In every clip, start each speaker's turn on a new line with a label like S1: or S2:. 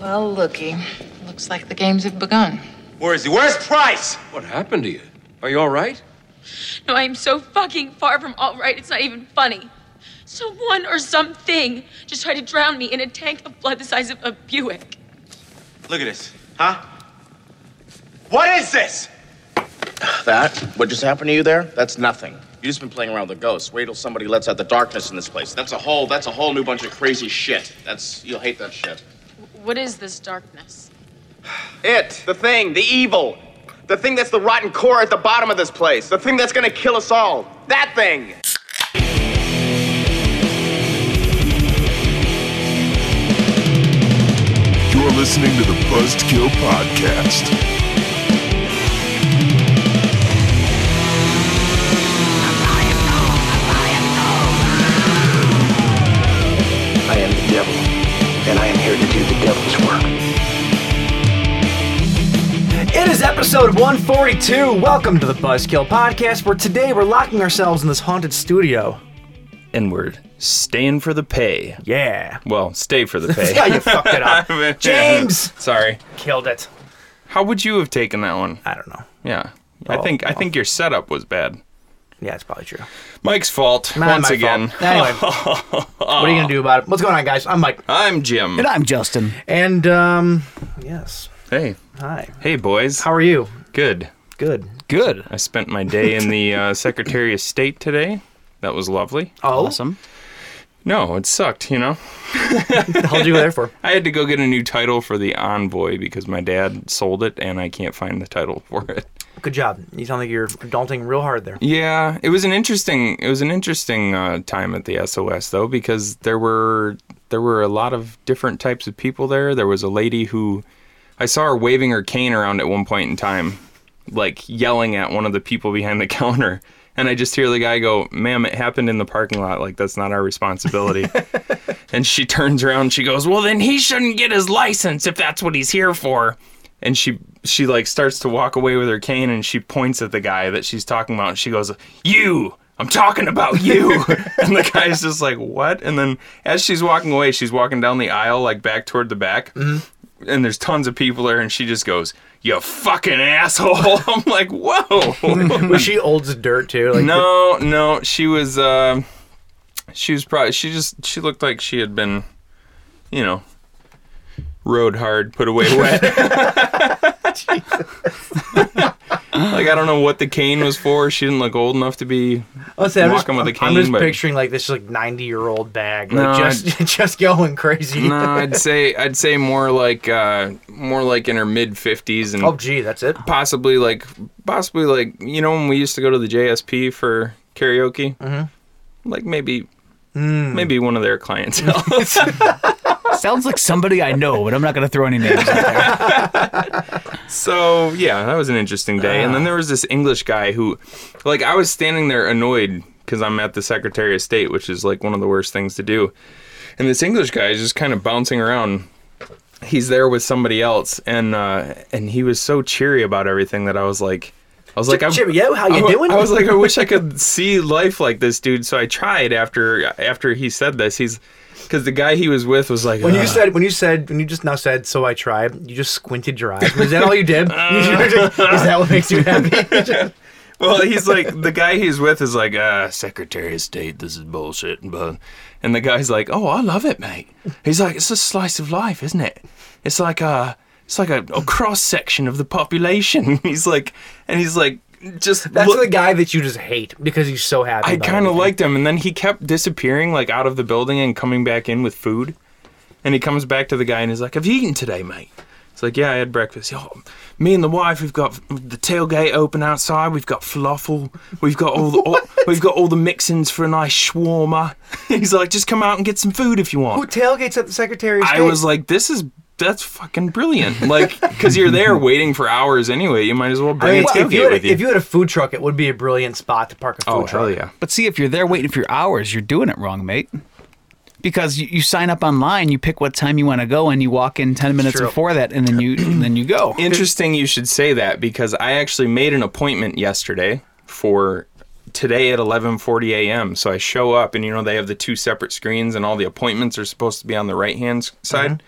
S1: Well, looky. Looks like the games have begun.
S2: Where is he? Where's Price?
S3: What happened to you? Are you all right?
S4: No, I am so fucking far from all right, it's not even funny. Someone or something just tried to drown me in a tank of blood the size of a Buick.
S2: Look at this, huh? What is this?
S5: That? What just happened to you there? That's nothing. You just been playing around with ghosts. Wait till somebody lets out the darkness in this place. That's a whole. That's a whole new bunch of crazy shit. That's you'll hate that shit.
S4: What is this darkness?
S5: It, the thing, the evil, the thing that's the rotten core at the bottom of this place, the thing that's gonna kill us all. That thing.
S6: You're listening to the Buzzkill Podcast.
S7: I am the devil, and I am here to do the devil's work.
S8: It is episode 142. Welcome to the Buzzkill Podcast, where today we're locking ourselves in this haunted studio.
S9: and we're staying for the pay.
S8: Yeah.
S9: Well, stay for the pay.
S8: Yeah, you fucked it up. James!
S9: Sorry.
S8: Killed it.
S9: How would you have taken that one?
S8: I don't know. Oh,
S9: Yeah. I think I think your setup was bad.
S8: Yeah, it's probably true.
S9: Mike's fault
S8: Not
S9: once
S8: my
S9: again.
S8: fault. Anyway, what are you going to do about it? What's going on, guys? I'm Mike.
S9: I'm Jim.
S10: And I'm Justin.
S8: And, um, yes.
S9: Hey.
S8: Hi.
S9: Hey boys.
S8: How are you?
S9: Good.
S8: Good.
S10: Good.
S9: I spent my day in the uh, Secretary of State today. That was lovely.
S8: Oh,
S10: Awesome.
S9: No, it sucked, you know.
S8: what the hell did you go there for?
S9: I had to go get a new title for the Envoy because my dad sold it and I can't find the title for it.
S8: Good job. You sound like you're adulting real hard there.
S9: Yeah, it was an interesting it was an interesting uh, time at the SOS though because there were there were a lot of different types of people there. There was a lady who I saw her waving her cane around at one point in time, like yelling at one of the people behind the counter. And I just hear the guy go, "Ma'am, it happened in the parking lot. Like that's not our responsibility." and she turns around, and she goes, "Well, then he shouldn't get his license if that's what he's here for." And she she like starts to walk away with her cane, and she points at the guy that she's talking about, and she goes, "You." I'm talking about you. and the guy's just like, what? And then as she's walking away, she's walking down the aisle, like back toward the back and there's tons of people there, and she just goes, "You fucking asshole!" I'm like, "Whoa!"
S8: Was she old as dirt, too? Like,
S9: no, no, she was, uh, she was probably, she just, she looked like she had been, you know, rode hard, put away wet. like I don't know what the cane was for. She didn't look old enough to be.
S8: Let's say, I'm just,
S9: Walking with a
S8: I'm just
S9: cane, but-
S8: picturing like this like 90 year old bag, like
S9: No,
S8: just just going crazy.
S9: No, I'd say I'd say more like uh, more like in her mid fifties and
S8: Oh, gee, that's it.
S9: possibly like possibly like you know when we used to go to the JSP for karaoke, like maybe maybe one of their clientele.
S10: Sounds like somebody I know, but I'm not going to throw any names out there.
S9: so yeah, that was an interesting day. And then
S8: Ah.
S9: there was this English guy who, like, I was standing there annoyed because I'm at the Secretary of State, which is like one of the worst things to do. And this English guy is just kind of bouncing around. He's there with somebody else, and uh, and he was so cheery about everything that I was like, I was like, I'm-
S8: Cheerio, how you
S9: I,
S8: doing?
S9: I was like, I wish I could see life like this, dude. So I tried after after he said this. He's because the guy he was with was like,
S8: When you
S9: "Ugh."
S8: said, when you said, when you just now said, so I tried, you just squinted your eyes. Was that all you did? Is that what makes you happy?
S9: well, he's like the guy he's with is like uh, Secretary of State. This is bullshit, but and the guy's like, oh, I love it, mate. He's like, it's a slice of life, isn't it? It's like a it's like a, a cross section of the population. he's like, and he's like, just
S8: That's
S9: look-
S8: the guy that you just hate because he's so happy.
S9: I
S8: about
S9: kind of
S8: everything.
S9: liked him, and then he kept disappearing, like out of the building and coming back in with food. And he comes back to the guy and he's like, "Have you eaten today, mate?" It's like, "Yeah, I had breakfast." Oh, me and the wife, we've got the tailgate open outside. We've got falafel. We've got all the all, we've got all the mixins for a nice shawarma. he's like, "Just come out and get some food if you want."
S8: Who tailgates at the Secretary of State?
S9: I was like, "This is." That's fucking brilliant. Like, because you're there waiting for hours anyway, you might as well
S8: I
S9: bring
S8: mean,
S9: a
S8: if, you
S9: tailgate
S8: had
S9: with
S8: a,
S9: you.
S8: if you had a food truck, it would be a brilliant spot to park a food
S9: oh,
S8: truck.
S9: hell yeah.
S10: But see, if you're there waiting for your hours, you're doing it wrong, mate. Because you, you sign up online, you pick what time you want to go, and you walk in ten minutes
S8: True.
S10: before that, and then you and then you go.
S9: Interesting you should say that because I actually made an appointment yesterday for today at 11:40 a.m. So I show up and you know they have the two separate screens and all the appointments are supposed to be on the right-hand s- side.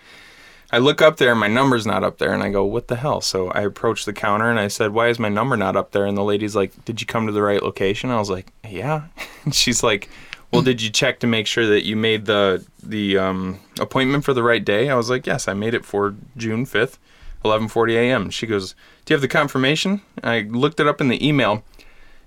S9: I look up there and my number's not up there, and I go, "What the hell?" So I approached the counter and I said, "Why is my number not up there?" And the lady's like, "Did you come to the right location?" I was like, "Yeah." And she's like, "Well, did you check to make sure that you made the the um, appointment for the right day?" I was like, "Yes, I made it for June fifth, eleven forty a.m." She goes, "Do you have the confirmation?" I looked it up in the email,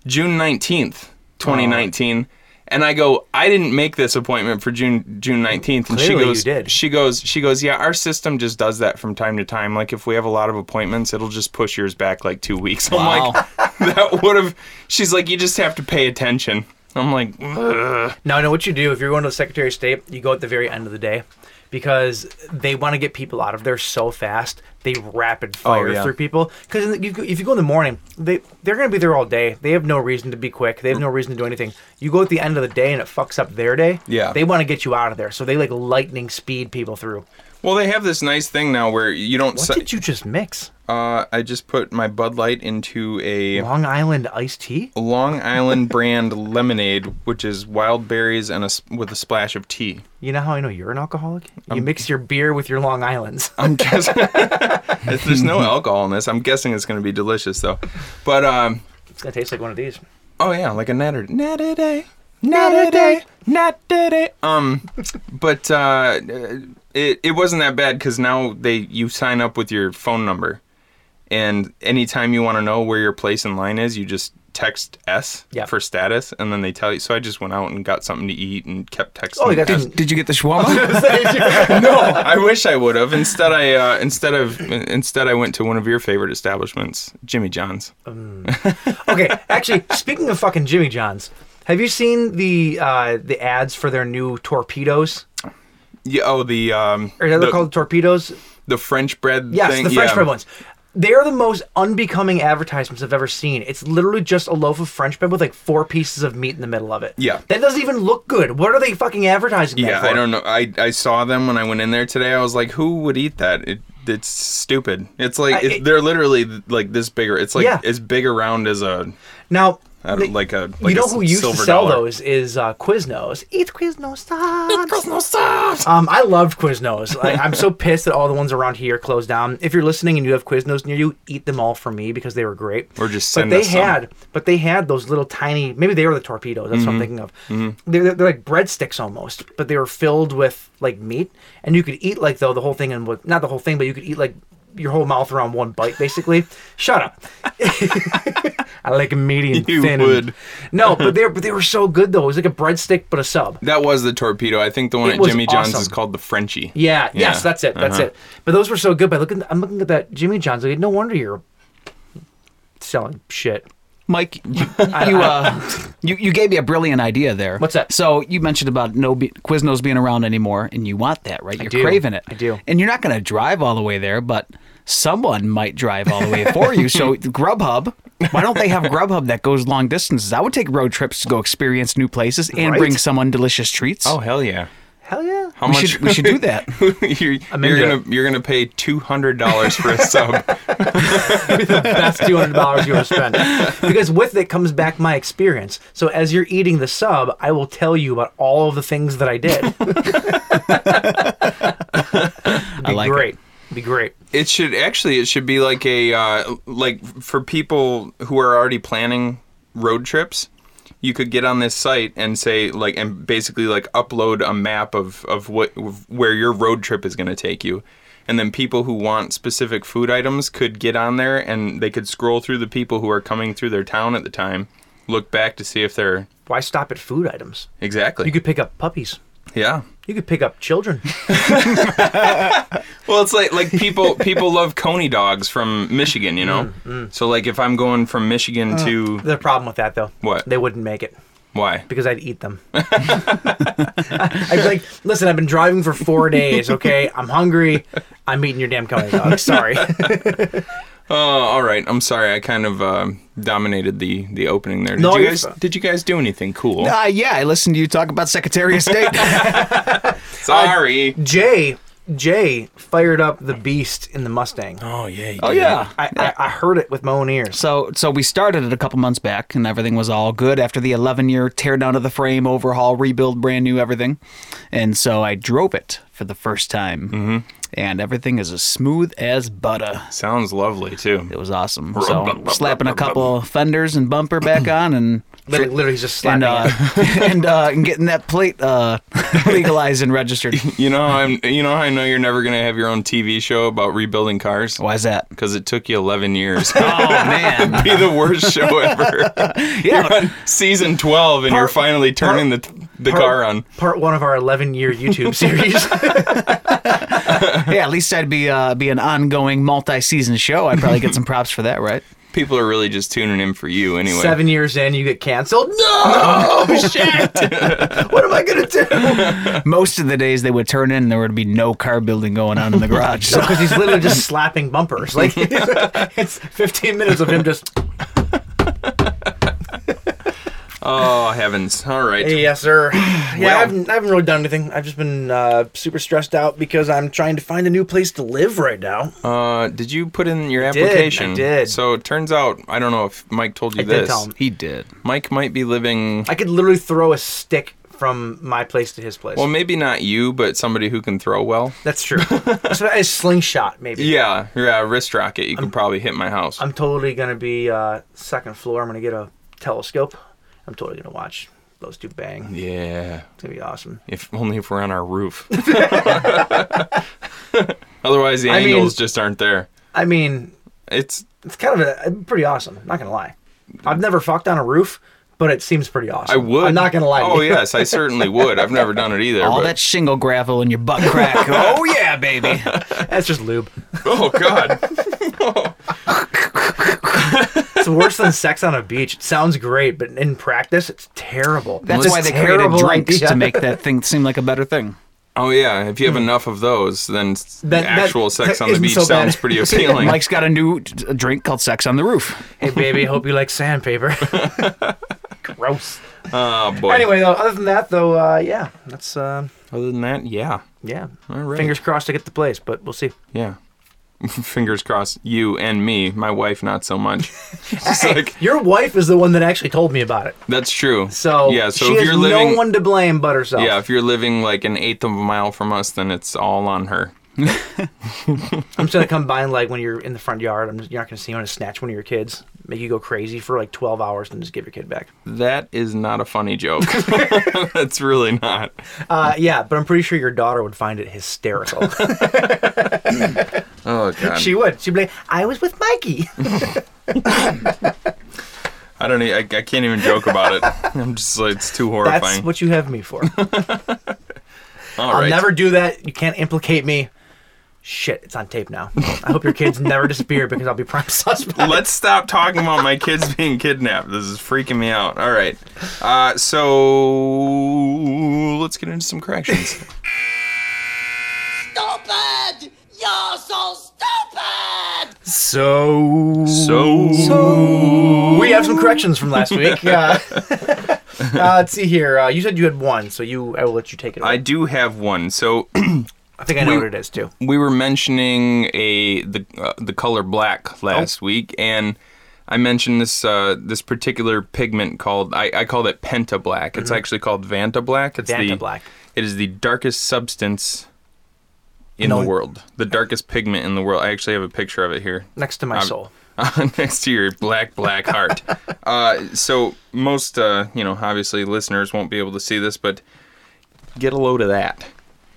S9: June nineteenth, twenty nineteen. And I go, I didn't make this appointment for June June nineteenth. And she
S8: Clearly you
S9: goes,
S8: did.
S9: she goes she goes yeah our system just does that from time to time like if we have a lot of appointments it'll just push yours back like two weeks i'm
S10: Wow.
S9: like that would have she's like you just have to pay attention i'm like "Ugh."
S8: No, no. What you do if you're going to the Secretary of State, you go at the very end of the day because they want to get people out of there so fast. They rapid fire
S9: Oh, yeah.
S8: through people because if you go in the morning, they they're going to be there all day. They have no reason to be quick.
S9: Mm.
S8: They have no reason to do anything. You go at the end of the day and it fucks up their day.
S9: Yeah.
S8: they want to get you out of there, so they like lightning speed people through.
S9: well they have this nice thing now where you don't
S8: What
S9: si-
S8: did you just mix?
S9: uh, i just put my bud light into a
S8: Long Island iced tea.
S9: long island brand lemonade which is wild berries and a s with a splash of tea
S8: You know how I know you're an alcoholic? You
S9: Um,
S8: mix your beer with your Long Island's.
S9: I'm guessing there's no alcohol in this. I'm guessing it's going to be delicious though. But um,
S8: it's gonna taste like one of these.
S9: Oh yeah, like a natter natter day, natter day, natter day. Um, but uh, it it wasn't that bad because now they you sign up with your phone number, and anytime you want to know where your place in line is, you just text S
S8: Yep.
S9: for status, and then they tell you. So I just went out and got something to eat and kept texting.
S8: Oh, you got
S9: S.
S8: some-
S10: Did you get the shawarma?
S9: No, I wish I would have. Instead, I uh, instead of instead I went to one of your favorite establishments, Jimmy John's.
S8: okay, actually, speaking of fucking Jimmy John's, have you seen the uh, the ads for their new torpedoes?
S9: Yeah, oh the um,
S8: Or they're
S9: the,
S8: called torpedoes.
S9: the French bread.
S8: Yes,
S9: thing?
S8: the French
S9: yeah.
S8: bread ones. They are the most unbecoming advertisements I've ever seen. It's literally just a loaf of French bread with like four pieces of meat in the middle of it.
S9: Yeah.
S8: that doesn't even look good. What are they fucking advertising? that
S9: Yeah,
S8: for?
S9: I don't know. I, I saw them when I went in there today. I was like, who would eat that? It it's stupid. It's like
S8: I-
S9: it's, they're literally like this bigger. It's like
S8: Yeah.
S9: as big around as a
S8: Now,
S9: I don't-
S8: they-
S9: like a-
S8: you
S9: like a
S8: know
S9: s-
S8: who used to
S9: silver
S8: sell
S9: dollar.
S8: those is uh, Quiznos. Eat Quiznos sauce. Eat Quiznos sauce. Um, I loved Quiznos. Like, I'm so pissed that all the ones around here closed down. If you're listening and you have Quiznos near you, eat them all for me because they were great.
S9: Or just
S8: but
S9: send
S8: they
S9: us some.
S8: had, but they had those little tiny. Maybe they were the torpedoes. That's
S9: Mm-hmm.
S8: what I'm thinking of. They're, they're like breadsticks almost, but they were filled with like meat, and you could eat like though the whole thing and not the whole thing, but you could eat like your whole mouth around one bite basically. Shut up. I like a medium
S9: You
S8: thin.
S9: would.
S8: No, but they but they were so good though. It was like a breadstick but a sub.
S9: that was the torpedo. I think the one
S8: It
S9: at
S8: was
S9: Jimmy John's is
S8: awesome.
S9: called the Frenchie.
S8: Yeah. Yes, that's it. That's
S9: Uh-huh.
S8: it. But those were so good. But looking, I'm looking at that Jimmy John's. Like, no wonder you're selling shit.
S10: Mike, you you, uh, you you gave me a brilliant idea there.
S8: What's that?
S10: So you mentioned about no be- Quiznos being around anymore, and you want that, right? You're
S8: do.
S10: craving it.
S8: I do.
S10: And you're not going to drive all the way there, but someone might drive all the way for you. So Grubhub, why don't they have Grubhub that goes long distances? I would take road trips to go experience new places and
S8: Right.
S10: bring someone delicious treats.
S9: Oh hell yeah!
S8: Hell yeah.
S9: How
S10: we
S9: much
S10: should we should do that.
S9: you're,
S8: I'm
S9: you're
S8: into
S9: gonna you're gonna pay two hundred dollars for a sub.
S8: That's two hundred dollars you want to spend. Because with it comes back my experience. So as you're eating the sub, I will tell you about all of the things that I did. It'd
S10: I
S8: be
S10: like it.
S8: great. It'd Be great.
S9: It should actually it should be like a uh, like for people who are already planning road trips. You could get on this site and say like and basically like upload a map of of what of where your road trip is going to take you. And then people who want specific food items could get on there and they could scroll through the people who are coming through their town at the time, look back to see if they're
S8: Why stop at food items?
S9: exactly.
S8: You could pick up puppies.
S9: yeah.
S8: You could pick up children.
S9: Well, it's like like people people love Coney dogs from Michigan, you know.
S8: Mm,
S9: So like if I'm going from Michigan to
S8: The problem with that, though,
S9: What?
S8: they wouldn't make it
S9: why?
S8: because I'd eat them. I'd be like, listen, I've been driving for four days. Okay, I'm hungry. I'm eating your damn Coney dog. Sorry.
S9: Oh, all right. I'm sorry. I kind of uh, dominated the the opening there. Did
S8: No,
S9: you
S8: you're
S9: guys
S8: fine.
S9: did you guys do anything cool?
S10: Uh, yeah, I listened to you talk about Secretary of State.
S9: Sorry.
S8: Jay Jay fired up the beast in the Mustang.
S9: Oh yeah.
S10: Oh yeah.
S8: I, I, I heard it with my own ears.
S10: So so we started it a couple months back, and everything was all good after the 11 year tear down of the frame, overhaul, rebuild, brand new everything. And so I drove it for the first time, mm-hmm. and everything is as smooth as butter.
S9: Sounds lovely too.
S10: It was awesome. So slapping a couple fenders and bumper back on, and
S8: Literally, literally he's just
S10: and
S8: slapping
S10: uh,
S8: it.
S10: and, uh, and getting that plate uh, legalized and registered.
S9: You know, I'm. You know, how I know you're never gonna have your own TV show about rebuilding cars
S10: Why is that?
S9: because it took you 11 years.
S10: Oh man.
S9: be the worst show ever.
S10: Yeah.
S9: You're on season 12 and you're finally turning the the
S8: Part-
S9: car on.
S8: Part one of our 11 year YouTube series.
S10: yeah, at least I'd be uh, be an ongoing multi-season show. I'd probably get some props for that, right?
S9: People are really just tuning in for you anyway.
S8: Seven years in, you get canceled. No! shit! what am I going to do?
S10: Most of the days they would turn in, and there would be no car building going on in the garage. So
S8: Because he's literally just slapping bumpers. Like, it's 15 minutes of him just,
S9: Oh heavens! All right.
S8: hey, yes, sir. Yeah,
S9: Well-
S8: I, haven't, I haven't really done anything. I've just been uh, super stressed out because I'm trying to find a new place to live right now.
S9: Uh, did you put in your
S8: did, I
S9: application?
S8: did.
S9: So it turns out I don't know if Mike told you
S8: I
S9: this.
S8: did tell him.
S10: he did.
S9: Mike might be living.
S8: I could literally throw a stick from my place to his place.
S9: Well, maybe not you, but somebody who can throw well.
S8: That's true. so a slingshot, maybe.
S9: Yeah, yeah, wrist rocket. You could probably hit my house.
S8: I'm totally gonna be uh, second floor. I'm gonna get a telescope. I'm totally gonna watch those two bang.
S9: yeah,
S8: It's gonna be awesome.
S9: if only if we're on our roof. Otherwise, the
S8: I mean-
S9: angles just aren't there.
S8: I mean,
S9: It's
S8: it's kind of a, uh, pretty awesome. Not gonna lie. I've never fucked on a roof, but it seems pretty awesome.
S9: I would.
S8: I'm not gonna lie. to
S9: Oh
S8: you.
S9: yes, I certainly would. I've never done it either.
S10: All
S9: but-
S10: that shingle gravel in your butt crack. oh yeah, baby.
S8: that's just lube.
S9: Oh God.
S8: It's worse than sex on a beach. It sounds great, but in practice, it's terrible.
S10: That's
S8: It's
S10: why
S8: a
S10: they created
S8: terrible
S10: drinks
S8: idea.
S10: to make that thing seem like a better thing.
S9: Oh yeah. If you have enough of those, then s-
S8: That- that-
S9: actual sex
S8: that
S9: on the
S8: isn't
S9: beach
S8: so bad.
S9: sounds pretty appealing.
S10: Mike's got a new d- drink called Sex on the Roof.
S8: Hey baby, hope you like sandpaper. Gross.
S9: oh boy.
S8: Anyway, though, other than that, though, uh, yeah, that's uh,
S9: Other than that, yeah,
S8: yeah.
S9: right.
S8: Fingers crossed to get the place, but we'll see.
S9: yeah. Fingers crossed. You and me. My wife, not so much. She's like,
S8: Your wife is the one that actually told me about it.
S9: that's true.
S8: So,
S9: yeah. So
S8: she
S9: if
S8: has
S9: you're living,
S8: no one to blame but herself.
S9: yeah, if you're living like an eighth of a mile from us, then it's all on her.
S8: I'm just gonna come by and like when you're in the front yard, I'm just, you're not gonna see me. I'm gonna snatch one of your kids, make you go crazy for like 12 hours, and just give your kid back.
S9: That is not a funny joke. that's really not.
S8: Uh, yeah, but I'm pretty sure your daughter would find it hysterical.
S9: Oh God.
S8: she would. She'd be like, "I was with Mikey."
S9: I don't. e- I, I can't even joke about it. I'm just like it's too horrifying.
S8: That's what you have me for.
S9: All
S8: I'll
S9: right.
S8: never do that. You can't implicate me. Shit, it's on tape now. I hope your kids never disappear because I'll be prime suspect.
S9: Let's stop talking about my kids being kidnapped. This is freaking me out. All right. Uh, so let's get into some corrections.
S11: stupid! You're so stupid!
S8: So
S9: So,
S8: we have some corrections from last week. Uh, uh, let's see here. Uh, you said you had one, so you I will let you take it. Away.
S9: I do have one. So
S8: I think I know
S9: we-
S8: what it is too.
S9: we were mentioning a the uh, the color black last
S8: Oh.
S9: week, and I mentioned this uh, this particular pigment called I, I call it penta black. It's actually called vanta black. It's the
S8: Mm-hmm. Vanta black.
S9: It is the darkest substance in
S8: No.
S9: the world. The darkest pigment in the world. I actually have a picture of it here.
S8: Next to my
S9: I'm-
S8: soul.
S9: next to your black black heart. uh, so most uh, you know obviously listeners won't be able to see this, but get a load of that.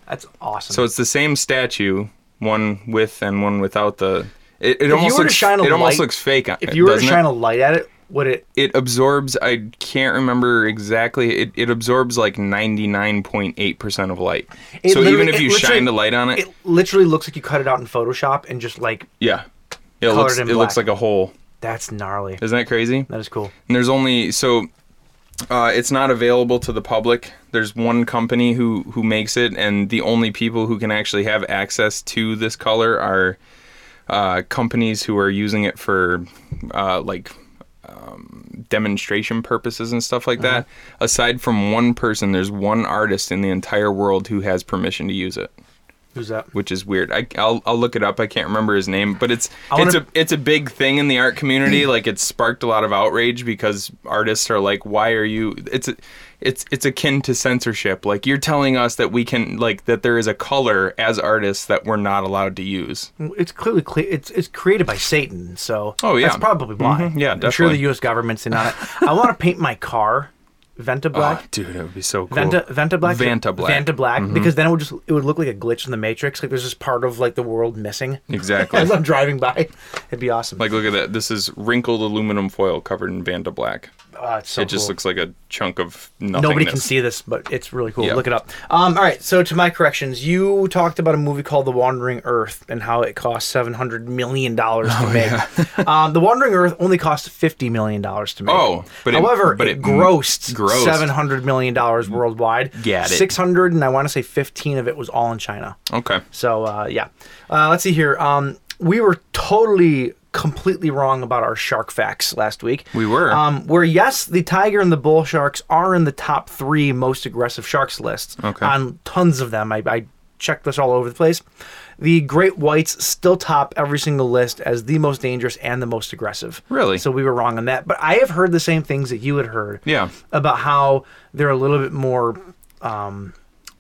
S8: That's awesome.
S9: So it's the same statue, one with and one without the. It, it
S8: you
S9: almost
S8: were to
S9: looks.
S8: shine a
S9: it almost
S8: light-
S9: looks fake. on-
S8: if you were to
S9: doesn't
S8: shine
S9: it?
S8: a light at it, would it?
S9: it absorbs. I can't remember exactly. It, it absorbs like ninety nine point eight percent of light.
S8: it
S9: so even
S8: literally-
S9: if
S8: it
S9: you
S8: literally-
S9: shine the light on it,
S8: it literally looks like you cut it out in Photoshop and just like
S9: yeah, it
S8: colored
S9: looks.
S8: in
S9: It looks
S8: black.
S9: like a hole.
S8: that's gnarly.
S9: Isn't that crazy?
S8: That is cool.
S9: And there's only so uh, it's not available to the public. There's one company who who makes it, and the only people who can actually have access to this color are uh, companies who are using it for uh, like um, demonstration purposes and stuff like that. Aside from one person, there's one artist in the entire world who has permission to use it.
S8: Who's that?
S9: Which is weird. I, I'll I'll look it up. I can't remember his name, but it's
S8: I wanna-
S9: it's a it's a big thing in the art community. like it sparked a lot of outrage because artists are like, why are you? It's a, it's it's akin to censorship. Like you're telling us that we can like that there is a color as artists that we're not allowed to use.
S8: It's clearly cle it's it's created by Satan, so
S9: Oh, yeah.
S8: that's probably why.
S9: Mhm, yeah,
S8: I'm sure the
S9: definitely.
S8: U.S. government's in on it. I want to paint my car Venta black.
S9: Oh, dude, that would be so cool.
S8: Venta, Venta Black.
S9: Vanta Black.
S8: Vanta Black.
S9: Mhm.
S8: Because then it would just it would look like a glitch in the Matrix. Like there's this part of like the world missing.
S9: Exactly.
S8: As I'm driving by, it'd be awesome.
S9: Like, look at that. This is wrinkled aluminum foil covered in Vanda Black.
S8: Ah, it's so
S9: it just
S8: cool.
S9: looks like a chunk of nothingness.
S8: Nobody can see this, but it's really cool.
S9: Yeah.
S8: Look it up. Um, all right. So to my corrections, you talked about a movie called The Wandering Earth and how it cost seven hundred million dollars
S9: Oh,
S8: to make. um, the Wandering Earth only cost fifty million dollars to make.
S9: Oh, but it-
S8: however,
S9: but
S8: it
S9: it
S8: grossed,
S9: grossed.
S8: seven hundred million dollars worldwide.
S9: Got it.
S8: Six hundred, and I want to say fifteen of it was all in China.
S9: Okay.
S8: So uh, yeah, uh, let's see here. Um, we were totally, completely wrong about our shark facts last week.
S9: We were.
S8: Um, where yes, the tiger and the bull sharks are in the top three most aggressive sharks lists.
S9: Okay.
S8: On tons of them, I, I checked this all over the place. The great whites still top every single list as the most dangerous and the most aggressive.
S9: Really?
S8: So we were wrong on that. But I have heard the same things that you had heard
S9: Yeah.
S8: about how they're a little bit more um,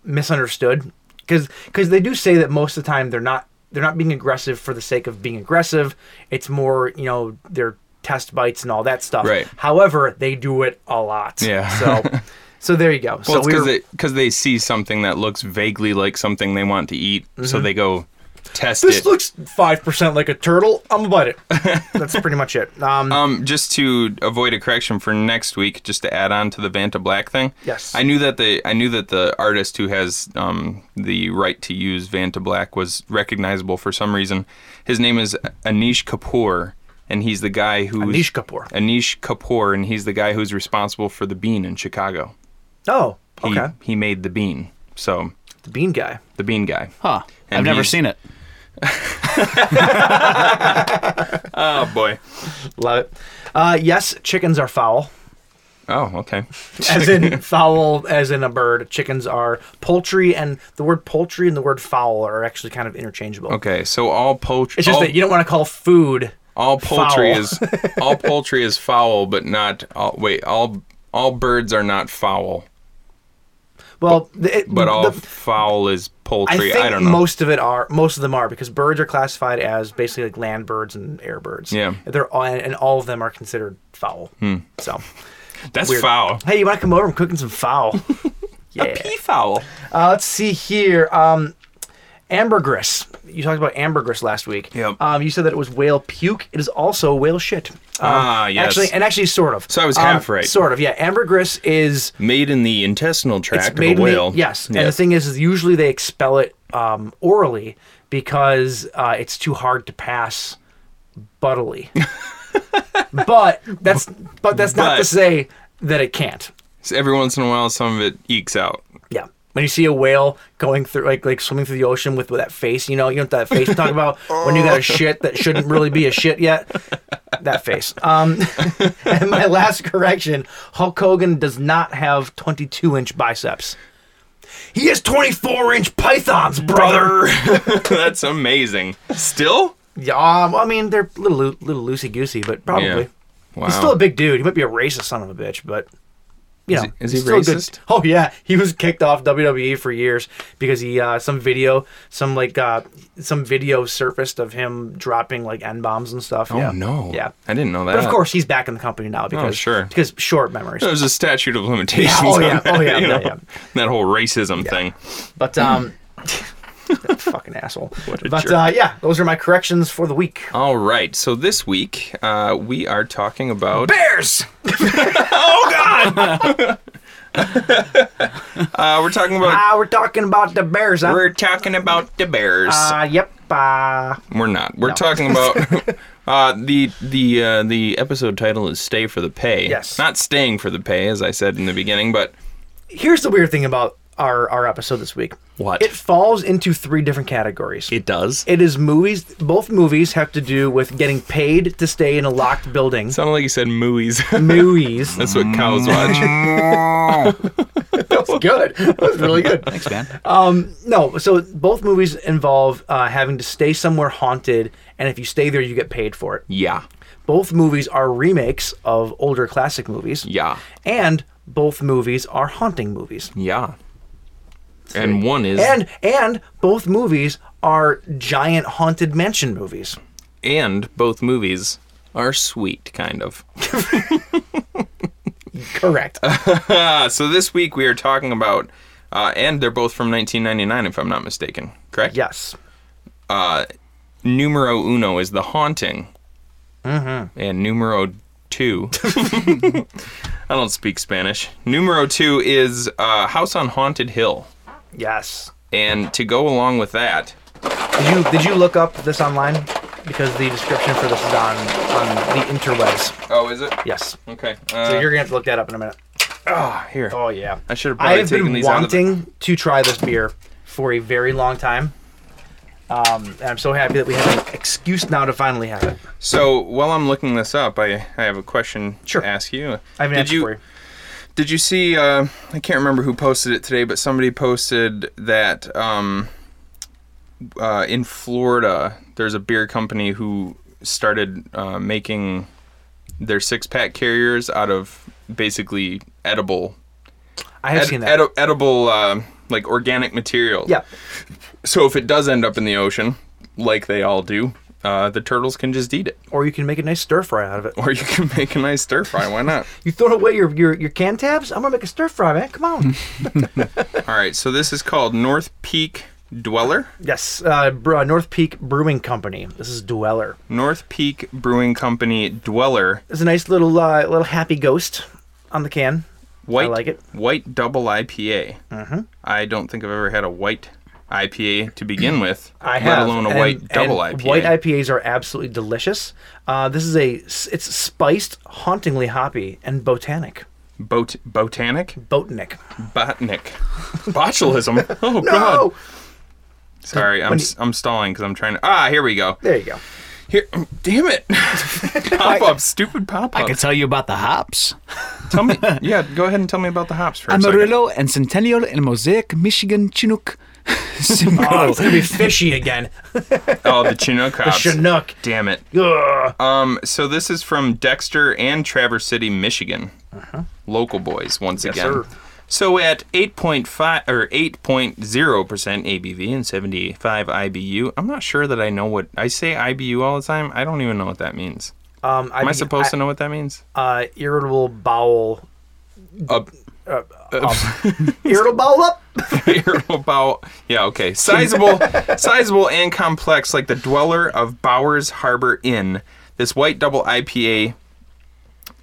S8: misunderstood because they do say that most of the time they're not they're not being aggressive for the sake of being aggressive. It's more you know their test bites and all that stuff.
S9: Right.
S8: However, they do it a lot.
S9: Yeah.
S8: So so there you go.
S9: Well,
S8: so
S9: it's because
S8: were-
S9: they, see something that looks vaguely like something they want to eat, so
S8: Mhm.
S9: they go test
S8: this
S9: it.
S8: looks five percent like a turtle. I'm gonna bite it. That's pretty much it. Um,
S9: just to avoid a correction for next week, just to add on to the Vanta Black thing.
S8: Yes.
S9: I knew that the I knew that the artist who has um, the right to use Vanta Black was recognizable for some reason. His name is Anish Kapoor, and he's the guy who
S8: Anish Kapoor.
S9: Anish Kapoor, and he's the guy who's responsible for the bean in Chicago.
S8: Oh,
S9: He,
S8: okay.
S9: he made the bean. So
S8: the bean guy.
S9: The bean guy.
S10: Huh. I've never seen it.
S9: Oh boy.
S8: Love it. Uh, yes, chickens are foul.
S9: Oh, okay.
S8: as in fowl, as in a bird. Chickens are poultry, and the word poultry and the word fowl are actually kind of interchangeable.
S9: Okay, Oh. so all poultry.
S8: It's just
S9: all,
S8: that you don't want to call food
S9: all poultry
S8: fowl.
S9: is all poultry is foul, but not all. Wait, all all birds are not foul,
S8: well, the, it,
S9: but all
S8: the-
S9: foul is
S8: I
S9: poultry.
S8: think
S9: I, don't know.
S8: most of it are most of them are because birds are classified as basically like land birds and air birds.
S9: Yeah.
S8: they're all, and all of them are considered fowl.
S9: Hmm.
S8: So
S9: That's
S8: weird.
S9: foul.
S8: Hey, you want to come over? I'm cooking some fowl. yeah.
S9: foul.
S8: Uh, let's see here. Um, ambergris. You talked about ambergris last week. Yep. Um, you said that it was whale puke. It is also whale shit. Um,
S9: Ah, yes.
S8: Actually, and actually, sort of.
S9: So I was
S8: Um,
S9: half right.
S8: Sort of, yeah. Ambergris is
S9: Made in the intestinal tract
S8: it's
S9: of a
S8: made in the-
S9: whale.
S8: yes. And the thing is, is usually they expel it um, orally because uh, it's too hard to pass buttily. but that's but that's not to
S9: But-
S8: say that it can't.
S9: So every once in a while, some of it ekes out.
S8: Yeah. When you see a whale going through, like like swimming through the ocean with, with that face, you know, you know what that face I'm talking about when you got a shit that shouldn't really be a shit yet. That face. Um, and my last correction: Hulk Hogan does not have 22 inch biceps. He has 24 inch pythons, brother.
S9: That's amazing. Still?
S8: Yeah, um, I mean they're little loo- little loosey goosey, but probably.
S9: Yeah. Wow.
S8: He's still a big dude. He might be a racist son of a bitch, but you
S9: Is
S8: know,
S9: he- is
S8: he's
S9: he
S8: still a good-
S9: racist?
S8: oh yeah, he was kicked off WWE for years because he uh, some video, some like uh, some video surfaced of him dropping like n bombs and stuff.
S9: Oh
S8: yeah.
S9: no.
S8: yeah.
S9: I didn't know that. Oh,
S8: But of course, he's back in the company now because
S9: sure.
S8: because short memories.
S9: There's a statute of limitations.
S8: Yeah, oh,
S9: on
S8: yeah,
S9: that,
S8: oh, yeah,
S9: you
S8: yeah,
S9: know? That whole racism thing.
S8: But um, fucking asshole.
S9: a
S8: But
S9: jerk.
S8: uh, yeah, those are my corrections for the week.
S9: All right. So this week uh, we are talking about
S8: Bears. Oh,
S9: Uh, we're talking about
S8: Ah, we're talking about the Bears. Huh?
S9: we're talking about the Bears.
S8: Uh, yep. Uh,
S9: we're not. We're talking about uh, the the uh, the episode title is "Stay for the Pay."
S8: Yes.
S9: Not staying for the pay, as I said in the beginning, but
S8: here's the weird thing about our our episode this week.
S12: What?
S8: It falls into three different categories.
S12: It does.
S8: It is movies. Both movies have to do with getting paid to stay in a locked building.
S9: Sounded like you said movies.
S8: Movies.
S9: That's what cows watch.
S8: That's good. That was really good.
S10: Thanks, man.
S8: Um, no, so both movies involve uh, having to stay somewhere haunted, and if you stay there, you get paid for it.
S9: Yeah.
S8: Both movies are remakes of older classic movies.
S9: Yeah.
S8: And both movies are haunting movies.
S9: Yeah. And one is
S8: And and both movies are giant haunted mansion movies.
S9: and both movies are sweet, kind of.
S8: Correct.
S9: Uh, so this week we are talking about, uh, and they're both from 1999, if I'm not mistaken. Correct?
S8: Yes.
S9: Uh, numero uno is The Haunting,
S8: Mm-hmm.
S9: and numero two. I don't speak Spanish. Numero two is uh, House on Haunted Hill,
S8: Yes.
S9: and to go along with that,
S8: Did you did you look up this online? Because the description for this is on on the interwebs.
S9: oh, is it?
S8: Yes.
S9: Okay.
S8: so
S9: uh,
S8: you're gonna have to look that up in a minute.
S9: Ah, here.
S8: Oh yeah.
S9: I should have
S8: I
S9: probably
S8: have
S9: taken
S8: been
S9: these out of the-
S8: wanting to try this beer for a very long time. Um, and I'm so happy that we have an excuse now to finally have it.
S9: So while I'm looking this up, I, I have a question to ask you.
S8: I have an
S9: did
S8: answer
S9: you,
S8: for you.
S9: Did you see? Uh, I can't remember who posted it today, but somebody posted that um, uh, in Florida, there's a beer company who started uh, making their six-pack carriers out of basically edible.
S8: I have seen that.
S9: edi- edible, uh, like organic material.
S8: Yeah.
S9: So if it does end up in the ocean, like they all do, uh, the turtles can just eat it.
S8: Or you can make a nice stir fry out of it.
S9: Or you can make a nice stir fry. Why not?
S8: You throw away your, your, your can tabs? I'm gonna make a stir fry, man. Come on.
S9: All right. So this is called North Peak Dweller.
S8: yes, uh, Br- uh, North Peak Brewing Company. This is Dweller.
S9: North Peak Brewing Company Dweller.
S8: There's a nice little uh, little happy ghost on the can.
S9: White.
S8: I like it.
S9: White double IPA.
S8: Mhm.
S9: I don't think I've ever had a white IPA to begin with.
S8: I
S9: Let
S8: have,
S9: alone a
S8: and-
S9: white double
S8: and
S9: IPA.
S8: White IPAs are absolutely delicious. Uh, this is a it's spiced, hauntingly hoppy, and botanic.
S9: Bot- botanic.
S8: Botanic.
S9: Botanic. Botulism. Oh God. Sorry, I'm
S8: When
S9: s- I'm stalling because I'm trying to. Ah, here we go.
S8: There you go.
S9: Here, damn it! pop up, stupid pop up.
S10: I could tell you about the hops.
S9: tell me. Yeah, go ahead and tell me about the hops for a second.
S10: Amarillo and Centennial and Mosaic, Michigan Chinook. Simcoe.
S8: Oh, it's gonna be fishy again.
S9: Oh, the Chinook
S8: The
S9: hops.
S8: Chinook.
S9: Damn it.
S8: Ugh.
S9: Um, so this is from Dexter and Traverse City, Michigan. Local boys once
S8: Uh-huh. Yes,
S9: again.
S8: sir.
S9: So at 8.5 or 8.0% ABV and 75 IBU. I'm not sure that I know what I say IBU all the time. I don't even know what that means.
S8: Um,
S9: Am I supposed to know what that means?
S8: Uh, irritable bowel.
S9: Up.
S8: Uh, up. irritable bowel up.
S9: Irritable bowel. Yeah, okay. Sizable, sizable and complex, like the dweller of Bowers Harbor Inn. This white double IPA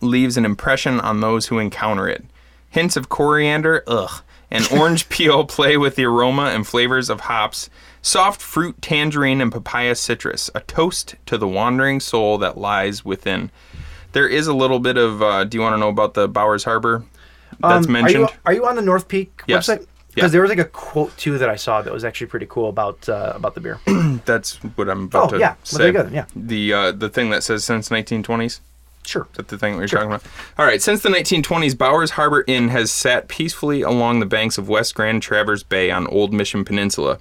S9: leaves an impression on those who encounter it. Hints of coriander, ugh, and orange peel play with the aroma and flavors of hops, soft fruit, tangerine, and papaya citrus. A toast to the wandering soul that lies within. There is a little bit of. Uh, do you want to know about the Bowers Harbor? That's
S8: Um,
S9: mentioned.
S8: Are you, are you on the North Peak
S9: Yes.
S8: website?
S9: Yeah.
S8: Because there was like a quote too that I saw that was actually pretty cool about uh, about the beer.
S9: That's what I'm about
S8: Oh,
S9: to
S8: yeah. Well,
S9: say.
S8: there you go, yeah.
S9: The uh, the thing that says since 1920s.
S8: Sure.
S9: Is that the thing we are talking about? All right. Since the 1920s, Bowers Harbor Inn has sat peacefully along the banks of West Grand Traverse Bay on Old Mission Peninsula.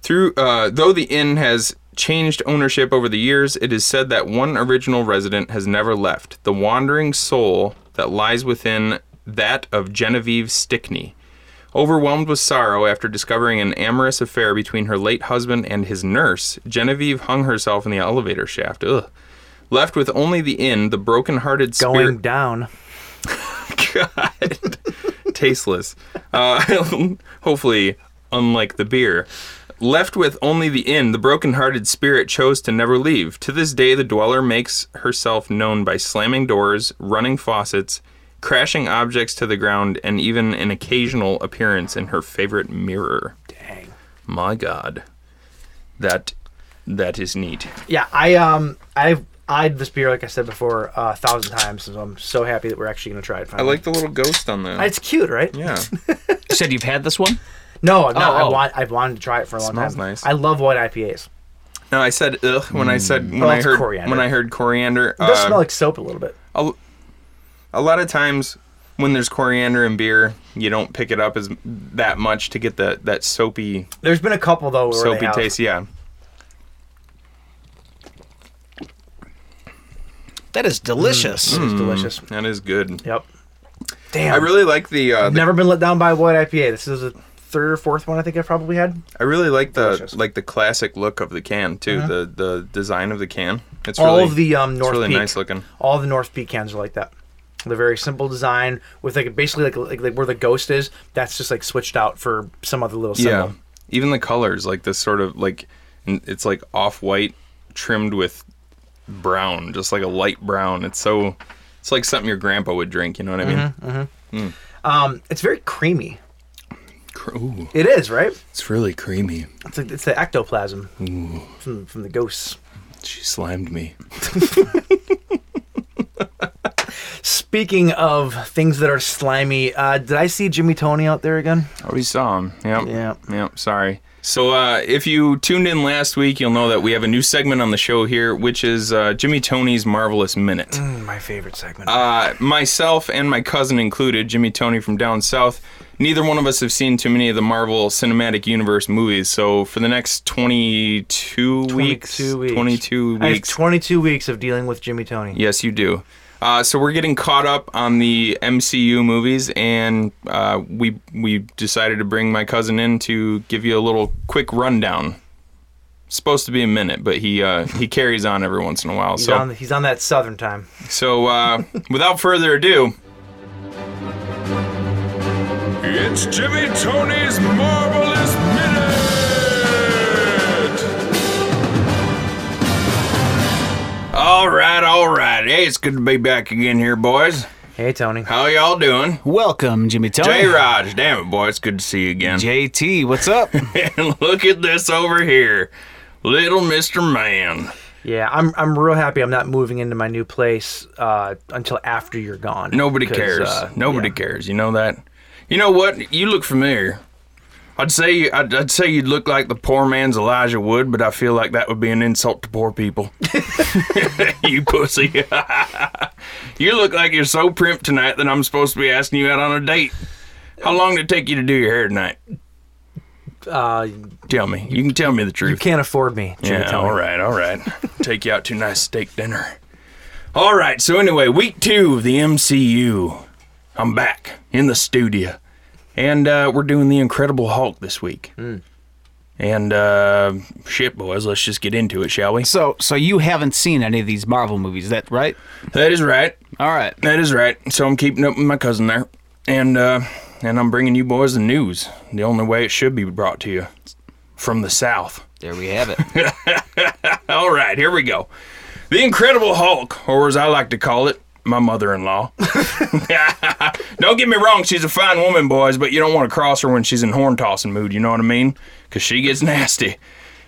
S9: Through uh, though the inn has changed ownership over the years, it is said that one original resident has never left. The wandering soul that lies within that of Genevieve Stickney. Overwhelmed with sorrow after discovering an amorous affair between her late husband and his nurse, Genevieve hung herself in the elevator shaft. Ugh. Left with only the inn, the broken-hearted spirit
S8: Going down.
S9: tasteless. Uh, hopefully, unlike the beer. Left with only the inn, the broken-hearted spirit chose to never leave. To this day, the dweller makes herself known by slamming doors, running faucets, crashing objects to the ground, and even an occasional appearance in her favorite mirror.
S8: Dang.
S9: My God, that that is neat.
S8: Yeah, I um, I eyed this beer, like I said before, uh, a thousand times, so I'm so happy that we're actually gonna try it.
S9: I
S8: Finally.
S9: like the little ghost on the.
S8: It's cute, right?
S9: Yeah.
S10: You said you've had this one?
S8: No, no, I
S10: Oh, oh.
S8: want, I've wanted to try it for a long
S9: Smells
S8: time.
S9: nice.
S8: I love white IPAs.
S9: No, I said ugh when I said when
S8: Oh,
S9: I
S8: it's
S9: heard
S8: coriander.
S9: when I heard coriander.
S8: It does
S9: uh,
S8: smell like soap a little bit.
S9: a, a lot of times when there's coriander in beer, you don't pick it up as that much to get that that soapy
S8: There's been a couple though where they
S9: soapy
S8: have-
S9: taste. Yeah,
S10: That is delicious.
S9: Mm.
S8: It's delicious.
S9: that is good.
S8: Yep. Damn.
S9: I really like the, uh,
S8: I've
S9: the
S8: never been let down by a white IPA. This is the third or fourth one I think I probably had.
S9: I really like the
S8: Delicious. Mm-hmm.
S9: like the classic look of the can too. The the design of the can. It's
S8: All
S9: really,
S8: of the um,
S9: it's
S8: North
S9: really
S8: Peak,
S9: nice looking.
S8: all the North Peak cans are like that. They're very simple design with like basically like, like, like where the ghost is. That's just like switched out for some other little symbol.
S9: Yeah, even the colors like this sort of like n- it's like off white trimmed with brown, just like a light brown. It's so it's like something your grandpa would drink. You know what I mean?
S8: Um, it's very creamy.
S9: Cr- Ooh,
S8: It is right.
S9: it's really creamy.
S8: It's like, it's the ectoplasm from from the ghosts.
S9: She slimed me.
S8: Speaking of things that are slimy, uh, did I see Jimmy Tony out there again?
S9: Already Oh, saw him. Yep.
S8: Yep.
S9: Yep. Sorry. So uh, if you tuned in last week, you'll know that we have a new segment on the show here, which is uh, Jimmy Tony's Marvelous Minute.
S8: My favorite segment.
S9: Uh, myself and my cousin included, Jimmy Tony from down south, neither one of us have seen too many of the Marvel Cinematic Universe movies. So for the next 22, weeks, 22
S8: I have
S9: weeks.
S8: 22 weeks of dealing with Jimmy Tony.
S9: Yes, you do. Uh, so we're getting caught up on the MCU movies, and uh, we we decided to bring my cousin in to give you a little quick rundown. Supposed to be a minute, but he uh, he carries on every once in a while.
S8: He's,
S9: so
S8: on, he's on that southern time.
S9: so uh, without further ado,
S6: It's Jimmy Tony's Marvelous Minute!
S9: all right, all right. Hey, it's good to be back again here, boys.
S8: Hey, Tony.
S9: How y'all doing?
S10: Oh, Welcome, Jimmy Tony.
S9: J Raj, damn it, boy, it's good to see you again.
S10: JT, what's up?
S9: and look at this over here, little Mister Man.
S8: Yeah, I'm, I'm real happy I'm not moving into my new place uh, until after you're gone.
S9: Nobody
S8: 'Cause,
S9: cares.
S8: uh,
S9: Nobody
S8: yeah.
S9: cares. You know that. You know what? You look familiar. I'd say I'd, I'd say you'd look like the poor man's Elijah Wood, but I feel like that would be an insult to poor people. you pussy. you look like you're so primped tonight that I'm supposed to be asking you out on a date. How long did it take you to do your hair tonight?
S8: Uh,
S9: Tell me. You can tell me the truth.
S8: you can't afford me, Jimmy
S9: Yeah,
S8: Tony.
S9: all right, all right. Take you out to a nice steak dinner. All right, so anyway, week two of the MCU. I'm back in the studio. And uh, we're doing The Incredible Hulk this week. And uh, shit, boys, let's just get into it, shall we?
S10: so, so you haven't seen any of these Marvel movies, that right?
S9: That is right.
S10: All right.
S9: That is right. So I'm keeping up with my cousin there. And, uh, and I'm bringing you boys the news the only way it should be brought to you from the South.
S10: There we have it.
S9: All right, here we go. The Incredible Hulk, or as I like to call it, my mother in law. don't get me wrong, she's a fine woman, boys, but you don't want to cross her when she's in horn tossing mood, you know what I mean? Because she gets nasty.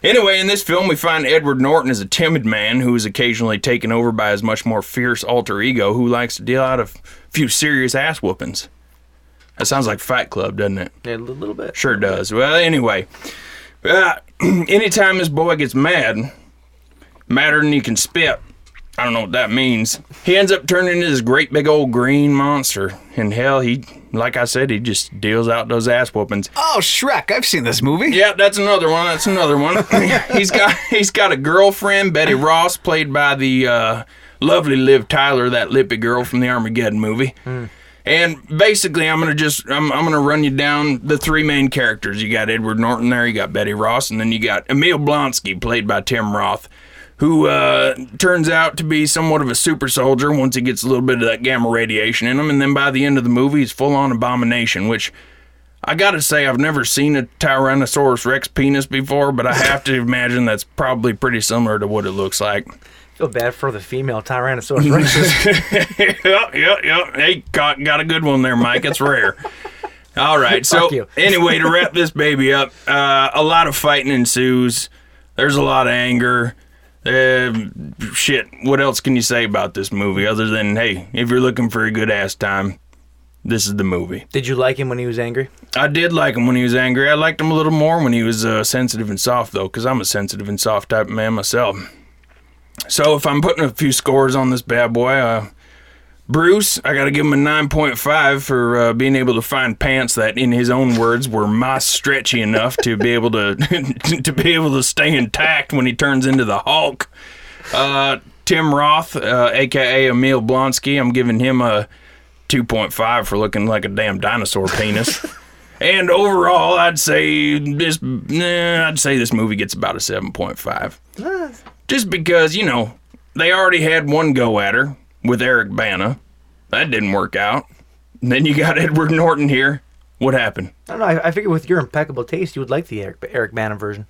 S9: Anyway, in this film, we find Edward Norton is a timid man who is occasionally taken over by his much more fierce alter ego who likes to deal out a few serious ass whoopings. That sounds like Fight Club, doesn't it?
S8: Yeah, a li- little bit.
S9: Sure does. Well, anyway, uh, anytime this boy gets mad, madder than he can spit, I don't know what that means, he ends up turning into this great big old green monster. And hell, he, like I said, he just deals out those ass whoopings.
S10: oh, Shrek. I've seen this movie.
S9: Yeah, that's another one. That's another one. he's got he's got a girlfriend, Betty Ross, played by the uh, lovely Liv Tyler, that lippy girl from the Armageddon movie. And basically, I'm gonna just I'm, I'm gonna run you down the three main characters. You got Edward Norton there, you got Betty Ross, and then you got Emil Blonsky, played by Tim Roth, who uh, turns out to be somewhat of a super soldier once he gets a little bit of that gamma radiation in him, and then by the end of the movie, he's full on abomination, which I gotta say, I've never seen a Tyrannosaurus Rex penis before, but I have to imagine that's probably pretty similar to what it looks like.
S8: feel bad for the female Tyrannosaurus Rexes.
S9: yep, yep, yep. Hey, got, got a good one there, Mike. It's rare. All right. So,
S8: Fuck you.
S9: anyway, to wrap this baby up, uh, a lot of fighting ensues. There's a lot of anger. Um, shit. What else can you say about this movie other than hey, if you're looking for a good ass time, this is the movie.
S8: Did you like him when he was angry?
S9: I did like him when he was angry. I liked him a little more when he was uh, sensitive and soft though, because I'm a sensitive and soft type of man myself. So if I'm putting a few scores on this bad boy, uh, Bruce, I gotta give him a 9.5 for uh, being able to find pants that, in his own words, were my stretchy enough to be able to to be able to stay intact when he turns into the Hulk. Uh, Tim Roth, uh, aka Emil Blonsky, I'm giving him a 2.5 for looking like a damn dinosaur penis. and overall, I'd say this, eh, I'd say this movie gets about a 7.5 just because you know they already had one go at her with Eric Bana, that didn't work out. And then you got Edward Norton here. What happened?
S8: I don't know. I, I figure with your impeccable taste, you would like the Eric, Eric Bannon version.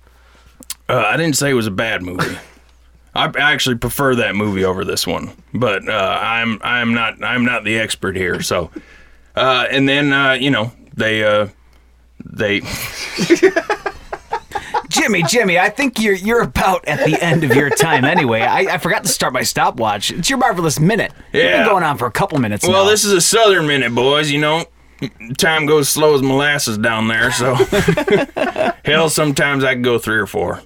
S9: Uh, I didn't say it was a bad movie. I I actually prefer that movie over this one, but uh, I'm I'm not I'm not the expert here. So, uh, and then uh, you know they uh, they
S10: Jimmy, Jimmy, I think you're you're about at the end of your time anyway. I, I forgot to start my stopwatch. It's your marvelous minute. You've been
S9: Yeah.
S10: going on for a couple minutes
S9: well
S10: now.
S9: this is a southern minute, boys. You know, time goes slow as molasses down there. So hell, sometimes I can go three or four.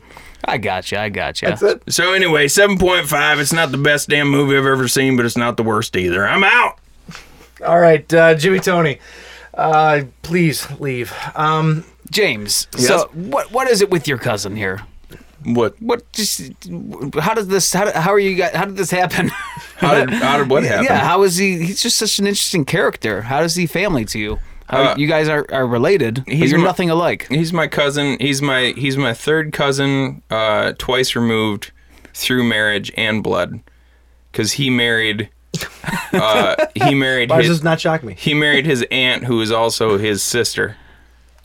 S10: I got you. I got you.
S9: So anyway, 7.5. It's not the best damn movie I've ever seen, but it's not the worst either. I'm out.
S8: All right, uh, Jimmy Tony, uh, please leave. Um,
S10: James, So what what is it with your cousin here?
S9: What
S10: what just how does this how, how are you guys how did this happen?
S9: How did- how did what happen?
S10: Yeah, how is he? He's just such an interesting character. How is he family to you? How,
S9: Uh,
S10: you guys are, are related. but you're
S9: my-
S10: nothing alike.
S9: He's my cousin. He's my he's my third cousin, uh, twice removed through marriage and blood, because he married. Uh, he married.
S8: why does
S9: his,
S8: this not shock me?
S9: He married his aunt, who is also his sister.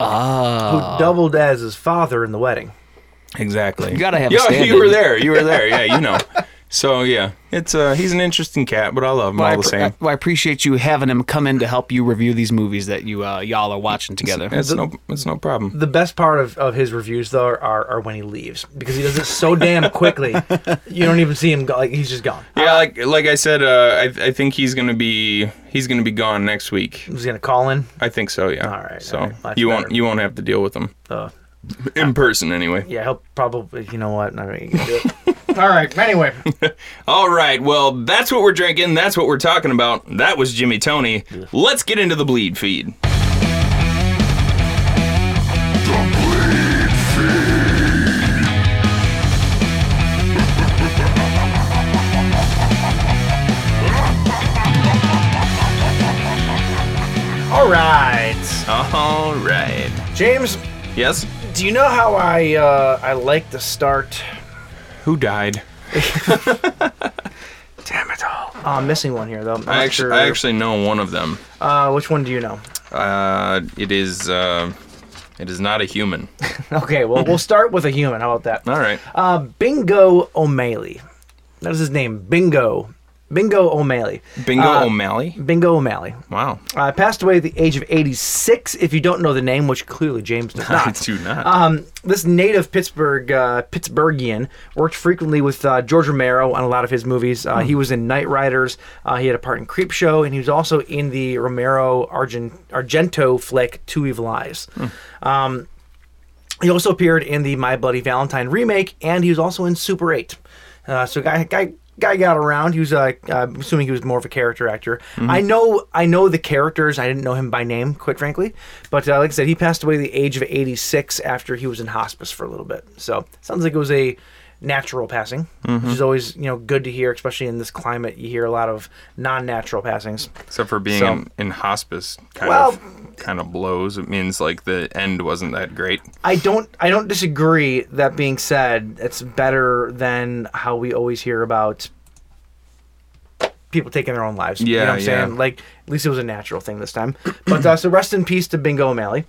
S10: Ah,
S8: Who doubled as his father in the wedding?
S9: Exactly.
S8: You gotta have a
S9: Yeah, you
S8: stand-in.
S9: were there. You were there. Yeah, you know. So yeah, it's uh, he's an interesting cat, but I love him
S10: Well, I,
S9: all the
S10: pre-
S9: same.
S10: I- well, I appreciate you having him come in to help you review these movies that you uh, y'all are watching together.
S9: It's no, it's no problem.
S8: The best part of, of his reviews though are, are when he leaves because he does it so damn quickly. You don't even see him go. Like he's just gone.
S9: Yeah, like like I said, uh, I I think he's gonna be he's gonna be gone next week.
S8: He's gonna call in.
S9: I think so. Yeah. All right. So you won't you won't have to deal with them
S8: uh,
S9: in person anyway.
S8: Yeah, he'll probably. You know what? Not really gonna do it. All right. Anyway,
S9: All right. Well, that's what we're drinking. That's what we're talking about. That was Jimmy Tony. Let's get into the bleed feed.
S8: all right.
S9: All right.
S8: James,
S9: Yes.
S8: do you know how I uh, I like to start?
S9: Who died?
S8: Damn it all! Oh, I'm missing one here though. I'm
S9: I
S8: not
S9: actually
S8: sure-
S9: I actually know one of them.
S8: Uh, which one do you know?
S9: Uh, it is uh, it is not a human.
S8: Okay, well we'll start with a human. How about that?
S9: All right.
S8: Uh, Bingo O'Malley. That was his name. Bingo. Bingo O'Malley.
S9: Bingo
S8: Uh,
S9: O'Malley.
S8: Bingo O'Malley.
S9: Wow.
S8: Uh, passed away at the age of 86. If you don't know the name, which clearly James does
S9: I
S8: not,
S9: do not.
S8: Um, this native Pittsburgh uh, Pittsburghian worked frequently with uh, George Romero on a lot of his movies. Uh, He was in Night Riders. Uh, he had a part in Creep Show, and he was also in the Romero Argent- Argento flick Two Evil Eyes. Um, he also appeared in the My Bloody Valentine remake, and he was also in Super 8. Uh, so guy, guy, guy got around. He was, uh, I'm assuming he was more of a character actor.
S12: Mhm.
S8: I know, I know the characters. I didn't know him by name, quite frankly. But uh, like I said, he passed away at the age of 86 after he was in hospice for a little bit. So sounds like it was a natural passing,
S9: Mhm.
S8: which is always you know good to hear, especially in this climate. You hear a lot of non-natural passings.
S9: Except for being
S8: So-
S9: in, in hospice, kind
S8: Well-
S9: of kind of blows. It means like the end wasn't that great.
S8: I don't I don't disagree. That being said, it's better than how we always hear about people taking their own lives. you know
S9: Yeah,
S8: what I'm
S9: yeah.
S8: saying? Like at least it was a natural thing this time. But uh, so rest in peace to Bingo O'Malley.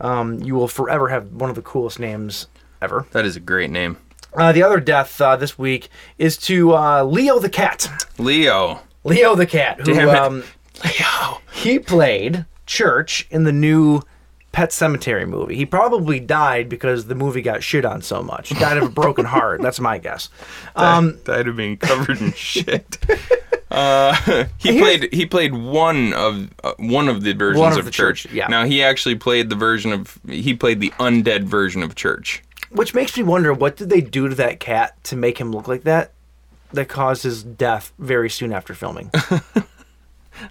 S8: Um, you will forever have one of the coolest names ever.
S9: That is a great name,
S8: Uh, the other death uh, this week is to uh, Leo the cat.
S9: Leo.
S8: Leo the cat, who
S9: Damn it.
S8: um, Leo he played Church in the new Pet Cemetery movie. He probably died because the movie got shit on so much. Died of a broken heart. That's my guess. Um,
S9: died of being covered in shit. Uh, he played he played one of uh, one of the versions
S8: One of
S9: of,
S8: the
S9: Church.
S8: Church, yeah.
S9: Now he actually played the version of he played the undead version of Church.
S8: Which makes me wonder what did they do to that cat to make him look like that? That caused his death very soon after filming.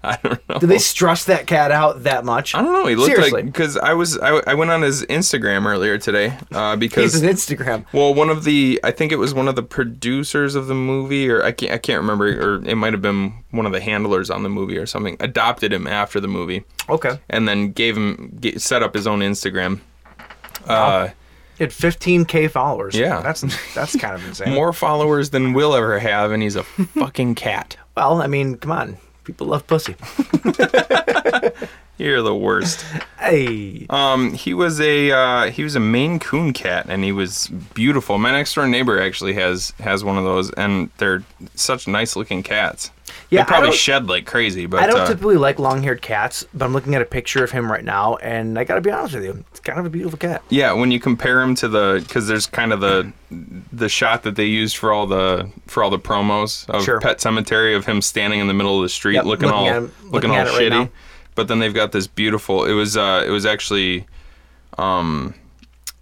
S8: I don't know. Did they stress that cat out that much?
S9: I don't know. He looked
S8: Seriously.
S9: like because I was I, I went on his Instagram earlier today uh, because
S8: He's an Instagram.
S9: Well, one of the I think it was one of the producers of the movie, or I can't I can't remember, or it might have been one of the handlers on the movie or something. Adopted him after the movie,
S8: Okay.
S9: and then gave him ge set up his own Instagram. Uh,
S8: He had 15k followers.
S9: Yeah.
S8: That's that's kind of insane.
S9: more followers than we'll ever have, and he's a fucking cat.
S8: Well, I mean, come on. People love pussy.
S9: You're the worst.
S8: Hey.
S9: Um, he was a uh, he was a Maine Coon cat, and he was beautiful. My next door neighbor actually has has one of those, and they're such nice looking cats.
S8: Yeah, I
S9: they probably
S8: don't-
S9: shed like crazy, but
S8: I don't
S9: uh,
S8: typically like long-haired cats, but I'm looking at a picture of him right now, and I gotta be honest with you, it's kind of a beautiful cat.
S9: Yeah, when you compare him to the because there's kind of the the shot that they used for all the for all the promos of
S8: Sure.
S9: Pet Cemetery of him standing in the middle of the street
S8: Yep,
S9: looking,
S8: looking
S9: all
S8: at him-
S9: looking,
S8: looking
S9: all
S8: at it right
S9: shitty.
S8: now.
S9: but then they've got this beautiful. It was uh it was actually um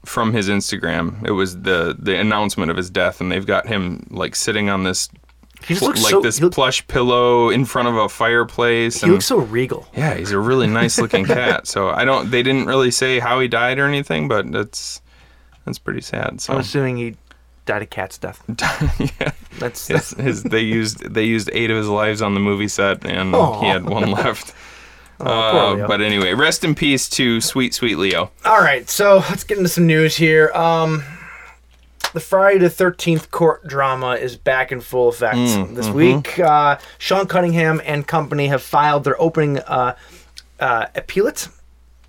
S9: from his Instagram. It was the the announcement of his death, and they've got him like sitting on this
S8: He just
S9: pl-
S8: looks
S9: like
S8: so
S9: this
S8: he, look-
S9: plush pillow in front of a fireplace.
S8: he
S9: and
S8: looks so regal.
S9: yeah, he's a really nice looking cat. So I don't. They didn't really say how he died or anything, but that's that's pretty sad. So
S8: I'm assuming he died a cat's death. That's,
S9: his,
S8: that's
S9: his, they used they used eight of his lives on the movie set, and
S8: Aw.
S9: he had one left.
S8: poor
S9: Uh,
S8: Leo.
S9: but anyway, rest in peace to sweet sweet Leo.
S8: all right. So let's get into some news here. Um, the Friday the Thirteenth court drama is back in full effect
S9: Mm,
S8: this
S9: mm-hmm.
S8: week. Uh, Sean Cunningham and company have filed their opening uh, uh, appealate. Is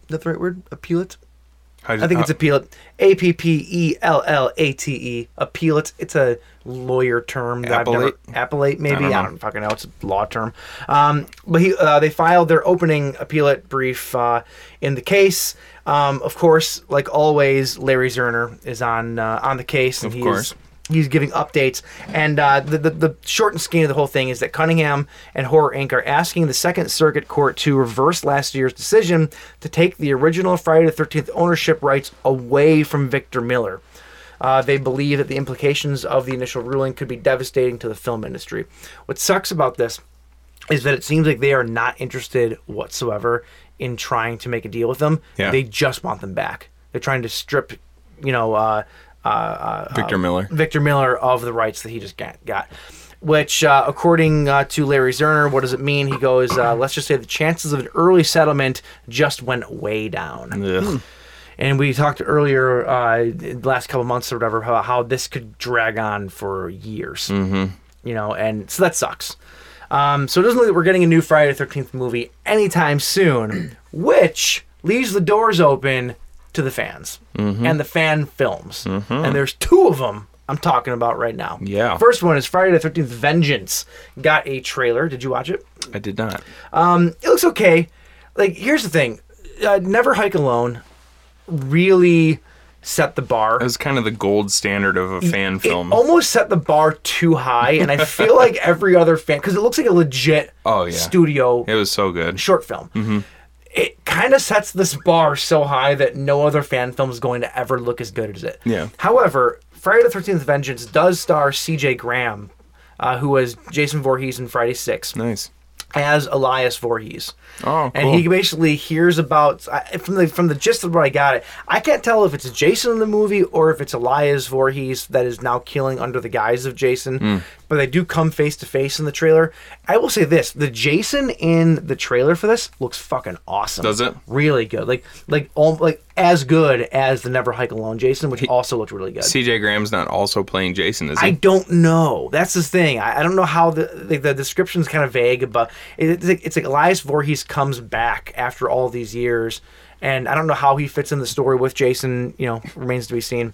S8: that the right word? Appealate. I think it's appealate. A P P E L L A T E. Appealate. It's a lawyer term that
S9: Appellate?
S8: I've never appellate maybe. I don't,
S9: know.
S8: fucking know. It's a law term. Um, but he uh, they filed their opening appealate brief uh, in the case. Um, of course, like always, Larry Zerner is on uh, on the case, and
S9: Of
S8: he
S9: course.
S8: is he's giving updates. And uh, the, the, the short and skinny of the whole thing is that Cunningham and Horror Inc. are asking the Second Circuit Court to reverse last year's decision to take the original Friday the 13th ownership rights away from Victor Miller. Uh, they believe that the implications of the initial ruling could be devastating to the film industry. What sucks about this is that it seems like they are not interested whatsoever in trying to make a deal with them.
S9: Yeah.
S8: They just want them back. They're trying to strip, you know, uh, uh, uh,
S9: Victor Miller.
S8: Victor Miller of the rights that he just got. got. Which, uh, according uh, to Larry Zerner, what does it mean? He goes, uh, let's just say the chances of an early settlement just went way down.
S9: Ugh.
S8: And we talked earlier, uh, the last couple months or whatever, how, how this could drag on for years. Mm-hmm. You know, and so that sucks. Um, so it doesn't look like we're getting a new Friday the 13th movie anytime soon, which leaves the doors open to the fans and the fan films. And there's two of them I'm talking about right now.
S9: Yeah.
S8: First one is Friday the 13th Vengeance. Got a trailer. Did you watch it?
S9: I did not.
S8: it looks okay. Like here's the thing, uh, Never Hike Alone really set the bar.
S9: That was kind of the gold standard of a fan film.
S8: It almost set the bar too high, and I feel like every other fan because it looks like a legit
S9: Oh, yeah. Mm-hmm.
S8: studio
S9: it was so good.
S8: short film. It kind of sets this bar so high that no other fan film is going to ever look as good as it.
S9: Yeah.
S8: However, Friday the Thirteenth Vengeance does star C.J. Graham, uh, who was Jason Voorhees in Friday Six
S9: Nice.
S8: as Elias Voorhees.
S9: Oh,
S8: and
S9: cool.
S8: he basically hears about I- from the from the gist of what I got it. I can't tell if it's Jason in the movie or if it's Elias Voorhees that is now killing under the guise of Jason.
S9: Hmm.
S8: But they do come face to face in the trailer. I will say this: the Jason in the trailer for this looks fucking awesome.
S9: Does it?
S8: Really good. Like like all, like as good as the Never Hike Alone Jason, which also looked really good.
S9: C.J. Graham's not also playing Jason, is he?
S8: I don't know. That's the thing. I, I don't know how the the, the description's kind of vague, about it, it's like it's like Elias Voorhees comes back after all these years, and I don't know how he fits in the story with Jason. You know, remains to be seen.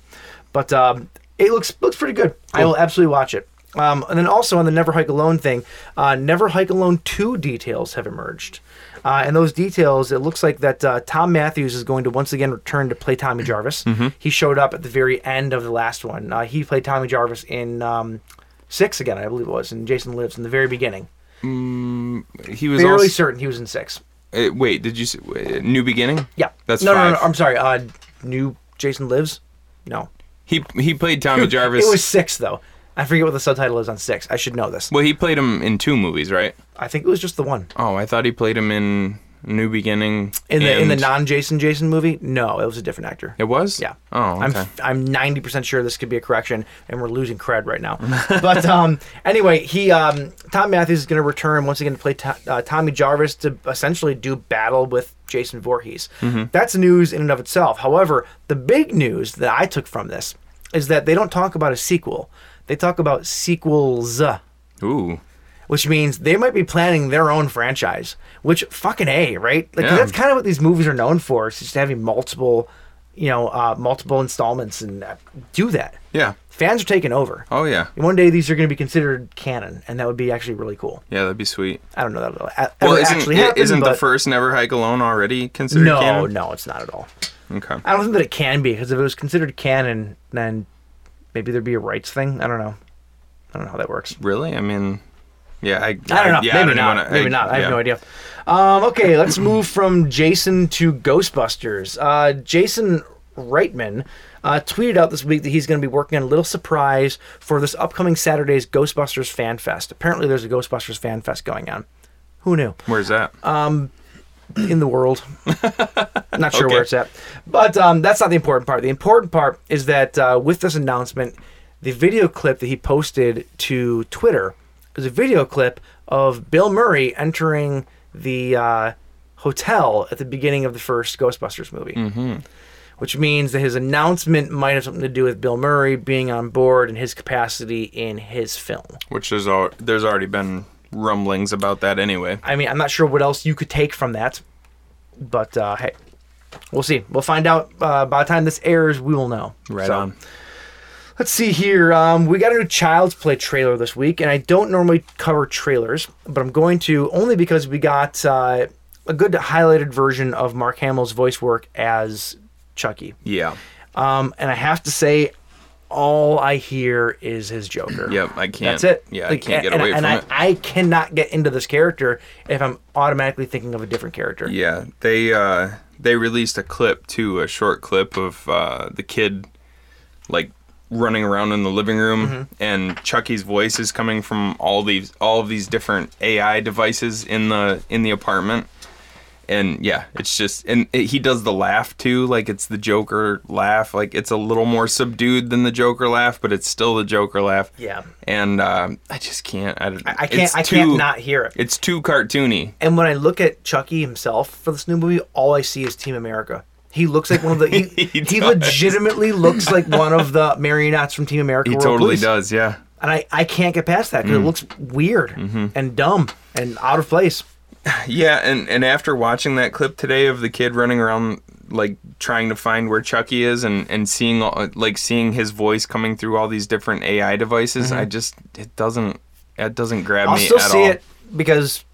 S8: But um, it looks looks pretty good. I will absolutely watch it. Um, and then also on the Never Hike Alone thing, uh, Never Hike Alone 2 details have emerged. Uh, and those details, it looks like that uh, Tom Matthews is going to once again return to play Tommy Jarvis.
S9: Mm-hmm.
S12: Mhm.
S8: He showed up at the very end of the last one. Uh, he played Tommy Jarvis in um, 6 again, I believe it was, and Jason Lives in the very beginning.
S9: Mm, he was
S8: Fairly
S9: also,
S8: certain he was in 6.
S9: Uh, wait, did you say, wait, New Beginning?
S8: Yeah.
S9: That's
S8: no, no,
S9: five.
S8: no, no, I'm sorry. Uh, new Jason Lives? No.
S9: He he played Tommy Jarvis.
S8: It was 6, though. I forget what the subtitle is on 6. I should know this.
S9: Well, he played him in two movies, right?
S8: I think it was just the one.
S9: Oh, I thought he played him in New Beginning.
S8: In the in the
S9: and-
S8: non-Jason Jason movie? No, it was a different actor.
S9: It was.
S8: Yeah.
S9: Oh, okay.
S8: I'm I'm ninety percent sure this could be a correction, and we're losing cred right now. but um, anyway, he um, Tom Matthews is going to return once again to play to, uh, Tommy Jarvis to essentially do battle with Jason Voorhees.
S9: Mm-hmm.
S12: Mhm.
S8: That's news in and of itself. However, the big news that I took from this is that they don't talk about a sequel; they talk about sequels.
S9: Ooh.
S8: Which means they might be planning their own franchise, which fucking a right? Like
S9: Yeah.
S8: 'cause that's kind of what these movies are known for. It's just having multiple, you know, uh, multiple installments and uh, do that.
S9: Yeah.
S8: Fans are taking over.
S9: Oh yeah.
S8: And one day these are going to be considered canon, and that would be actually really cool.
S9: Yeah, that'd be sweet.
S8: I don't know that it'll a-
S9: Well,
S8: ever
S9: isn't,
S8: actually
S9: i-
S8: happen.
S9: isn't the
S8: but
S9: first Never Hike Alone already considered
S8: No,
S9: canon?
S8: no, it's not at all.
S9: Okay.
S8: I don't think that it can be because if it was considered canon, then maybe there'd be a rights thing. I don't know. I don't know how that works.
S9: Really? I mean, yeah, I, I
S8: I don't know.
S9: yeah,
S8: Maybe
S9: don't
S8: not.
S9: wanna-
S8: Maybe not. I have
S9: yeah.
S8: no idea. Um, okay, let's move from Jason to Ghostbusters. Uh, Jason Reitman uh, tweeted out this week that he's going to be working on a little surprise for this upcoming Saturday's Ghostbusters Fan Fest. Apparently, there's a Ghostbusters Fan Fest going on. Who knew?
S9: Where's that?
S8: Um, in the world. not sure where
S9: Okay.
S8: it's at. But um, that's not the important part. The important part is that uh, with this announcement, the video clip that he posted to Twitter is a video clip of Bill Murray entering the uh, hotel at the beginning of the first Ghostbusters movie.
S9: Mhm.
S8: Which means that his announcement might have something to do with Bill Murray being on board and his capacity in his film.
S9: Which there's al- there's already been rumblings about that anyway.
S8: I mean, I'm not sure what else you could take from that, but uh, hey, we'll see. We'll find out. Uh, by the time this airs, we will know.
S9: Right
S8: So,
S9: on.
S8: Let's see here. Um, we got a new Child's Play trailer this week, and I don't normally cover trailers, but I'm going to only because we got uh, a good highlighted version of Mark Hamill's voice work as Chucky.
S9: Yeah.
S8: Um, and I have to say, all I hear is his Joker.
S9: Yep, I can't-
S8: That's it.
S9: yeah, I can't get
S8: and,
S9: away
S8: and
S9: from
S8: I,
S9: it.
S8: I cannot get into this character if I'm automatically thinking of a different character.
S9: Yeah, they uh, they released a clip too, a short clip of uh, the kid like running around in the living room,
S8: Mhm.
S9: and Chucky's voice is coming from all these all of these different AI devices in the in the apartment. And yeah, it's just and it, he does the laugh too, like it's the Joker laugh, like it's a little more subdued than the Joker laugh, but it's still the Joker laugh.
S8: Yeah.
S9: And uh, I just can't. I, don't,
S8: I can't- I can't not hear it.
S9: It's too cartoony.
S8: And when I look at Chucky himself for this new movie, all I see is Team America. He looks like one of the. He, he, legitimately looks like one of the marionettes from Team America.
S9: He
S8: World
S9: totally
S8: Police.
S9: does. Yeah.
S8: And I, I can't get past that because
S9: Mm. Mm-hmm.
S8: it looks weird and dumb and out of place.
S9: Yeah, and, and after watching that clip today of the kid running around like trying to find where Chucky is and and seeing all, like seeing his voice coming through all these different AI devices,
S8: Mhm.
S9: I just it doesn't it doesn't grab
S8: I'll
S9: me
S8: still
S9: at
S8: see
S9: all.
S8: it because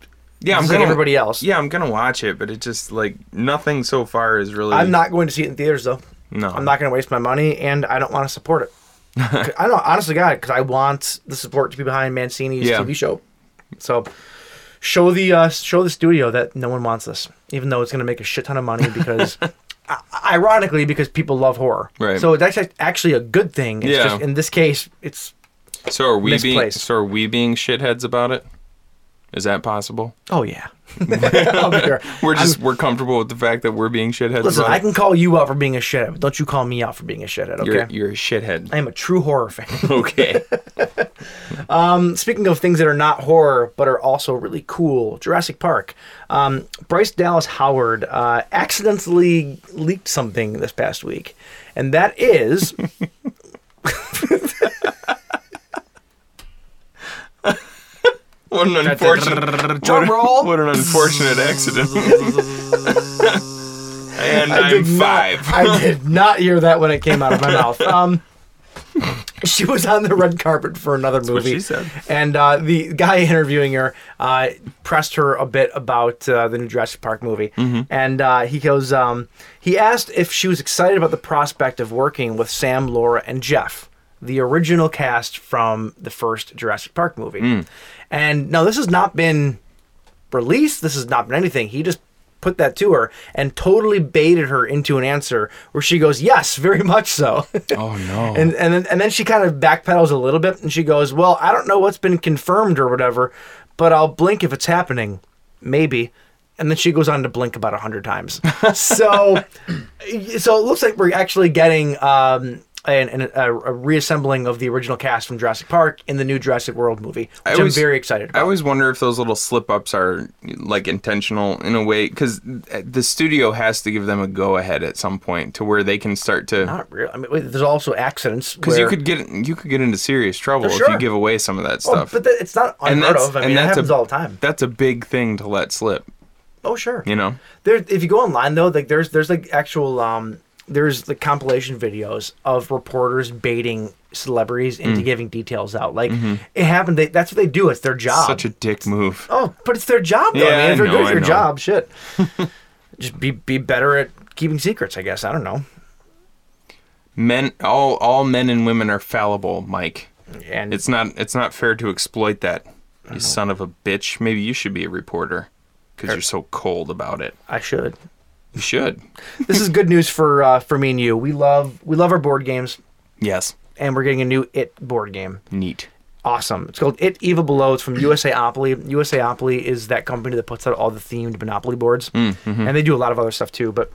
S9: Yeah,
S8: it's
S9: I'm
S8: like
S9: gonna
S8: everybody else.
S9: Yeah, I'm gonna watch it, but it just like nothing so far is really.
S8: I'm not going to see it in theaters though.
S9: No.
S8: I'm not going to waste my money, and I don't want to support it. 'Cause- I don't honestly, God, because I want the support to be behind Mancini's
S9: Yeah.
S8: TV show. So show the uh, show the studio that no one wants this, even though it's going to make a shit ton of money because. i- Ironically, because people love horror,
S9: Right.
S8: So it's actually actually a good thing. It's
S9: Yeah.
S8: just in this case, it's
S9: So are we being
S8: Misplaced.
S9: so are we being shitheads about it? Is that possible?
S8: oh yeah. I'll be there.
S9: We're just we're comfortable with the fact that we're being shitheads.
S8: Listen,
S9: about
S8: I
S9: it?
S8: can call you out for being a shithead, but don't you call me out for being a shithead. Okay,
S9: You're, you're a shithead.
S8: I am a true horror fan.
S9: Okay.
S8: Um, speaking of things that are not horror but are also really cool, Jurassic Park. Um, Bryce Dallas Howard uh, accidentally leaked something this past week, and that is.
S9: What an unfortunate what
S8: Drum
S9: a-
S8: roll.
S9: What an unfortunate accident. and I am
S8: did not-
S9: five.
S8: I did not hear that when it came out of my mouth. Um, she was on the red carpet for another movie.
S9: what she said.
S8: And uh, the guy interviewing her uh, pressed her a bit about uh, the new Jurassic Park movie.
S9: Mm-hmm.
S8: And uh, he goes, um, he asked if she was excited about the prospect of working with Sam, Laura, and Jeff, the original cast from the first Jurassic Park movie.
S9: Mm.
S8: And no, this has not been released. This has not been anything. He just put that to her and totally baited her into an answer where she goes, "Yes, very much so."
S9: Oh no.
S8: and and then, and then she kind of backpedals a little bit and she goes, "Well, I don't know what's been confirmed or whatever, but I'll blink if it's happening, maybe." And then she goes on to blink about a hundred times. so, so it looks like we're actually getting um, an, an, a, a reassembling of the original cast from Jurassic Park in the new Jurassic World movie, which
S9: always-
S8: I'm very excited
S9: I
S8: about.
S9: always wonder if those little slip ups are like intentional in a way, because the studio has to give them a go ahead at some point to where they can start to.
S8: Not real. I mean, wait, there's also accidents
S9: Because you
S8: where-
S9: could get you could get into serious trouble
S8: For
S9: if
S8: sure.
S9: you give away some of that
S8: Oh,
S9: stuff.
S8: but that, it's not unheard of. I mean, that happens
S9: a,
S8: all the time.
S9: That's a big thing to let slip.
S8: Oh, sure.
S9: You know,
S8: There, if you go online though, like there's there's like actual um there's like compilation videos of reporters baiting celebrities into giving details out. Like it happened. They, that's what they do. It's their job.
S9: Mm. Mm-hmm. such a dick move.
S8: oh, but it's their job though.
S9: Yeah,
S8: I mean,
S9: I
S8: if you're
S9: know,
S8: good at
S9: I
S8: your
S9: know.
S8: job, shit. Just be be better at keeping secrets. I guess I don't know.
S9: Men, all all men and women are fallible, Mike.
S8: And Uh-huh.
S9: It's not it's not fair to exploit that. You son of a bitch. Maybe you should be a reporter because you're so cold about it.
S8: I should.
S9: You should.
S8: this is good news for uh, for me and you. We love we love our board games,
S9: Yes.
S8: and we're getting a new It board game.
S9: Neat.
S8: awesome. It's called It Evil Below. It's from USAopoly. USAopoly is that company that puts out all the themed Monopoly boards,
S9: Mm, mm-hmm.
S8: and they do a lot of other stuff too. But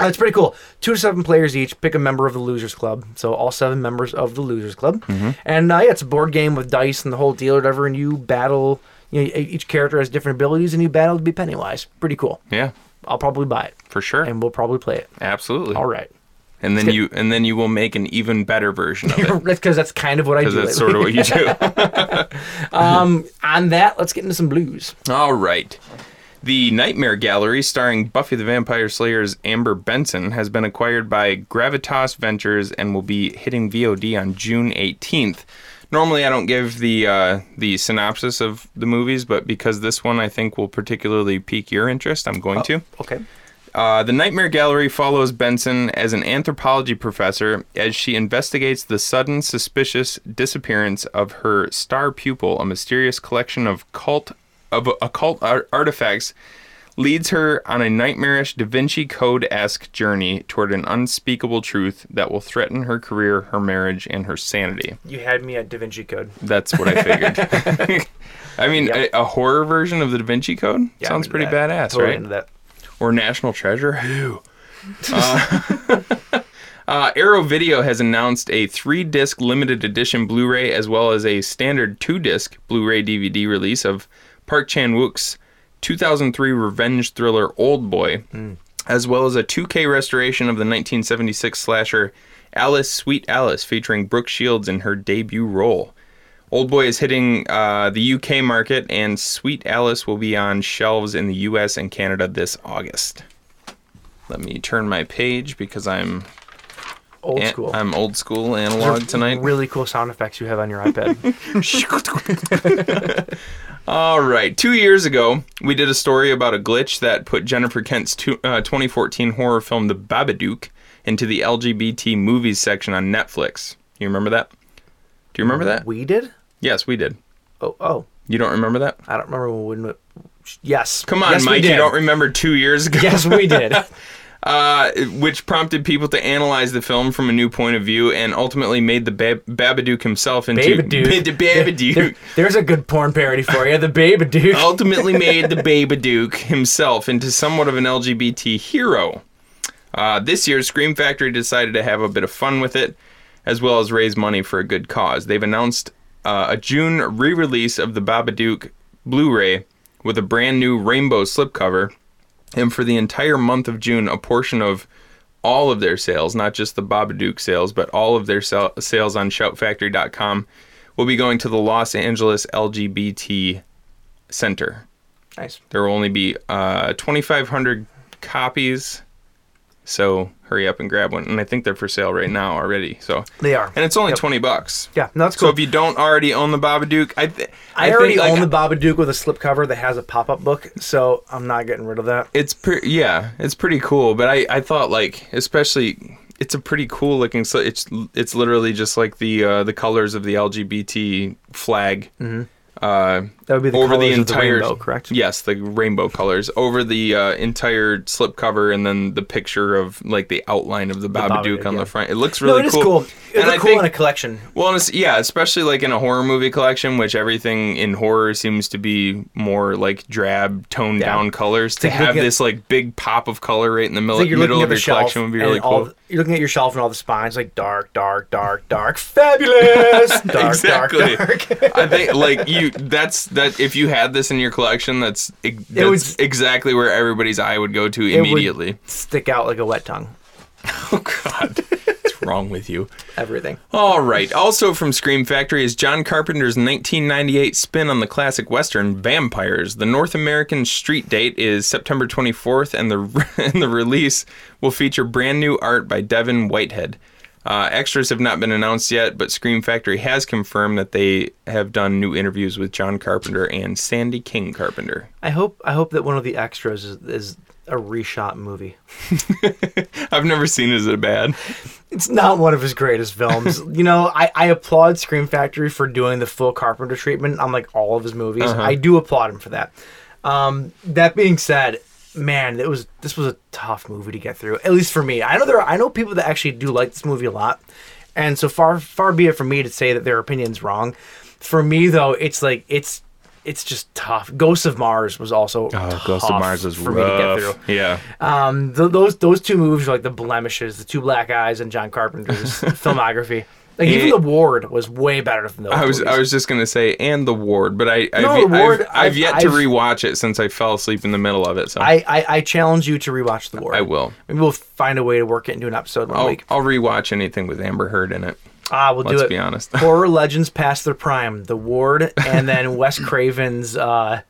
S8: uh, it's pretty cool. Two to seven players each. Pick a member of the Losers Club. So all seven members of the Losers Club,
S9: Mm-hmm.
S8: and uh, yeah, it's a board game with dice and the whole deal or whatever, and you battle. You know, e- each character has different abilities, and you battle to be Pennywise. Pretty cool.
S9: Yeah,
S8: I'll probably buy it,
S9: for sure.
S8: and we'll probably play it.
S9: Absolutely.
S8: All right.
S9: And then you and then you will make an even better version of it
S8: That's because that's kind of what I do.
S9: because that's
S8: lately. Um,
S9: sort of what you do.
S8: On that, let's get into some blues.
S9: All right. The Nightmare Gallery, starring Buffy the Vampire Slayer's Amber Benson, has been acquired by Gravitas Ventures and will be hitting VOD on June 18th. Normally, I don't give the uh, the synopsis of the movies, but because this one I think will particularly pique your interest, I'm going to.
S8: Okay.
S9: Uh, the Nightmare Gallery follows Benson as an anthropology professor as she investigates the sudden, suspicious disappearance of her star pupil. A mysterious collection of cult of occult ar- artifacts leads her on a nightmarish Da Vinci Code-esque journey toward an unspeakable truth that will threaten her career, her marriage, and her sanity.
S8: You had me at Da Vinci Code.
S9: That's what I figured. I mean,
S8: Yep.
S9: a, a horror version of the Da Vinci Code
S8: Yeah, I'm
S9: sounds
S8: into
S9: pretty
S8: that.
S9: badass,
S8: totally
S9: right?
S8: Into that.
S9: or National Treasure. Who? Uh, Arrow Video has announced a three disc limited edition Blu ray as well as a standard two disc Blu ray DVD release of Park Chan Wook's 2003 revenge thriller Old Boy, as well as a 2K restoration of the 1976 slasher Alice Sweet Alice featuring Brooke Shields in her debut role. Old Boy is hitting uh, the UK market, and Sweet Alice will be on shelves in the US and Canada this August. Let me turn my page because I'm
S8: Old
S9: an-
S8: school.
S9: I'm old school
S8: Those are
S9: analog tonight.
S8: Really cool sound effects you have on your iPad.
S9: All right. Two years ago, we did a story about a glitch that put Jennifer Kent's two, uh, 2014 horror film The Babadook into the LGBT movies section on Netflix. You remember that? Do you remember that?
S8: Mm, we did?
S9: Yes, we did.
S8: Oh, oh.
S9: You don't remember that?
S8: I don't remember when we. Yes.
S9: Come on,
S8: yes, we
S9: Mike.
S8: did.
S9: You don't remember two years ago?
S8: Yes, we did.
S9: uh, which prompted people to analyze the film from a new point of view and ultimately made the ba- Babadook himself into
S8: Babadook.
S9: the Babadook.
S8: There- there's a good porn parody for you. The Babadook.
S9: ultimately made the Babadook himself into somewhat of an LGBT hero. Uh, this year, Scream Factory decided to have a bit of fun with it, as well as raise money for a good cause. They've announced uh, a June re-release of the Babadook Blu-ray with a brand new rainbow slipcover, and for the entire month of June, a portion of all of their sales, not just the Babadook sales, but all of their sal- sales on ShoutFactory.com, will be going to the Los Angeles LGBT Center.
S8: Nice.
S9: There will only be uh, 2,500 copies So hurry up and grab one. And I think they're for sale right now already. So
S8: They are.
S9: and it's only
S8: Yep.
S9: twenty bucks.
S8: Yeah, no, that's
S9: So
S8: cool.
S9: if you don't already own the Babadook, I th-
S8: I,
S9: think,
S8: already
S9: like,
S8: own the Babadook with a slipcover that has a pop-up book, so I'm not getting rid of that.
S9: it's pretty yeah it's pretty cool but i i thought like especially it's a pretty cool looking so it's it's literally just like the uh the colors of the lgbt flag
S8: Mhm.
S9: uh
S8: That would be the
S9: over the
S8: colors of the
S9: entire
S8: rainbow, correct?
S9: yes the rainbow colors over the uh entire slipcover and then the picture of like the outline of the babadook,
S8: Babadook,
S9: on
S8: yeah.
S9: the front it looks really
S8: no, it is
S9: cool,
S8: cool. It's
S9: and
S8: cool
S9: i think
S8: in a collection.
S9: well, and it's, yeah, especially like in a horror movie collection, which everything in horror seems to be more like drab, toned down colors. To
S8: like
S9: have
S8: looking at-
S9: this like big pop of color right in the
S8: It's
S9: middle,
S8: like you're
S9: middle
S8: looking at
S9: of
S8: the
S9: your
S8: shelf,
S9: collection would be really
S8: and all
S9: cool.
S8: the- you're looking at your shelf and all the spines like dark, dark, dark, dark, fabulous, dark,
S9: exactly.
S8: dark, dark.
S9: I think like you. That's that. If you had this in your collection, that's, e- that's
S8: It would-
S9: exactly where everybody's eye would go to
S8: It would Oh,
S9: immediately.
S8: stick out like a wet tongue.
S9: What's wrong with you?
S8: Everything.
S9: All right. Also from Scream Factory is John Carpenter's 1998 spin on the classic western Vampires. The North American street date is September 24th, and the and the release will feature brand new art by Devin Whitehead. Uh, extras have not been announced yet, but Scream Factory has confirmed that they have done new interviews with John Carpenter and Sandy King Carpenter.
S8: I hope. I hope that one of the extras is, is a reshot movie.
S9: I've never seen is it bad?
S8: It's not one of his greatest films. you know, I, I applaud Scream Factory for doing the full Carpenter treatment on like all of his movies.
S9: Uh-huh.
S8: I do applaud him for that. Um, that being said, man, it was this was a tough movie to get through. At least for me. I know there are, I know people that actually do like this movie a lot. And so far far be it from me to say that their opinion's wrong. For me though, it's like it's it's just tough. Ghosts of Mars was also
S9: Oh,
S8: Ghosts Uh, of Mars was for me to get through.
S9: Yeah.
S8: Um, th- those those two movies are like the blemishes, the two black eyes, and John Carpenter's filmography. Like even
S9: It-
S8: The Ward was way better than those.
S9: I was
S8: movies.
S9: I was just gonna say and the ward, but I I've,
S8: No, The Ward,
S9: I've, I've,
S8: I've-
S9: yet to
S8: I've-
S9: rewatch it since I fell asleep in the middle of it. So
S8: I, I I challenge you to rewatch The Ward.
S9: I will.
S8: Maybe we'll find a way to work it into an episode one
S9: I'll,
S8: week.
S9: I'll rewatch anything with Amber Heard in it.
S8: Ah, we'll do it.
S9: Let's be honest.
S8: Horror legends past their prime: The Ward, and then Wes Craven's uh,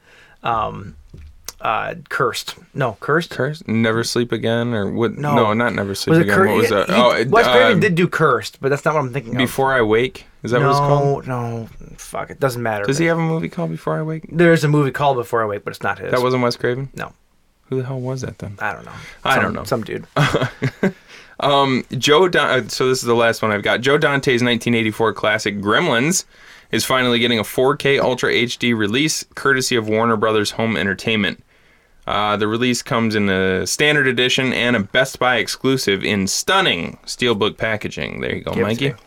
S8: um, uh, Cursed. No, Cursed.
S9: Curse, never sleep again, or what?
S8: No.
S9: No, not never sleep
S8: Was it
S9: again.
S8: Cur-
S9: what was that?
S8: he-
S9: oh, it,
S8: Wes Craven
S9: uh,
S8: did do Cursed, but that's not what I'm thinking of.
S9: Before I wake. Is that
S8: no,
S9: what it's called?
S8: No, fuck it. Doesn't matter.
S9: Does he have a movie called Before I Wake?
S8: There's a movie called Before I Wake, but it's not his.
S9: That wasn't Wes Craven.
S8: no.
S9: Who the hell was that then?
S8: I don't know.
S9: I
S8: Some-
S9: don't know.
S8: Some dude.
S9: Um, Joe. Don- uh, so this is the last one I've got. Joe Dante's 1984 classic Gremlins is finally getting a 4K Ultra HD release, courtesy of Warner Brothers Home Entertainment. Uh, the release comes in a standard edition and a Best Buy exclusive in stunning steelbook packaging. There you go,
S8: Give it to
S9: Mikey.
S8: me.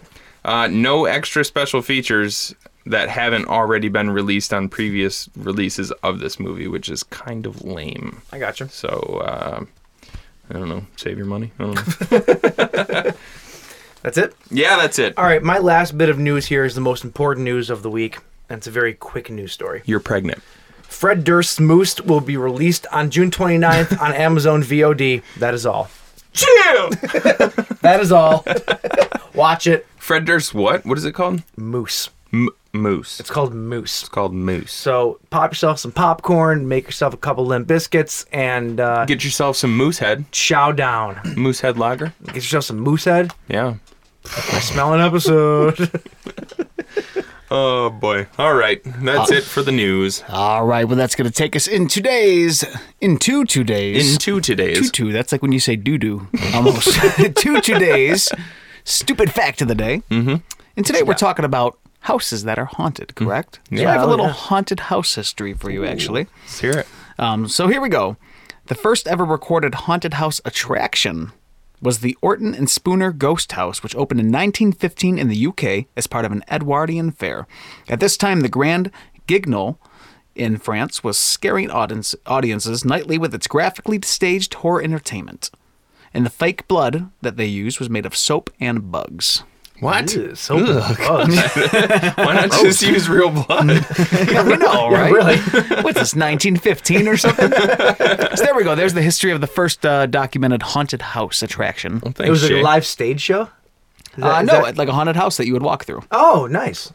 S9: Uh, no extra special features that haven't already been released on previous releases of this movie, which is kind of lame.
S8: I got you.
S9: So uh, I don't know. Save your money. I don't know.
S8: That's it.
S9: Yeah, that's it.
S8: All right. My last bit of news here is the most important news of the week, and it's a very quick news story.
S9: You're pregnant.
S8: Fred Durst's Moose will be released on June 29th on Amazon VOD. That is all.
S9: Chill.
S8: That is all. Watch it.
S9: Fred Durst, what? What is it called?
S8: Moose.
S9: M- moose. It's
S8: It's called Moose.
S9: called moose.
S8: So pop yourself some popcorn, make yourself a couple limp biscuits, and uh,
S9: Get yourself some moose head.
S8: chow down.
S9: Moose head lager.
S8: Get yourself some moose head.
S9: Yeah.
S8: I smell an episode.
S9: Oh boy. All right. That's it for the news.
S10: All right, well, that's going to take us in today's, into today's,
S9: Into
S10: two
S9: today's.
S10: two. That's like when you say doo doo almost. two today's stupid fact of the day. Mm-hmm. And today we're talking about houses that are haunted,
S9: Mm-hmm.
S10: correct? So I have a
S9: Oh,
S8: Yeah.
S10: little haunted house history for you, actually.
S9: Let's hear it.
S10: Um, so here we go. The first ever recorded haunted house attraction was the Orton and Spooner Ghost House, which opened in 1915 in the UK as part of an Edwardian fair. At this time, the Grand Gignol in France was scaring audience, audiences nightly with its graphically staged horror entertainment. And the fake blood that they used was made of soap and bugs.
S9: What?
S8: Ew, so gross.
S9: Why not just use real blood?
S10: Yeah, we know, right?
S8: really.
S10: What's this, 1915 or something? so there we go. There's the history of the first uh, documented haunted house attraction.
S9: Thanks,
S8: It was
S9: Jay.
S8: a live stage show. Is
S10: Uh,
S8: that- is
S10: no,
S8: that-
S10: like a haunted house that you would walk through.
S8: Oh, nice.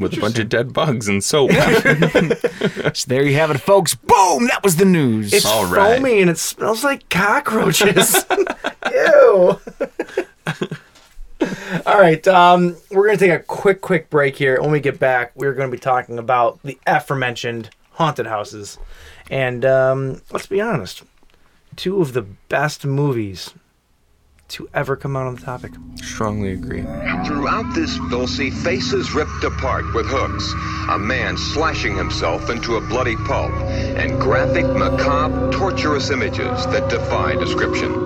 S9: with a bunch of dead bugs and soap.
S10: so there you have it, folks. Boom! That was the news.
S8: It's foamy and it smells like cockroaches. Ew. All right, um, we're going to take a quick, quick break here. When we get back, we're going to be talking about the aforementioned haunted houses. And um, let's be honest, two of the best movies to ever come out on the topic.
S9: Strongly agree.
S12: Throughout this, they'll see faces ripped apart with hooks, a man slashing himself into a bloody pulp, and graphic, macabre, torturous images that defy description.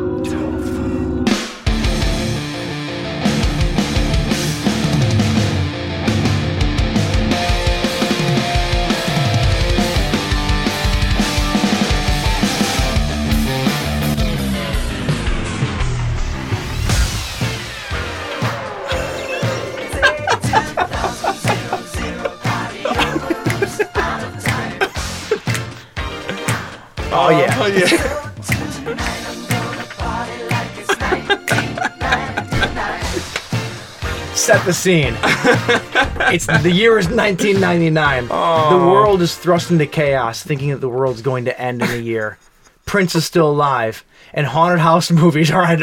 S8: Oh, yeah.
S9: Oh, yeah.
S8: Set the scene. it's the year is 1999. The
S9: Oh.
S8: world is thrust into chaos, thinking that the world's going to end in a year. Prince is still alive, and haunted house movies are at an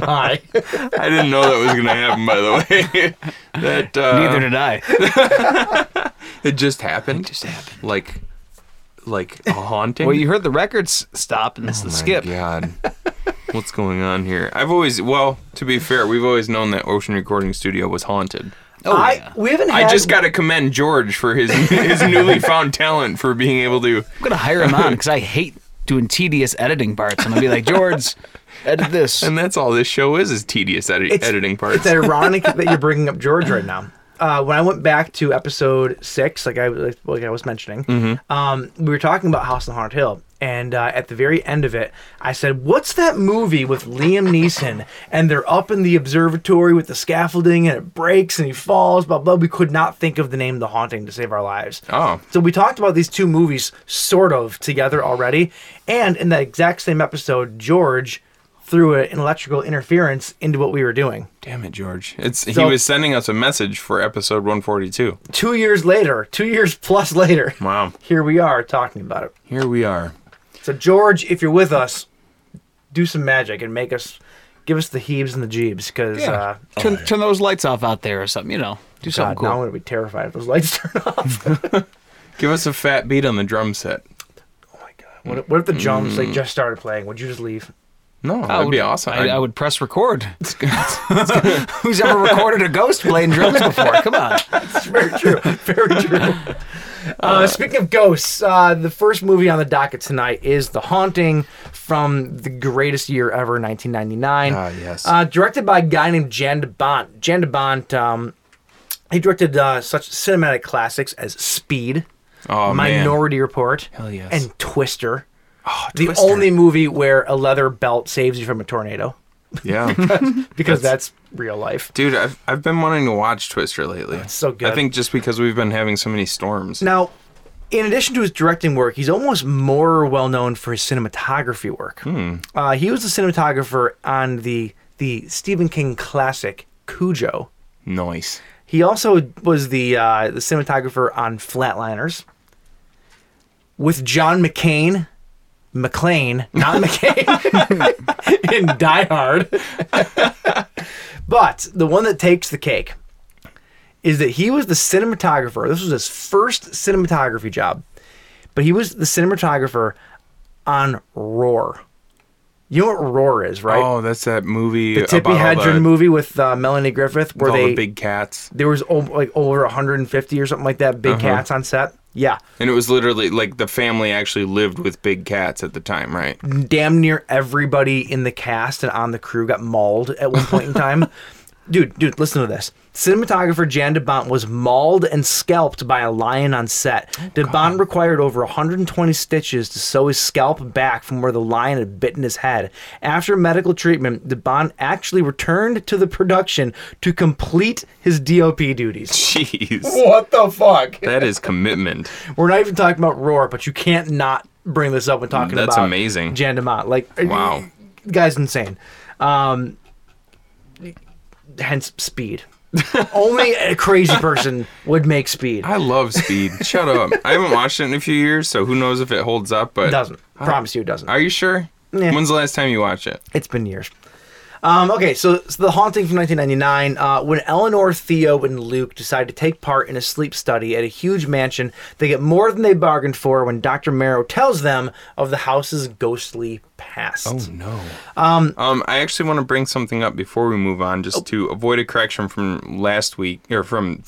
S8: high.
S9: I didn't know that was going to happen, by the way. that uh,
S10: Neither did I.
S9: it just happened. It just happened. Like, like a haunting.
S10: Well, you heard the records stop and it's
S8: Oh
S10: the
S9: My
S10: skip.
S9: God. What's going on here? I've always, well, to be fair, we've always known that Ocean Recording Studio was haunted.
S10: Oh,
S8: I
S10: yeah.
S8: we haven't. Had,
S9: I just got to commend George for his his newly found talent for being able to.
S10: I'm gonna hire him on because I hate doing tedious editing parts. I'm gonna be like, George, edit this.
S9: And that's all this show is is tedious edi-
S8: It's-
S9: editing parts.
S8: It's ironic that you're bringing up George right now. Uh, when I went back to episode six, like I like, like I was mentioning, um, we were talking about House on Haunted Hill, and uh, at the very end of it, I said, "What's that movie with Liam Neeson and they're up in the observatory with the scaffolding and it breaks and he falls, blah blah." We could not think of the name The Haunting to save our lives.
S9: Oh.
S8: So we talked about these two movies sort of together already, and in that exact same episode, George threw an electrical interference into what we were doing.
S9: Damn it, George! It's he
S8: So-
S9: was sending us a message for episode 142.
S8: two years later, two years plus later,
S9: Wow.
S8: here we are talking about it.
S9: Here we are.
S8: So George, if you're with us, do some magic and make us give us the heaves and the jeebs because uh,
S10: turn, turn those lights off out there or something. You know, do something
S8: God, now I'm
S10: cool.
S8: gonna be terrified if those lights turn off.
S9: Give us a fat beat on the drum set.
S8: What, if- what if the drums
S10: Mm.
S8: like just started playing? Would you just leave?
S9: No,
S10: I
S9: that'd
S10: would-
S9: be awesome.
S10: Oh, I, I would press record. Who's ever recorded a ghost playing drums before? Come on.
S8: It's very true. Very true. Uh, speaking of ghosts, uh, the first movie on the docket tonight is The Haunting from the greatest year ever, 1999.
S9: Ah, yes.
S8: Uh, directed by a guy named Jan de Bont. Jan de Bont, um, he directed uh, such cinematic classics as Speed,
S9: Oh, man.
S8: Minority Report,
S9: yes. Ah,
S8: and Twister. the
S9: Twister.
S8: only movie where a leather belt saves you from a tornado,
S9: Yeah.
S8: because that's, real life.
S9: Dude, I've, I've been wanting to watch Twister lately.
S8: so good.
S9: I think just because we've been having so many storms.
S8: Now, in addition to his directing work, he's almost more well known for his cinematography work. Uh, he was the cinematographer on the the Stephen King classic Cujo.
S9: Nice.
S8: He also was the uh, the cinematographer on Flatliners with John McCain, McClane, not McCain, in Die Hard. but the one that takes the cake is that he was the cinematographer. This was his first cinematography job, but he was the cinematographer on Roar. You know what Roar is, right?
S9: Oh, that's that movie.
S8: the Tippy
S9: about all
S8: Hedren
S9: the,
S8: movie with uh, Melanie Griffith,
S9: with
S8: where
S9: all
S8: they
S9: the big cats.
S8: there was o- like over 150 or something like that big cats on set. Yeah,
S9: And it was literally like the family actually lived with big cats at the time, right?
S8: damn near everybody in the cast and on the crew got mauled at one point in time. dude, dude, listen to this. Cinematographer Jan DeBont was mauled and scalped by a lion on set. DeBont required over 120 stitches to sew his scalp back from where the lion had bitten his head. After medical treatment, DeBont actually returned to the production to complete his DOP duties.
S9: Jeez.
S8: What the fuck?
S9: That is commitment.
S8: We're not even talking about Roar, but you can't not bring this up when talking
S9: That's
S8: about
S9: amazing.
S8: Jan DeMott. Like
S9: Wow.
S8: the guy's insane. Um hence speed. Only a crazy person would make Speed.
S9: I love Speed. Shut up. I haven't watched it in a few years, so who knows if it holds up? But
S8: It doesn't. Promise you, it doesn't.
S9: Are you sure?
S8: Yeah.
S9: When's the last time you watched it?
S8: It's been years. Um, okay, so, so the haunting from 1999. Uh, when Eleanor, Theo, and Luke decide to take part in a sleep study at a huge mansion, they get more than they bargained for when Dr. Marrow tells them of the house's ghostly past.
S9: Oh no. Um, I actually want to bring something up before we move on,
S8: Oh.
S9: just to avoid a correction from last week, or from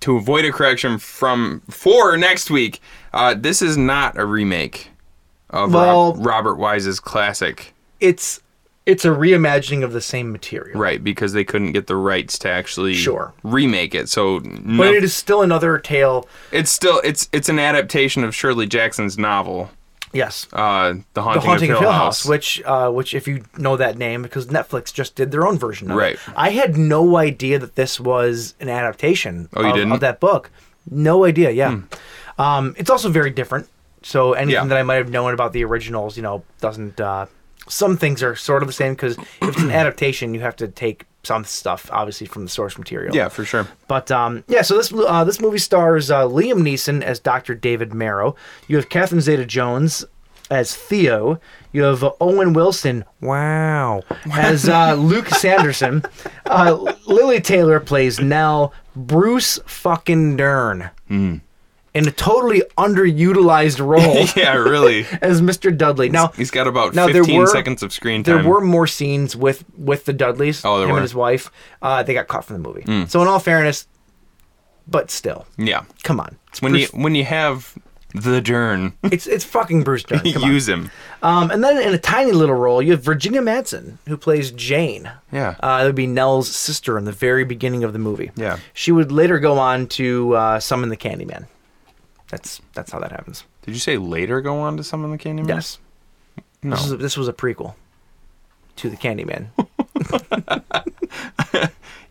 S9: to avoid a correction from for next week. Uh, this is not a remake of
S8: Well-
S9: Rob, Robert Wise's classic,
S8: It's it's a reimagining of the same material,
S9: right? Because they couldn't get the rights to actually
S8: Sure.
S9: remake it. So, no,
S8: but it is still another tale.
S9: it's still it's it's an adaptation of Shirley Jackson's novel,
S8: Yes.
S9: uh, The Haunting,
S8: the Haunting
S9: of
S8: of
S9: Hill
S8: House,
S9: House.
S8: which, uh, which if you know that name, because Netflix just did their own version of
S9: Right.
S8: it. I had no idea that this was an adaptation
S9: Oh, you
S8: of,
S9: didn't? Hmm.
S8: of that book. No idea, yeah. Um, it's also very different. So anything
S9: Yeah.
S8: that I might have known about the originals, you know, doesn't. Uh, some things are sort of the same because if it's an adaptation, you have to take some stuff, obviously, from the source material.
S9: Yeah, for sure.
S8: But um, yeah, so this uh, this movie stars uh, Liam Neeson as Dr. David Marrow. You have Catherine Zeta-Jones as Theo. You have uh, Owen Wilson, wow, as uh, Luke Sanderson. Uh, Lily Taylor plays Nell. Bruce fucking Dern
S9: Hmm.
S8: in a totally underutilized role
S9: yeah, really.
S8: as Mr. Dudley. Now
S9: He's got about
S8: now, there
S9: 15
S8: were-
S9: seconds of screen
S8: there
S9: time.
S8: were more scenes with with the Dudleys,
S9: Oh, there
S8: him
S9: were.
S8: and his wife. Uh, they got cut from the movie.
S9: Mm.
S8: So in all fairness, but still,
S9: yeah.
S8: come on. It's
S9: when
S8: Bruce-
S9: you when you have the Dern,
S8: it's it's fucking Bruce Dern. Come on.
S9: use him.
S8: Um, and then in a tiny little role, you have Virginia Madsen who plays Jane.
S9: Yeah.
S8: Uh, that would be Nell's sister in the very beginning of the movie.
S9: Yeah.
S8: She would later go on to uh, summon the Candyman. That's that's how that happens.
S9: Did you say later go on to summon the Candyman?
S8: Yes.
S9: No.
S8: This, is a, this was a prequel to the Candyman.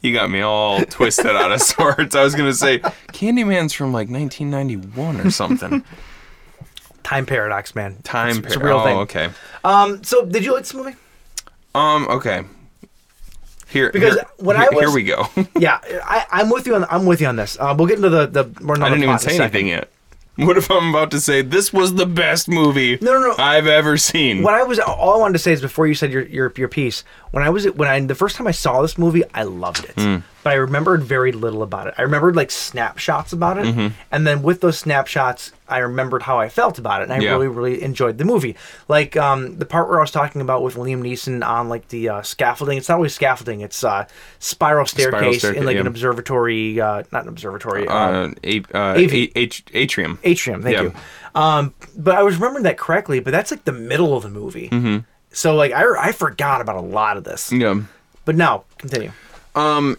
S9: You got me all twisted out of sorts. I was gonna say Candyman's from like 1991 or something.
S8: Time paradox, man.
S9: Time
S8: It's- it's a
S9: par-
S8: real
S9: oh,
S8: thing.
S9: okay.
S8: Um, so did you like this movie?
S9: Um. Okay. Here.
S8: Because
S9: here,
S8: when I
S9: here, here
S8: was-
S9: we go.
S8: yeah, I, I'm with you on I'm with you on this. Uh, we'll get into the the. More
S9: I didn't even say anything yet. What if I'm about to say this was the best movie
S8: No, no, no.
S9: I've ever seen?
S8: What I was all I wanted to say is before you said your your, your piece. When I was when I the first time I saw this movie, I loved it,
S9: Mm.
S8: but I remembered very little about it. I remembered like snapshots about it,
S9: Mhm.
S8: and then with those snapshots, I remembered how I felt about it, and I
S9: Yeah.
S8: really really enjoyed the movie. Like um, the part where I was talking about with Liam Neeson on like the uh, scaffolding. It's not always scaffolding. It's uh, spiral staircase
S9: staircase,
S8: in like an
S9: yeah.
S8: observatory, uh, not an observatory. uh,
S9: uh, a, uh,
S8: AV.
S9: a, H, atrium.
S8: Atrium, thank
S9: Yeah.
S8: you. Um, but I was remembering that correctly, but that's like the middle of the movie.
S9: Mhm.
S8: So like I, I forgot about a lot of this.
S9: Yeah.
S8: But now continue.
S9: Um,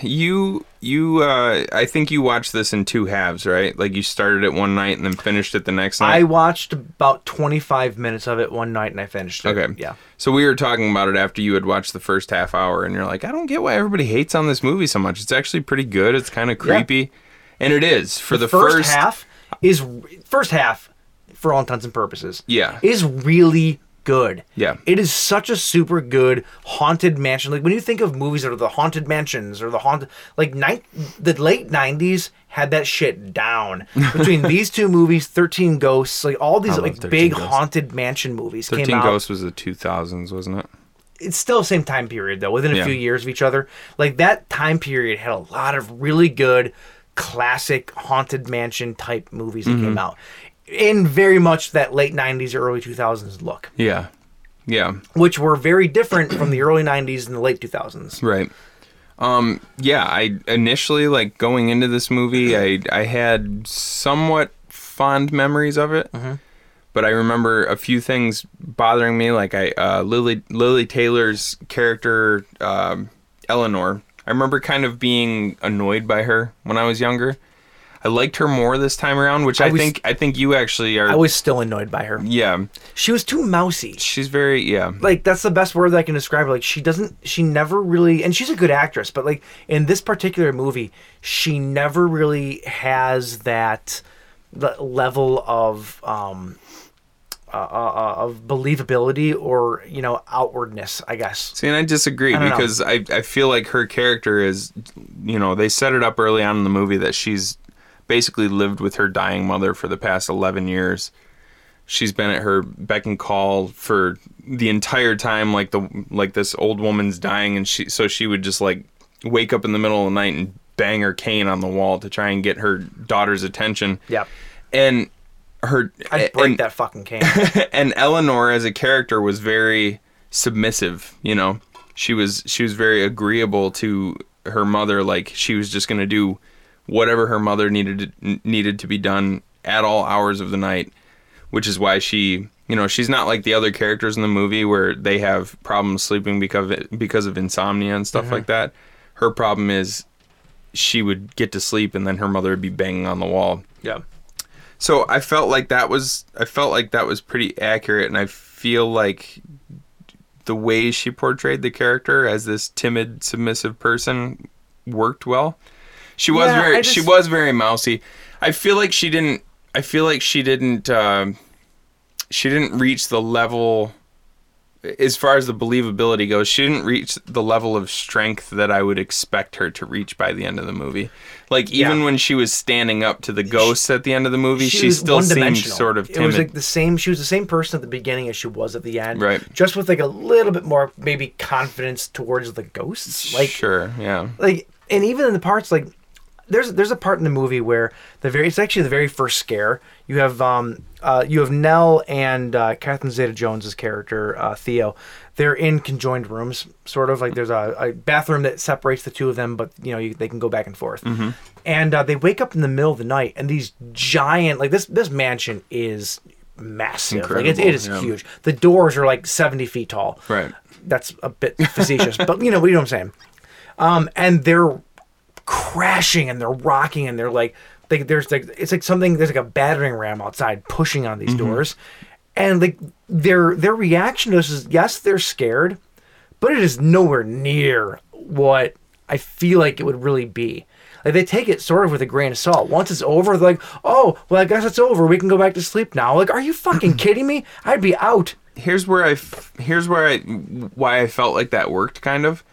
S9: you you uh, I think you watched this in two halves, right? Like you started it one night and then finished it the next
S8: I
S9: night.
S8: watched about 25 minutes of it one night and I finished it.
S9: okay,
S8: Yeah.
S9: So we were talking about it after you had watched the first half hour, and you're like, I don't get why everybody hates on this movie so much. It's actually pretty good. It's kind of creepy, and it is for the,
S8: first, half is first half for all intents and purposes.
S9: Yeah.
S8: Is really good.
S9: Yeah.
S8: It is such a super good haunted mansion. Like when you think of movies that are the haunted mansions or the haunted, like ni- the late '90s had that shit down. Between these two movies, Thirteen Ghosts, like all
S9: I
S8: these
S9: love
S8: like
S9: 13
S8: big
S9: Ghosts.
S8: haunted mansion movies came
S9: Thirteen
S8: out.
S9: Ghosts was the two thousands, wasn't it?
S8: It's still the same time period though, within a
S9: Yeah.
S8: few years of each other. Like that time period had a lot of really good classic haunted mansion type movies that came
S9: Mhm.
S8: out in very much that late '90s, early 2000s look
S9: Yeah, yeah.
S8: which were very different from the early 90s and the late 2000s.
S9: Right. Um, yeah, I initially like going into this movie, I I had somewhat fond memories of it.
S8: Mm-hmm.
S9: But I remember a few things bothering me, like I uh, Lily Lily Taylor's character um, Eleanor. I remember kind of being annoyed by her when I was younger. I liked her more this time around, which I,
S8: I was-
S9: think I think you actually are.
S8: I was still annoyed by her.
S9: yeah.
S8: She was too mousy.
S9: She's very yeah.
S8: Like that's the best word that I can describe her. Like she doesn't she never really and she's a good actress, but like in this particular movie, she never really has that the level of um uh, uh, of believability or you know outwardness, I guess.
S9: See, and I disagree
S8: I don't know.
S9: because I, I feel like her character is, you know, they set it up early on in the movie that she's basically lived with her dying mother for the past 11 years. She's been at her beck and call for the entire time, like the like this old woman's dying, and she so she would just like wake up in the middle of the night and bang her cane on the wall to try and get her daughter's attention.
S8: Yep.
S9: And her
S8: I break that fucking cane.
S9: and Eleanor as a character was very submissive, you know. She was she was very agreeable to her mother like she was just going to do whatever her mother needed to, needed to be done at all hours of the night, which is why she, you know, she's not like the other characters in the movie where they have problems sleeping because of, because of insomnia and stuff
S13: Mhm.
S9: like that. Her problem is she would get to sleep and then her mother would be banging on the wall.
S8: Yeah.
S9: So I felt like that was I felt like that was pretty accurate and I feel like the way she portrayed the character as this timid submissive person worked well. She was
S13: Yeah, I
S9: very she
S13: just-
S9: was very mousy. I feel like she didn't I feel like she didn't um she didn't reach the level as far as the believability goes, she didn't reach the level of strength that I would expect her to reach by the end of the movie. Like even when she was standing up to the ghosts at the end of the movie, she,
S8: was
S9: still seemed
S8: one-dimensional.
S9: sort of
S8: It was like
S9: timid.
S8: the same. She was the same person at the beginning as she was at the end.
S9: Right.
S8: Just with like a little bit more maybe confidence towards the ghosts. Like
S9: sure, yeah.
S8: like and even in the parts like there's there's a part in the movie where the very it's actually the very first scare you have um uh you have Nell and uh, Catherine Zeta Jones's character uh, Theo they're in conjoined rooms sort of like there's a, a bathroom that separates the two of them but you know you, they can go back and forth
S13: Mhm.
S8: and uh, they wake up in the middle of the night and these giant like this this mansion is massive like it, it
S13: Incredible,
S8: is
S13: yeah.
S8: huge the doors are like 70 feet tall
S9: Right.
S8: that's a bit facetious, but you know, you know what I'm saying. Um, and they're crashing and they're rocking and they're like, they, there's like, it's like something, there's like a battering ram outside pushing on these
S13: Mhm.
S8: doors. And like their, their reaction to this is, yes, they're scared, but it is nowhere near what I feel like it would really be. Like they take it sort of with a grain of salt. Once it's over, they're like, "Oh, well, I guess it's over. We can go back to sleep now." Like, are you fucking kidding me? I'd be out.
S9: Here's where I f- here's where I why I felt like that worked kind of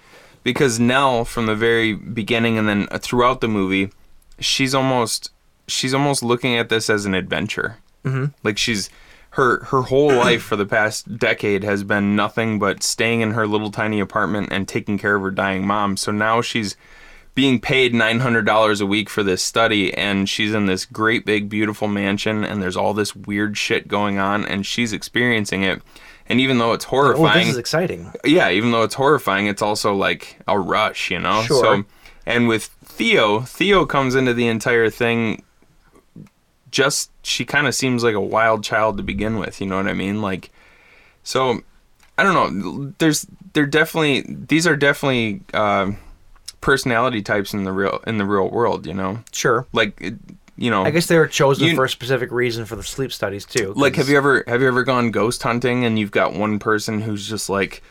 S9: because Nell from the very beginning and then throughout the movie, she's almost she's almost looking at this as an adventure.
S13: Mhm.
S9: Like she's her her whole life for the past decade has been nothing but staying in her little tiny apartment and taking care of her dying mom. So now she's being paid $900 a week for this study and she's in this great big beautiful mansion and there's all this weird shit going on and she's experiencing it. And even though it's
S8: Oh,
S9: horrifying,
S8: this is exciting.
S9: yeah, even though it's horrifying, it's also like a rush, you know?
S8: Sure.
S9: So and with Theo, Theo comes into the entire thing just she kind of seems like a wild child to begin with, you know what I mean? Like so I don't know, there's there definitely these are definitely um personality types in the real in the real world, you know.
S8: Sure.
S9: Like it, you know,
S8: I guess they were chosen
S9: you-
S8: for a specific reason for the sleep studies too.
S9: like
S8: 'cause-
S9: have you ever have you ever gone ghost hunting and you've got one person who's just like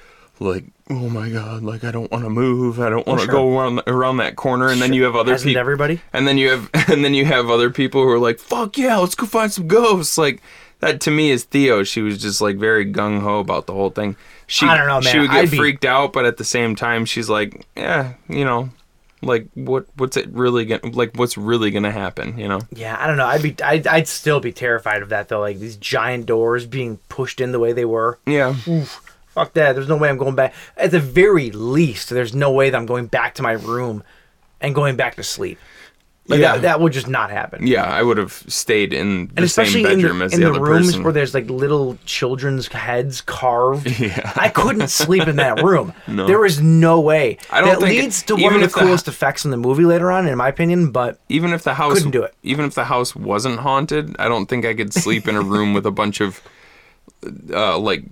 S9: like oh my god like i don't want to move i don't
S13: Oh,
S9: want to
S13: sure.
S9: go around around that corner and then you have other
S13: Hasn't
S9: people
S8: everybody
S9: and then you have and then you have other people who are like fuck yeah let's go find some ghosts like that to me is theo she was just like very gung-ho about the whole thing she
S8: I don't know,
S9: she
S8: man.
S9: would get
S8: I'd be-
S9: freaked out but at the same time she's like yeah you know like what what's it really gonna like what's really gonna happen you know
S8: Yeah, I don't know. I'd be, I'd, I'd still be terrified of that though. Like these giant doors being pushed in the way they were.
S9: Yeah.
S8: Oof, fuck that. There's no way I'm going back. At the very least, there's no way that I'm going back to my room and going back to sleep. Like
S9: Yeah.
S8: that, that will just not happen.
S9: Yeah, I would have stayed in the
S8: And
S9: same
S8: especially in
S9: bedroom
S8: the,
S9: as
S8: in
S9: the,
S8: the
S9: other
S8: rooms
S9: person.
S8: where there's like little children's heads carved. I couldn't sleep in that room.
S9: No.
S8: There is no way.
S9: I don't
S8: that
S9: think it-
S8: leads to one
S9: even
S8: of the
S9: if the-
S8: coolest effects in the movie later on, in my opinion. But
S9: even if the house
S8: couldn't do it.
S9: Even if the house wasn't haunted, I don't think I could sleep in a room with a bunch of uh, like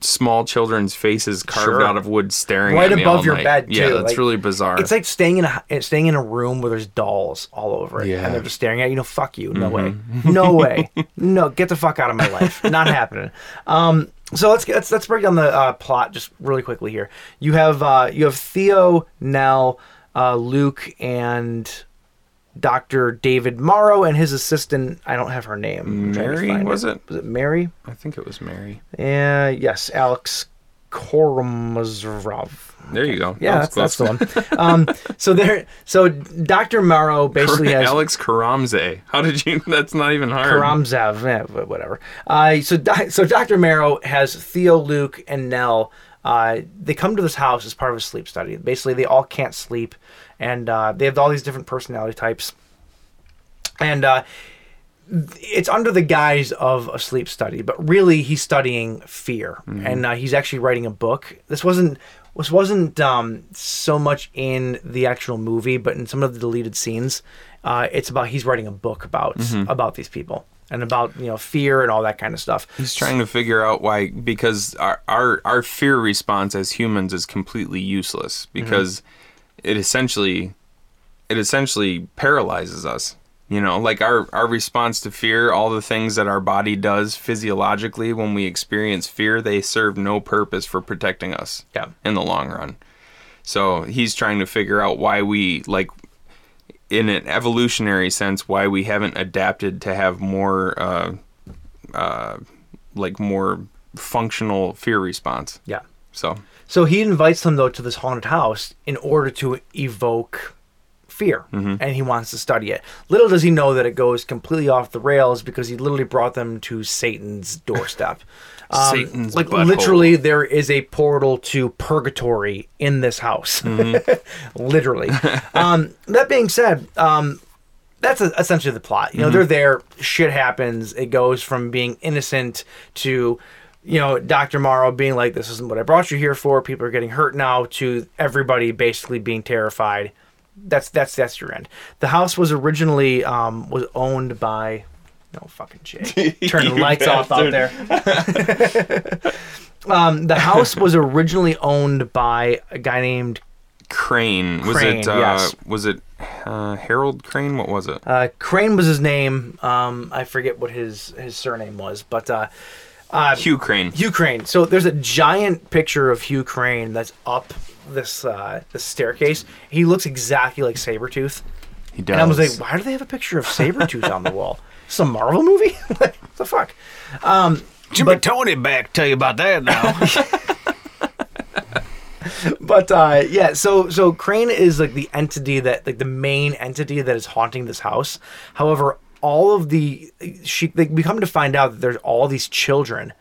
S9: small children's faces carved
S8: Sure.
S9: out of wood staring
S8: right
S9: at me
S8: above
S9: all
S8: your
S9: night.
S8: bed. Too.
S9: Yeah, that's
S8: Like,
S9: really bizarre.
S8: It's like staying in a it's staying in a room where there's dolls all over it,
S9: Yeah. Mm-hmm.
S8: and they're just staring at you. No, fuck you. No way. No way. No, get the fuck out of my life. Not happening. Um, so let's let's let's break down the uh, plot just really quickly here. You have uh, you have Theo, Nell, uh, Luke, and Dr. David Morrow and his assistant. I don't have her name. I'm trying to
S9: Mary,
S8: find
S9: was it?
S8: Was it Mary?
S9: I think it was Mary.
S8: Yeah, yes, Alex Koromazov.
S9: There you go.
S8: Yeah, that's, that's the one. um, so there, so Dr. Morrow basically has
S9: Alex Karamze. How did you? That's not even hard.
S8: Karamzev, eh, wh- whatever. Uh, so, Di- so Dr. Marrow has Theo, Luke, and Nell. Uh, they come to this house as part of a sleep study. Basically, they all can't sleep, and uh, they have all these different personality types. And uh, it's under the guise of a sleep study, but really he's studying fear, and uh, he's actually writing a book. This wasn't this wasn't um, so much in the actual movie, but in some of the deleted scenes, uh, it's about he's writing a book about
S9: Mhm.
S8: about these people and about you know fear and all that kind of stuff.
S9: He's trying to figure out why, because our our, our fear response as humans is completely useless because it essentially it essentially paralyzes us. You know, like our our response to fear, all the things that our body does physiologically when we experience fear, they serve no purpose for protecting us.
S8: Yeah.
S9: In the long run. So he's trying to figure out why we like in an evolutionary sense why we haven't adapted to have more uh, uh, like more functional fear response.
S8: Yeah.
S9: So
S8: So he invites them though to this haunted house in order to evoke fear,
S9: Mhm.
S8: and he wants to study it. Little does he know that it goes completely off the rails because he literally brought them to Satan's doorstep. Um,
S9: Satan's
S8: like
S9: butthole.
S8: literally, there is a portal to purgatory in this house.
S9: Mm-hmm.
S8: literally. um, that being said, um, that's essentially the plot. You know,
S9: Mhm.
S8: they're there. Shit happens. It goes from being innocent to, you know, Doctor Morrow being like, "This isn't what I brought you here for." People are getting hurt now. To everybody basically being terrified. That's that's that's your end. The house was originally um, was owned by. No fucking shit. Turn the
S9: You
S8: lights off out there. um, the house was originally owned by a guy named
S9: Crane was
S8: Crane,
S9: it? Uh,
S8: yes.
S9: Was it uh, Harold Crane? What was it?
S8: Uh, Crane was his name. Um, I forget what his his surname was, but uh, uh,
S9: Hugh Crane.
S8: Hugh Crane. So there's a giant picture of Hugh Crane that's up this uh, this staircase. He looks exactly like Sabretooth.
S9: He
S8: And I was
S9: does.
S8: like, why do they have a picture of Sabretooth on the wall? It's a Marvel movie? like, what the fuck? Um,
S10: Jimmy Tony back tell you about that now.
S8: but uh, yeah, so so Crane is like the entity that like the main entity that is haunting this house. However, all of the she they, we come to find out that there's all these children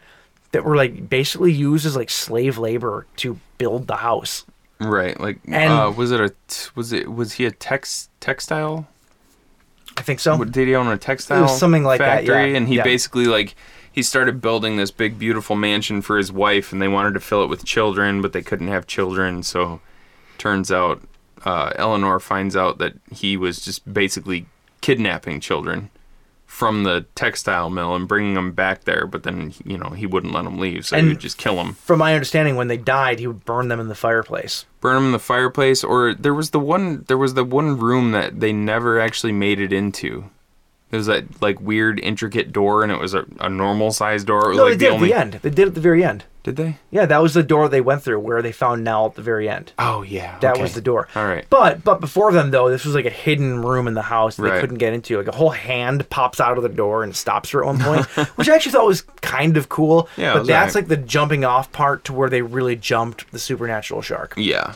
S8: that were like basically used as like slave labor to build the house.
S9: Right. Like
S8: And-
S9: uh, was it a t- was it was he a tex textile?
S8: I think so.
S9: Did he own a textile?
S8: something like that,
S9: factory?
S8: yeah,
S9: And he
S8: yeah.
S9: basically like he started building this big beautiful mansion for his wife, and they wanted to fill it with children, but they couldn't have children. So turns out uh, Eleanor finds out that he was just basically kidnapping children from the textile mill and bringing them back there. But then you know he wouldn't let them leave, so
S8: And-
S9: he would just kill them.
S8: From my understanding, when they died, he would burn them in the fireplace.
S9: burn them in the fireplace or there was the one there was the one room that they never actually made it into there was that like weird intricate door and it was a, a normal sized door it was
S8: No,
S9: like
S8: they did at the end. They did at the very end.
S9: Did they?
S8: Yeah, that was the door they went through where they found Nell at the very end.
S9: Oh yeah,
S8: that
S9: okay.
S8: was the door.
S9: all right
S8: But but before them though, this was like a hidden room in the house that they
S9: Right.
S8: couldn't get into. Like a whole hand pops out of the door and stops her at one point, which I actually thought was kind of cool.
S9: Yeah, it
S8: but
S9: was alright.
S8: that's like the jumping off part to where they really jumped the supernatural shark.
S9: yeah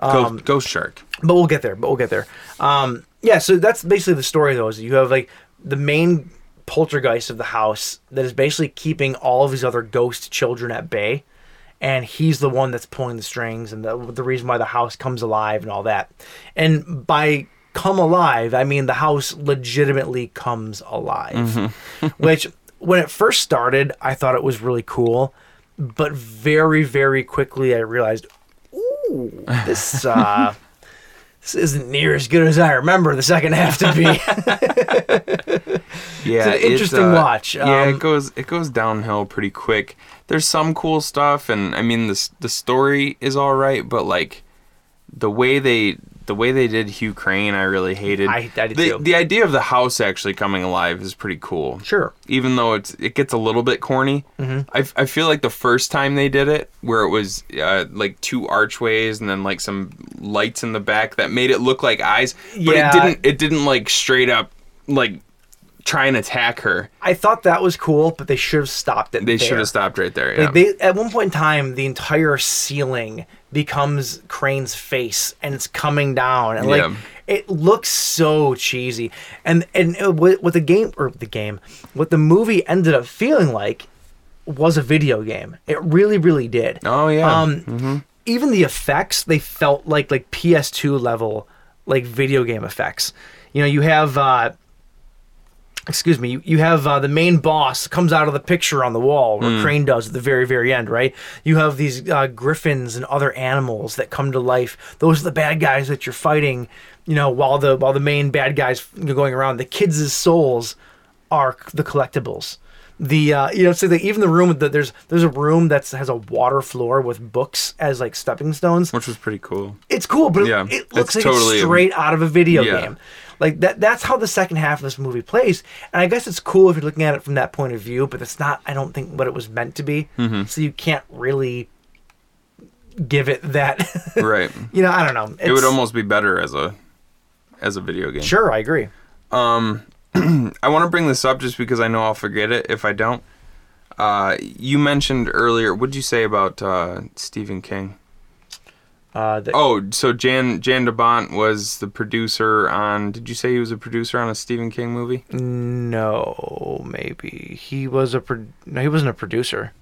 S9: Go-
S8: Um,
S9: ghost shark
S8: But we'll get there. But we'll get there. Um, yeah. So that's basically the story though. Is you have like the main poltergeist of the house that is basically keeping all of these other ghost children at bay. And he's the one that's pulling the strings and the, the reason why the house comes alive and all that. And by come alive, I mean the house legitimately comes alive. which when it first started, I thought it was really cool, but very, very quickly I realized, ooh, this uh, this isn't near as good as I remember the second half to be.
S9: yeah, uh,
S8: It's an interesting watch.
S9: Yeah,
S8: Um,
S9: it goes it goes downhill pretty quick. There's some cool stuff, and I mean the s- the story is all right, but like the way they the way they did Hugh Crane, I really hated.
S8: I- I did
S9: the,
S8: too.
S9: the idea of the house actually coming alive is pretty cool.
S8: Sure.
S9: Even though it's it gets a little bit corny.
S8: Mhm.
S9: I, f- I feel like the first time they did it, where it was uh, like two archways and then like some lights in the back that made it look like eyes, but
S8: Yeah.
S9: it didn't. It didn't like straight up like try and attack her.
S8: I thought that was cool, but they should have stopped it.
S9: They
S8: there.
S9: should have stopped right there. Yeah.
S8: Like, they at one point in time, the entire ceiling becomes Crane's face, and it's coming down, and
S9: Yeah.
S8: like it looks so cheesy. And and it- what, what the game or the game, what the movie ended up feeling like was a video game. It really, really did.
S9: Oh yeah.
S8: Um, even the effects they felt like like PS2 level like video game effects. You know, you have uh excuse me, you, you have uh, the main boss comes out of the picture on the wall where
S13: Mm.
S8: Crane does at the very very end, right? You have these uh, griffins and other animals that come to life. Those are the bad guys that you're fighting, you know, while the while the main bad guys going around, the kids' souls are c- the collectibles. The uh, you know, so the, even the room that there's there's a room that has a water floor with books as like stepping stones,
S9: which was pretty cool.
S8: It's cool, but it-
S9: Yeah,
S8: it, looks
S9: it's
S8: like
S9: totally-
S8: it's straight out of a video
S9: Yeah.
S8: game. Like that that's how the second half of this movie plays. And I guess it's cool if you're looking at it from that point of view, but it's not I don't think what it was meant to be.
S9: Mhm.
S8: So you can't really give it that
S9: right.
S8: you know, I don't know.
S9: it would
S8: It's-
S9: almost be better as a as a video game.
S8: Sure, I agree.
S9: Um, I want to bring this up just because I know I'll forget it if I don't. Uh, you mentioned earlier. What did you say about uh, Stephen King?
S8: Uh, the,
S9: oh, so Jan Jan DeBont was the producer on. Did you say he was a producer on a Stephen King movie?
S8: No, maybe he was a pro- no. He wasn't a producer.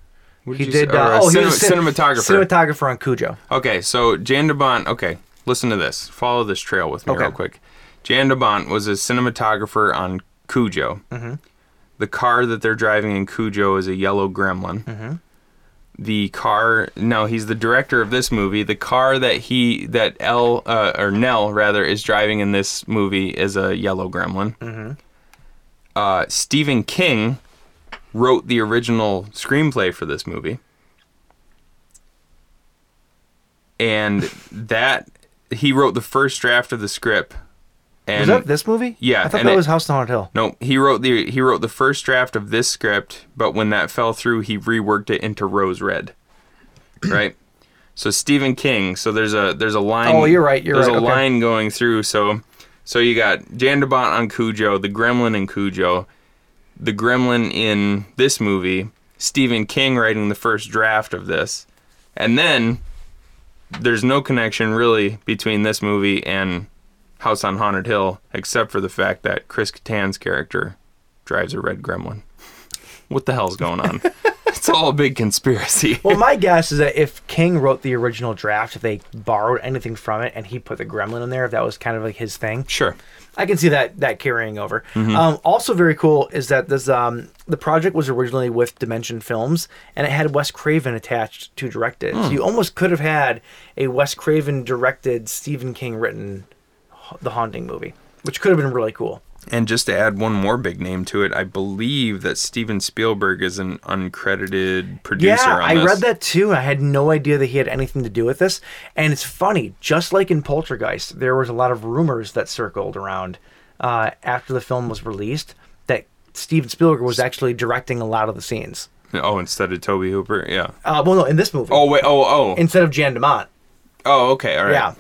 S9: What
S8: he
S9: did you say?
S8: did.
S9: Or
S8: Uh,
S9: a
S8: oh, he
S9: cinema-
S8: was cin-
S9: cinematographer.
S8: Cinematographer on Cujo.
S9: Okay, so Jan DeBont. Okay, listen to this. Follow this trail with me
S8: Okay.
S9: real quick. Jan DeBont was a cinematographer on Cujo.
S8: Mm-hmm.
S9: The car that they're driving in Cujo is a yellow gremlin.
S8: Mm-hmm.
S9: the car no he's the director of this movie the car that he that l uh, or nell rather is driving in this movie is a yellow gremlin
S8: Mm-hmm.
S9: uh, stephen king wrote the original screenplay for this movie and that he wrote the first draft of the script and
S8: was that this movie?
S9: yeah
S8: I thought
S9: and
S8: that
S9: it-
S8: was House on Haunted Hill.
S9: no, he wrote the he wrote the first draft of this script, but when that fell through, he reworked it into Rose Red. Right? so Stephen King, so there's a there's a line
S8: Oh, you're right, you're
S9: there's
S8: right,
S9: a
S8: okay.
S9: line going through, so so you got Jan de Bont on Cujo, the Gremlin in Cujo, the Gremlin in this movie, Stephen King writing the first draft of this. And then there's no connection really between this movie and House on Haunted Hill, except for the fact that Chris Kattan's character drives a red gremlin. What the hell's going on? it's all a big conspiracy.
S8: well, my guess is that if King wrote the original draft, if they borrowed anything from it and he put the gremlin in there, if that was kind of like his thing.
S9: Sure.
S8: I can see that that carrying over.
S13: Mhm.
S8: Um, also, very cool is that this um, the project was originally with Dimension Films, and it had Wes Craven attached to direct it. So
S13: Hmm.
S8: you almost could have had a Wes Craven directed, Stephen King written, Ha- The Haunting movie, which could have been really cool.
S9: And just to add one more big name to it, I believe that Steven Spielberg is an uncredited producer
S8: yeah,
S9: on
S8: I
S9: this.
S8: read that too. and I had no idea that he had anything to do with this. And it's funny, just like in Poltergeist, there was a lot of rumors that circled around uh, after the film was released that Steven Spielberg was actually directing a lot of the scenes.
S9: Oh, instead of Toby Hooper, yeah.
S8: Uh, well, no, in this movie.
S9: Oh wait, oh oh.
S8: Instead of Jan DeMont.
S9: oh, okay, all right.
S8: Yeah.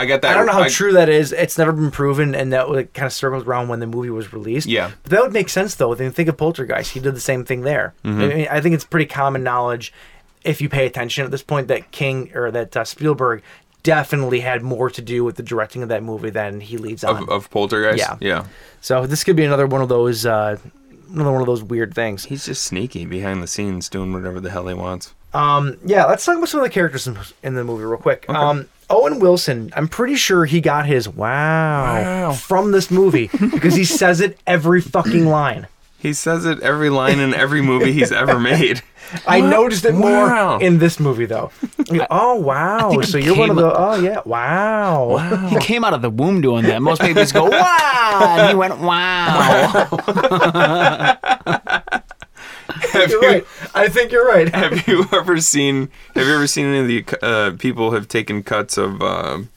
S9: I got that.
S8: I don't know how
S9: I-
S8: true that is. It's never been proven, and that like, kind of circles around when the movie was released.
S9: Yeah.
S8: But that would make sense, though. Then think of Poltergeist. He did the same thing there.
S9: Mhm.
S8: I, mean, I think it's pretty common knowledge, if you pay attention at this point, that King or that uh, Spielberg definitely had more to do with the directing of that movie than he leads on.
S9: of, of Poltergeist.
S8: Yeah.
S9: yeah.
S8: so this could be another one of those, uh, another one of those weird things.
S9: He's just sneaky behind the scenes, doing whatever the hell he wants.
S8: Um, yeah, let's talk about some of the characters in, in the movie real quick. Um, Owen Wilson, I'm pretty sure he got his wow, from this movie because he says it every fucking line.
S9: He says it every line in every movie he's ever made.
S8: I noticed it more
S9: Wow.
S8: in this movie though. You- oh wow!
S10: think
S8: So
S10: he
S8: you're one of
S10: came
S8: the oh yeah wow.
S10: He came out of the womb doing that. Most babies go, wow. And he went, wow.
S8: you're right. I think you're right.
S9: Have you ever seen? Have you ever seen any of the uh, people have taken cuts of um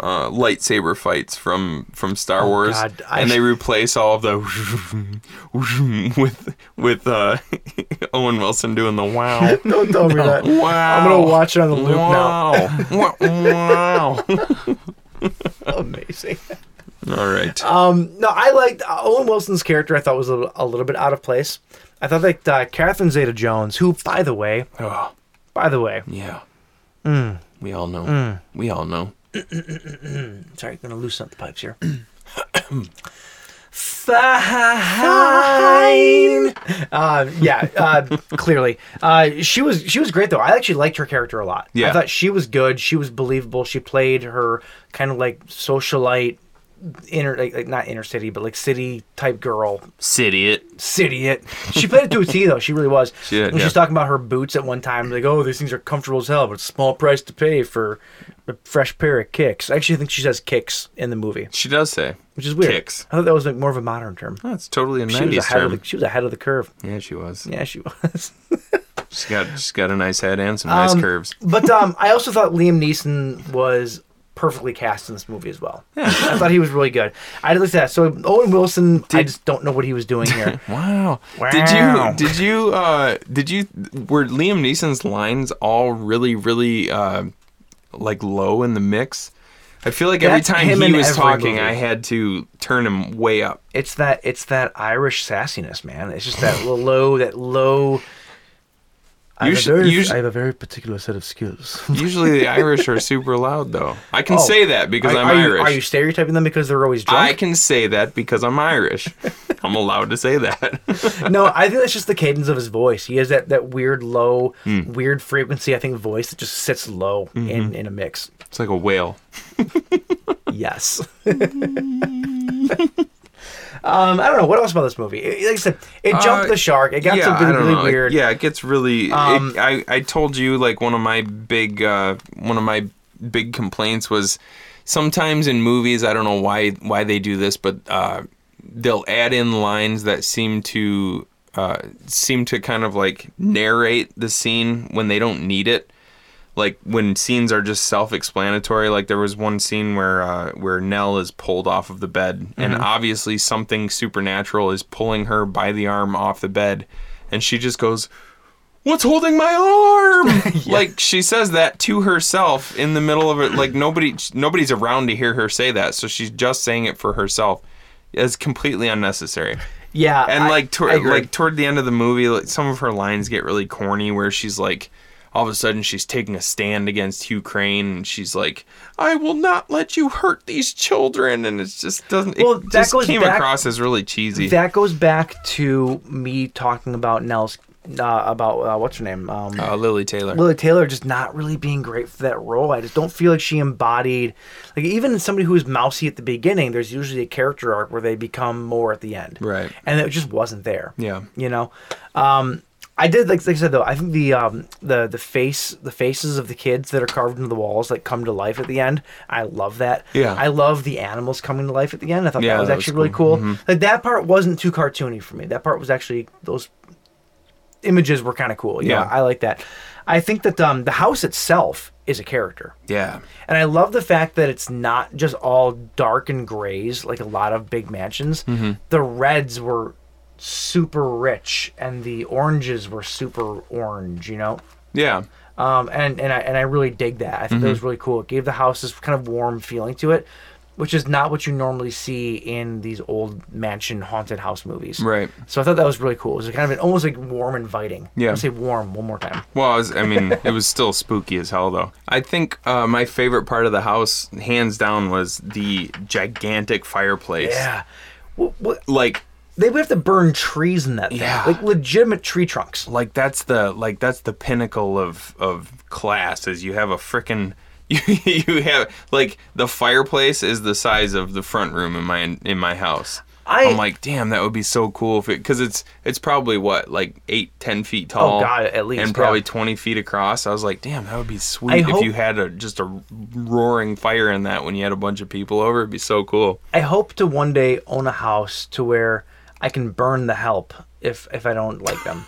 S9: uh, lightsaber fights from from Star
S8: Oh,
S9: Wars,
S8: God, I-
S9: and they replace all of the with with uh, Owen Wilson doing the wow.
S8: Don't tell me that.
S9: Wow.
S8: I'm gonna watch it on the loop
S9: now. wow.
S8: Amazing.
S9: All right.
S8: Um, no, I liked uh, Owen Wilson's character. I thought was a little, a little bit out of place. I thought that uh, Catherine Zeta-Jones, who, by the way,
S9: oh,
S8: by the way,
S9: yeah,
S8: Mm.
S9: we all know.
S8: Mm.
S9: We all know.
S8: sorry, gonna loosen up the pipes here.
S11: Fine.
S8: Uh, yeah, uh, clearly, uh, she was she was great though. I actually liked her character a lot. I
S9: Yeah.
S8: thought she was good. She was believable. She played her kind of like socialite, inner like, like not inner city, but like city type girl
S9: City it.
S8: city it. She played it to a T though. She really was.
S9: She did,
S8: when she
S9: yeah.
S8: was talking about her boots at one time, like, oh, these things are comfortable as hell, but it's a small price to pay for a fresh pair of kicks. I actually think she says kicks in the movie,
S9: She does say,
S8: which is weird.
S9: Kicks.
S8: I thought that was like more of a modern term.
S9: That's totally a
S8: she was
S9: nineties
S8: ahead
S9: term.
S8: Of the, she was ahead of the curve.
S9: Yeah, she was.
S8: Yeah, she was.
S9: She's got she's got a nice head and some nice
S8: Um,
S9: curves.
S8: But um, I also thought Liam Neeson was perfectly cast in this movie as well. I thought he was really good. I looked at that. So Owen Wilson, I just don't know what he was doing here.
S9: wow. Did
S8: Wow.
S9: you did you uh did you were Liam Neeson's lines all really really uh like low in the mix? I feel like every
S8: That's
S9: time
S8: him
S9: he
S8: in
S9: was
S8: every
S9: talking,
S8: movie.
S9: I had to turn him way up.
S8: It's that it's that Irish sassiness, man. It's just that little low that low. I have,
S9: Usu-
S8: a very,
S9: usu-
S8: I have a very particular set of skills.
S9: Usually the Irish are super loud though. I can
S8: Oh.
S9: say that because
S8: Are-
S9: I'm
S8: are you-
S9: Irish.
S8: are you stereotyping them because they're always
S9: I
S8: drunk?
S9: can say that because I'm Irish. I'm allowed to say that.
S8: no, I think that's just the cadence of his voice. He has that, that weird low,
S9: Hmm.
S8: weird frequency. I think voice that just sits low in,
S9: Mhm.
S8: in a mix.
S9: It's like a whale.
S8: Yes. um, I don't know what else about this movie. It- like I said, it jumped
S9: Uh,
S8: the shark. It got
S9: yeah,
S8: something
S9: I don't
S8: really
S9: know. It-
S8: weird.
S9: yeah, it gets really. it-
S8: Um,
S9: I I told you like one of my big uh, one of my big complaints was sometimes in movies I don't know why why they do this, but uh, they'll add in lines that seem to uh, seem to kind of like narrate the scene when they don't need it. Like when scenes are just self-explanatory. Like there was one scene where uh, where Nell is pulled off of the bed, and
S13: Mhm.
S9: obviously something supernatural is pulling her by the arm off the bed, and she just goes, "What's holding my arm?" Like she says that to herself in the middle of it. Like nobody nobody's around to hear her say that, so she's just saying it for herself. It's completely unnecessary.
S8: Yeah,
S9: and
S8: I-
S9: like
S8: I
S9: toward
S8: agree.
S9: like toward the end of the movie, like some of her lines get really corny, where she's like, all of a sudden she's taking a stand against Hugh Crane, and she's like, "I will not let you hurt these children," and it just doesn't. It
S8: Well, that
S9: just
S8: goes
S9: came
S8: back-
S9: across as really cheesy.
S8: That goes back to me talking about Nell's uh, about uh, what's her name, um,
S9: uh, Lily Taylor.
S8: Lily Taylor, just not really being great for that role. I just don't feel like she embodied, like even somebody who's mousy at the beginning. There's usually a character arc where they become more at the end,
S9: Right.
S8: and it just wasn't there.
S9: Yeah.
S8: you know, um, I did like, like I said though. I think the um, the the face the faces of the kids that are carved into the walls like come to life at the end. I love that.
S9: Yeah.
S8: I love the animals coming to life at the end. I thought
S9: Yeah,
S8: that was
S9: that was
S8: actually really
S9: cool.
S8: cool.
S9: Mhm.
S8: Like that part wasn't too cartoony for me. That part was actually those images were kind of cool. yeah,
S9: Yeah.
S8: I like that. I think that um, the house itself is a character.
S9: Yeah.
S8: And I love the fact that it's not just all dark and grays like a lot of big mansions.
S9: Mhm.
S8: The reds were super rich and the oranges were super orange, you know?
S9: Yeah.
S8: Um, and, and I and I really dig that. I think that
S9: Mhm.
S8: was really cool. It gave the house this kind of warm feeling to it, which is not what you normally see in these old mansion haunted house movies.
S9: Right.
S8: So I thought that was really cool. It was kind of an, almost like warm, inviting.
S9: Yeah.
S8: I'll say warm one more time.
S9: Well, I, was, I mean, it was still spooky as hell, though. I think uh, my favorite part of the house, hands down, was the gigantic fireplace.
S8: Yeah.
S9: Like
S8: they would have to burn trees in that thing.
S9: Yeah.
S8: Like legitimate tree trunks.
S9: Like that's the like that's the pinnacle of of class is you have a frickin' you, you have like the fireplace is the size of the front room in my in my house.
S8: I-
S9: am like, damn, that would be so cool if it because it's it's probably what like eight ten feet tall.
S8: Oh, God, at least,
S9: and probably twenty feet across. I was like, damn, that would be sweet
S8: I
S9: if
S8: hope-
S9: you had a just a roaring fire in that when you had a bunch of people over. It'd be so cool.
S8: I hope to one day own a house to where I can burn the help if if I don't like them.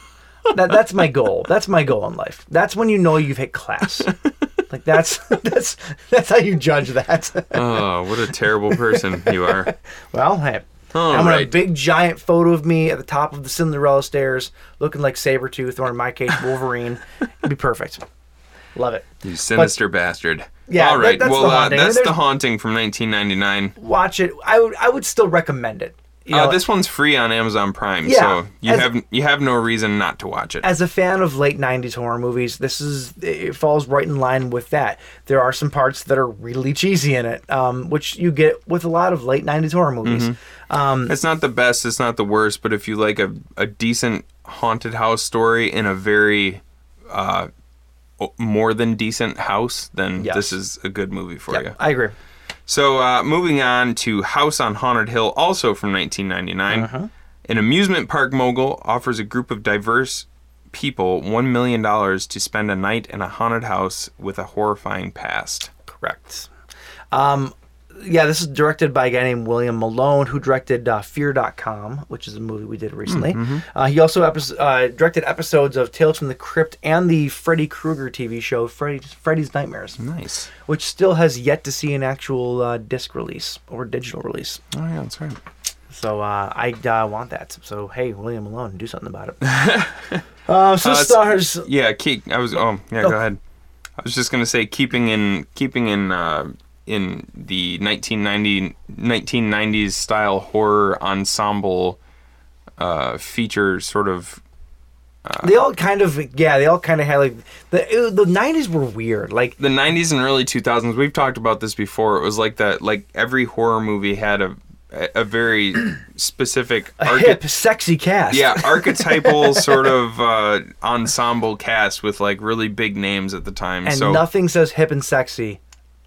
S8: that that's my goal. That's my goal in life. That's when you know you've hit class. Like that's that's that's how you judge that.
S9: oh, what a terrible person you are.
S8: Well, hey.
S9: All
S8: I'm on a
S9: right.
S8: big giant photo of me at the top of the Cinderella stairs, looking like Sabretooth, or in my case, Wolverine. It'd be perfect. Love it.
S9: You sinister bastard.
S8: Yeah,
S9: All
S8: that-
S9: right.
S8: that's
S9: well,
S8: The
S9: uh,
S8: Haunting.
S9: that's
S8: There's-
S9: the haunting from 1999.
S8: Watch it. I would I would still recommend it. You
S9: uh,
S8: know,
S9: this one's free on Amazon Prime,
S8: Yeah,
S9: so you
S8: as-
S9: have you have no reason not to watch it.
S8: as a fan of late 90s horror movies this is it falls right in line with that there are some parts that are really cheesy in it um, which you get with a lot of late 90s horror movies
S9: Mhm. it's not the best, it's not the worst, but if you like a, a decent haunted house story in a very uh, o- more than decent house, then this is a good movie for you.
S8: i agree
S9: So, uh, moving on to House on Haunted Hill, also from 1999. An amusement park mogul offers a group of diverse people $1 million to spend a night in a haunted house with a horrifying past.
S8: Correct. um, yeah this is directed by a guy named william malone who directed uh, fear.com which is a movie we did recently
S13: mhm.
S8: uh, he also epis uh, directed episodes of tales from the crypt and the freddy krueger tv show freddy's, freddy's nightmares
S9: nice
S8: which still has yet to see an actual uh, disc release or digital release
S9: Oh, yeah, that's right.
S8: So uh, I uh, want that. So hey, William Malone, do something about it. uh, so
S9: Uh, it's-
S8: stars.
S9: Yeah, keep. I was. Oh, yeah. Go ahead. I was just gonna say, keeping in, keeping in, uh, in the 1990 1990s style horror ensemble uh, feature sort of.
S8: They all kind of yeah. They all kind of had like the it, the nineties were weird. Like
S9: the 90s and early 2000s. We've talked about this before. It was like that. Like every horror movie had a a very specific
S8: a
S9: archety-
S8: hip, sexy cast.
S9: Yeah, archetypal sort of uh, ensemble cast with like really big names at the time.
S8: and
S9: so
S8: nothing says hip and sexy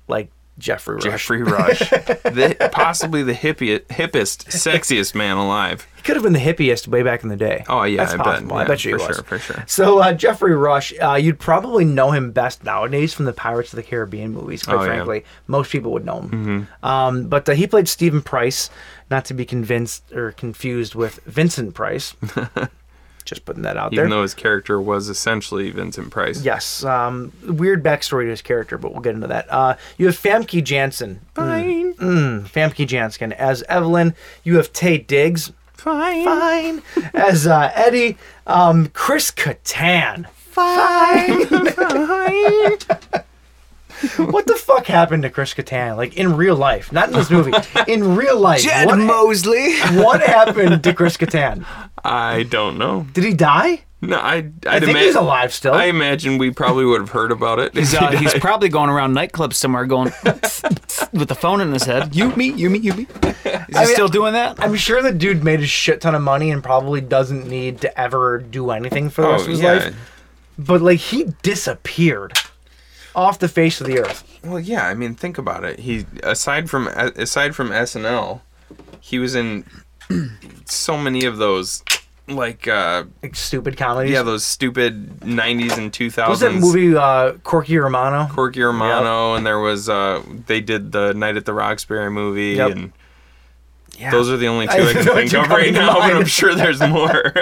S8: like Jeffrey Rush.
S9: Jeffrey Rush, the, possibly the hippie, hippest, sexiest man alive.
S8: He could have been the hippiest way back in the day.
S9: Oh yeah,
S8: That's
S9: I
S8: possible.
S9: bet.
S8: I
S9: Yeah,
S8: bet you
S9: for
S8: he was.
S9: sure, for sure.
S8: So uh, Jeffrey Rush, uh, you'd probably know him best nowadays from the Pirates of the Caribbean movies. Quite
S9: Oh, yeah. Mm-hmm.
S8: frankly, most people would know him. Um, but uh, he played Stephen Price, not to be convinced or confused with Vincent Price. Just putting that out
S9: Even
S8: there.
S9: though his character was essentially Vincent Price.
S8: Yes, um, weird backstory to his character, but we'll get into that. Uh, you have Famke Janssen. Fine. Mm, Famke Janssen as Evelyn. You have Tay Diggs.
S11: Fine.
S8: Fine. as uh, Eddie. Um, Chris Kattan. Fine.
S11: Fine.
S8: What the fuck happened to Chris Kattan? Like in real life, not in this movie. In real life,
S11: Jed
S8: what,
S10: Mosley.
S8: What happened to Chris Kattan?
S9: I don't know.
S8: Did he die?
S9: No, I. I'd
S8: I think
S9: ima-
S8: he's alive still.
S9: I imagine we probably would have heard about it.
S10: He's, uh, he's probably going around nightclubs somewhere going with the phone in his head. You, me, you, me, you, me. Is he
S8: I mean,
S10: still doing that?
S8: I'm sure the dude made a shit ton of money and probably doesn't need to ever do anything for the
S9: Oh,
S8: rest of his
S9: yeah.
S8: life. But like he disappeared off the face of the earth.
S9: Well, yeah. I mean, think about it. He aside from aside from SNL, he was in so many of those like uh
S8: like stupid comedies.
S9: Yeah, those stupid 90s and 2000s.
S8: What was that movie uh, Corky Romano?
S9: Corky Romano, and there was uh, they did the Night at the Roxbury movie,
S8: Yep.
S9: and
S8: Yeah.
S9: those are the only two
S8: I
S9: I, can
S8: know what
S9: think
S8: you're
S9: of right
S8: coming to
S9: now. But I'm
S8: mind.
S9: sure there's more.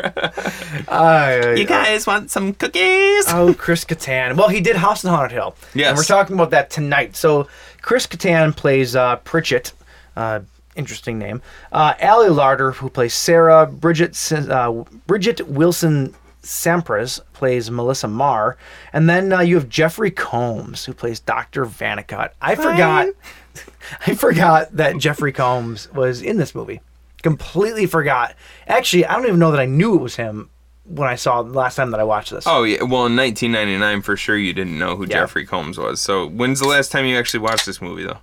S8: Uh,
S9: You guys want some cookies?
S8: Oh, Chris Kattan. Well, he did House on Haunted Hill.
S9: Yes.
S8: And we're talking about that tonight. So Chris Kattan plays uh, Pritchett. Uh, interesting name. Uh, Allie Larder, who plays Sarah. Bridget Sin- uh, Bridget Wilson Sampras plays Melissa Marr. And then uh, you have Jeffrey Combs, who plays Dr. Vanicott. I forgot. I forgot that Jeffrey Combs was in this movie. Completely forgot. Actually, I don't even know that I knew it was him when I saw it the last time that I watched this.
S9: oh yeah, well in 1999 for sure you didn't know who
S8: Yeah.
S9: Jeffrey Combs was. So when's the last time you actually watched this movie though?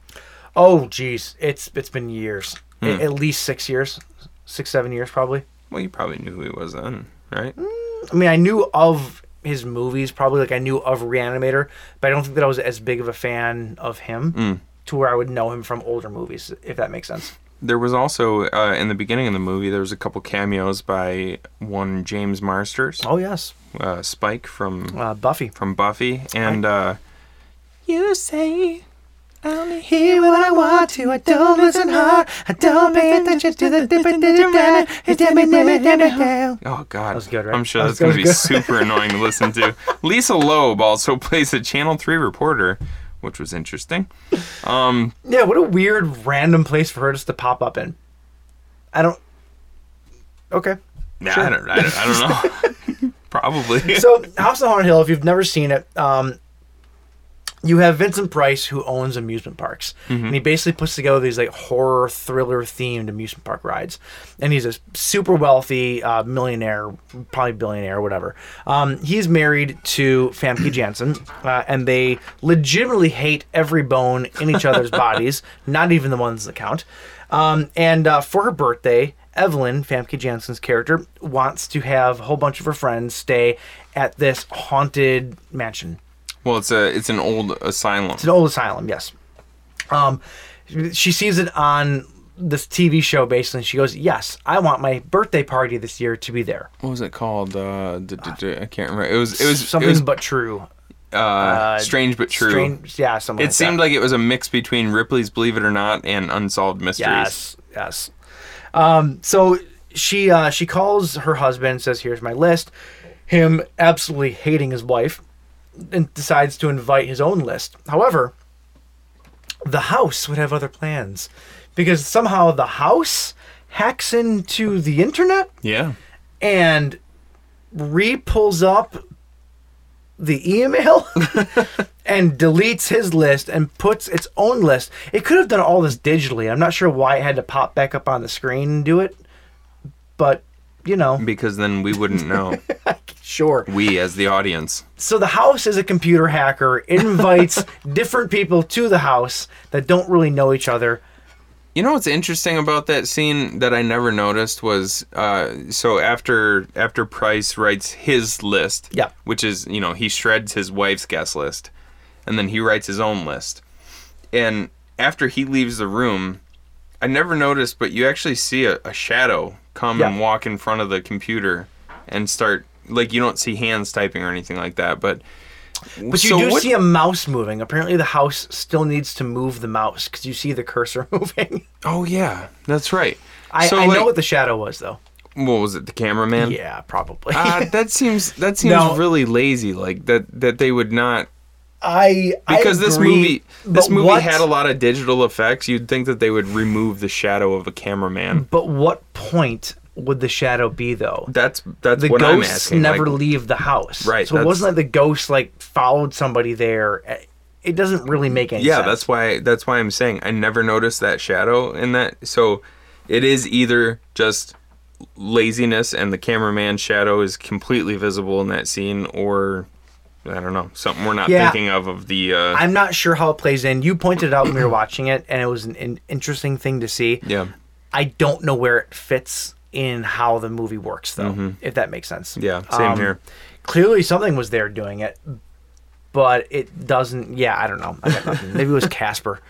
S8: Oh, geez, it's it's been years. A-
S9: Hmm.
S8: At least six years, six seven years probably.
S9: Well, you probably knew who he was then, right?
S8: I mean, I knew of his movies probably, like I knew of Reanimator, but I don't think that I was as big of a fan of him
S9: Mm.
S8: to where I would know him from older movies, if that makes sense.
S9: There was also uh, in the beginning of the movie there was a couple cameos by one James Marsters.
S8: Oh yes,
S9: uh, Spike from
S8: uh, Buffy.
S9: From Buffy and uh,
S11: You say
S8: I only hear what I want to. I don't listen hard. I don't pay attention to the different different
S9: Oh God, that was
S8: good, right?
S9: I'm sure
S8: That
S9: that's
S8: was-
S9: gonna
S8: that
S9: be
S8: was good.
S9: super annoying to listen to. Lisa Loeb also plays a Channel Three reporter, which was interesting. Um,
S8: Yeah, what a weird random place for her just to pop up in. I don't. Okay.
S9: yeah,
S8: Sure.
S9: I, don't, I, don't, I don't know. Probably.
S8: so House on Haunted Hill, if you've never seen it, um, you have Vincent Price who owns amusement parks,
S13: Mhm.
S8: and he basically puts together these like horror thriller themed amusement park rides. And he's a super wealthy uh, millionaire, probably billionaire, whatever. Um, he's married to Famke Janssen, uh, and they legitimately hate every bone in each other's bodies, not even the ones that count. Um, and uh, for her birthday, Evelyn, Famke Janssen's character, wants to have a whole bunch of her friends stay at this haunted mansion.
S9: well, it's a it's an old asylum.
S8: It's an old asylum, yes. Um, she sees it on this TV show, basically, and she goes, Yes, I want my birthday party this year to be there.
S9: What was it called? Uh, d- d- d- I can't remember. It was it was
S8: Something
S9: it was,
S8: but true.
S9: Uh, strange but true.
S8: Strange- yeah, something
S9: It
S8: like
S9: seemed
S8: that.
S9: like it was a mix between Ripley's Believe It or Not and Unsolved Mysteries.
S8: Yes, yes. Um, so she uh, she calls her husband, says, "Here's my list." Him absolutely hating his wife, and decides to invite his own list. However, the house would have other plans because somehow the house hacks into the internet
S9: Yeah.
S8: and re pulls up the email and deletes his list and puts its own list. It could have done all this digitally. I'm not sure why it had to pop back up on the screen and do it, but you know,
S9: Because then we wouldn't know.
S8: sure.
S9: We as the audience.
S8: So the house is a computer hacker, invites different people to the house that don't really know each other.
S9: You know what's interesting about that scene that I never noticed was uh, so after after Price writes his list, yeah, which is you know he shreds his wife's guest list, and then he writes his own list, and after he leaves the room, I never noticed, but you actually see a, a shadow come and
S8: Yeah.
S9: walk in front of the computer and start like you don't see hands typing or anything like that, but
S8: But you
S9: so
S8: do
S9: what-
S8: see a mouse moving. Apparently, the house still needs to move the mouse because you see the cursor moving.
S9: Oh yeah, that's right.
S8: I,
S9: So,
S8: I
S9: like-
S8: know what the shadow was though.
S9: what was it the cameraman?
S8: Yeah, probably.
S9: uh, that seems that seems
S8: No.
S9: really lazy. Like that that they would not
S8: I
S9: because this movie this movie
S8: had
S9: had a lot of digital effects. You'd think that they would remove the shadow of a cameraman.
S8: But what point would the shadow be though?
S9: That's that's
S8: the
S9: what I'm
S8: ghosts
S9: asking.
S8: never
S9: like,
S8: leave the house,
S9: Right,
S8: So it
S9: that's-
S8: wasn't like the ghost like followed somebody there. It doesn't really make any
S9: yeah,
S8: sense.
S9: that's why that's why I'm saying I never noticed that shadow in that. So it is either just laziness and the cameraman shadow is completely visible in that scene, or I don't know something we're not
S8: Yeah.
S9: thinking of of the. Uh,
S8: I'm not sure how it plays in. You pointed out when we were watching it, and it was an, an interesting thing to see.
S9: yeah.
S8: I don't know where it fits in how the movie works, though, if that makes sense.
S9: Mm-hmm.
S8: Um,
S9: Yeah, same here.
S8: Clearly, something was there doing it, but it doesn't. Yeah, I don't know. I got nothing. Maybe it was Casper.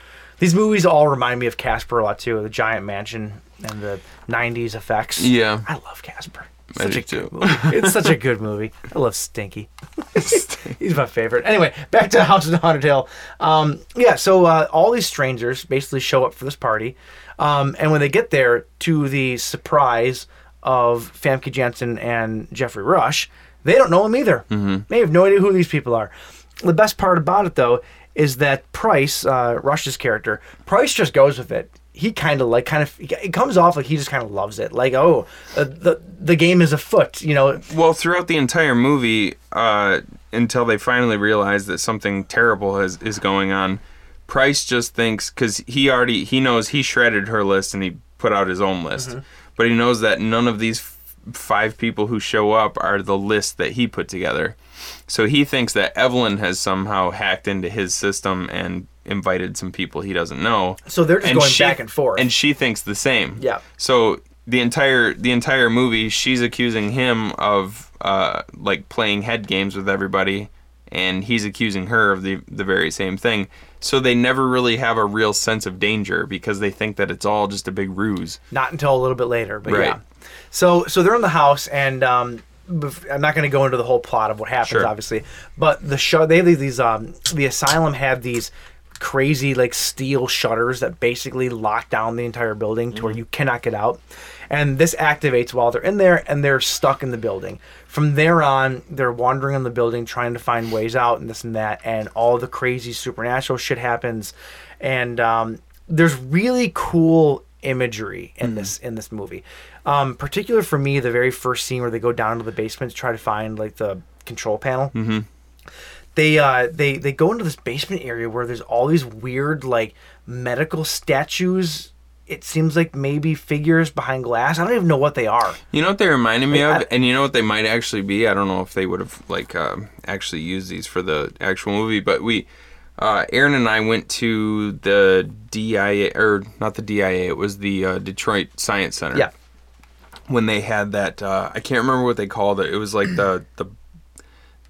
S8: These movies all remind me of Casper a lot too. The giant mansion and the '90s effects.
S9: Yeah.
S8: I love Casper.
S9: I
S8: Such
S9: do
S8: a
S9: too.
S8: good movie. It's such a good movie. I love Stinky. He's my favorite. Anyway, back to House of the Haunted Hill. Um, yeah, so uh, all these strangers basically show up for this party, um, and when they get there, to the surprise of Famke Janssen and Jeffrey Rush, they don't know him either.
S13: Mhm.
S8: They have no idea who these people are. The best part about it, though, is that Price, uh, Rush's character, Price just goes with it. He kind of like, kind of, it comes off like he just kind of loves it. Like, oh, uh, the the game is afoot. You know,
S9: Well, throughout the entire movie, uh, until they finally realize that something terrible has, is going on, Price just thinks because he already he knows he shredded her list and he put out his own list,
S8: Mm-hmm.
S13: Mhm.
S9: but he knows that none of these f- five people who show up are the list that he put together. So he thinks that Evelyn has somehow hacked into his system and invited some people he doesn't know.
S8: So they're just going back and
S9: forth. And she thinks the same.
S8: Yeah.
S9: So the entire the entire movie, she's accusing him of uh, like playing head games with everybody, and he's accusing her of the the very same thing. So they never really have a real sense of danger because they think that it's all just a big ruse.
S8: not until a little bit later. But
S9: Right.
S8: yeah. So so they're in the house, and um, bef- I'm not going to go into the whole plot of what happens,
S9: Sure.
S8: obviously. But the show they have these um, the asylum had these crazy like steel shutters that basically lock down the entire building to where you cannot get out. And this activates while they're in there and they're stuck in the building. From there on, they're wandering in the building trying to find ways out and this and that. And all the crazy supernatural shit happens. And um, there's really cool imagery in this in this movie. Um, particular for me, the very first scene where they go down to the basement to try to find like the control panel
S9: Mm-hmm.
S8: they uh they they go into this basement area where there's all these weird like medical statues it seems like maybe figures behind glass i don't even know what they are
S9: You know what they reminded me
S8: Like,
S9: of, and you know what they might actually be. I don't know if they would have like uh, actually used these for the actual movie, but we, uh, Aaron and I went to the DIA or not the DIA. It was the uh, Detroit Science Center.
S8: Yeah.
S9: When they had that, uh, I can't remember what they called it. It was like the the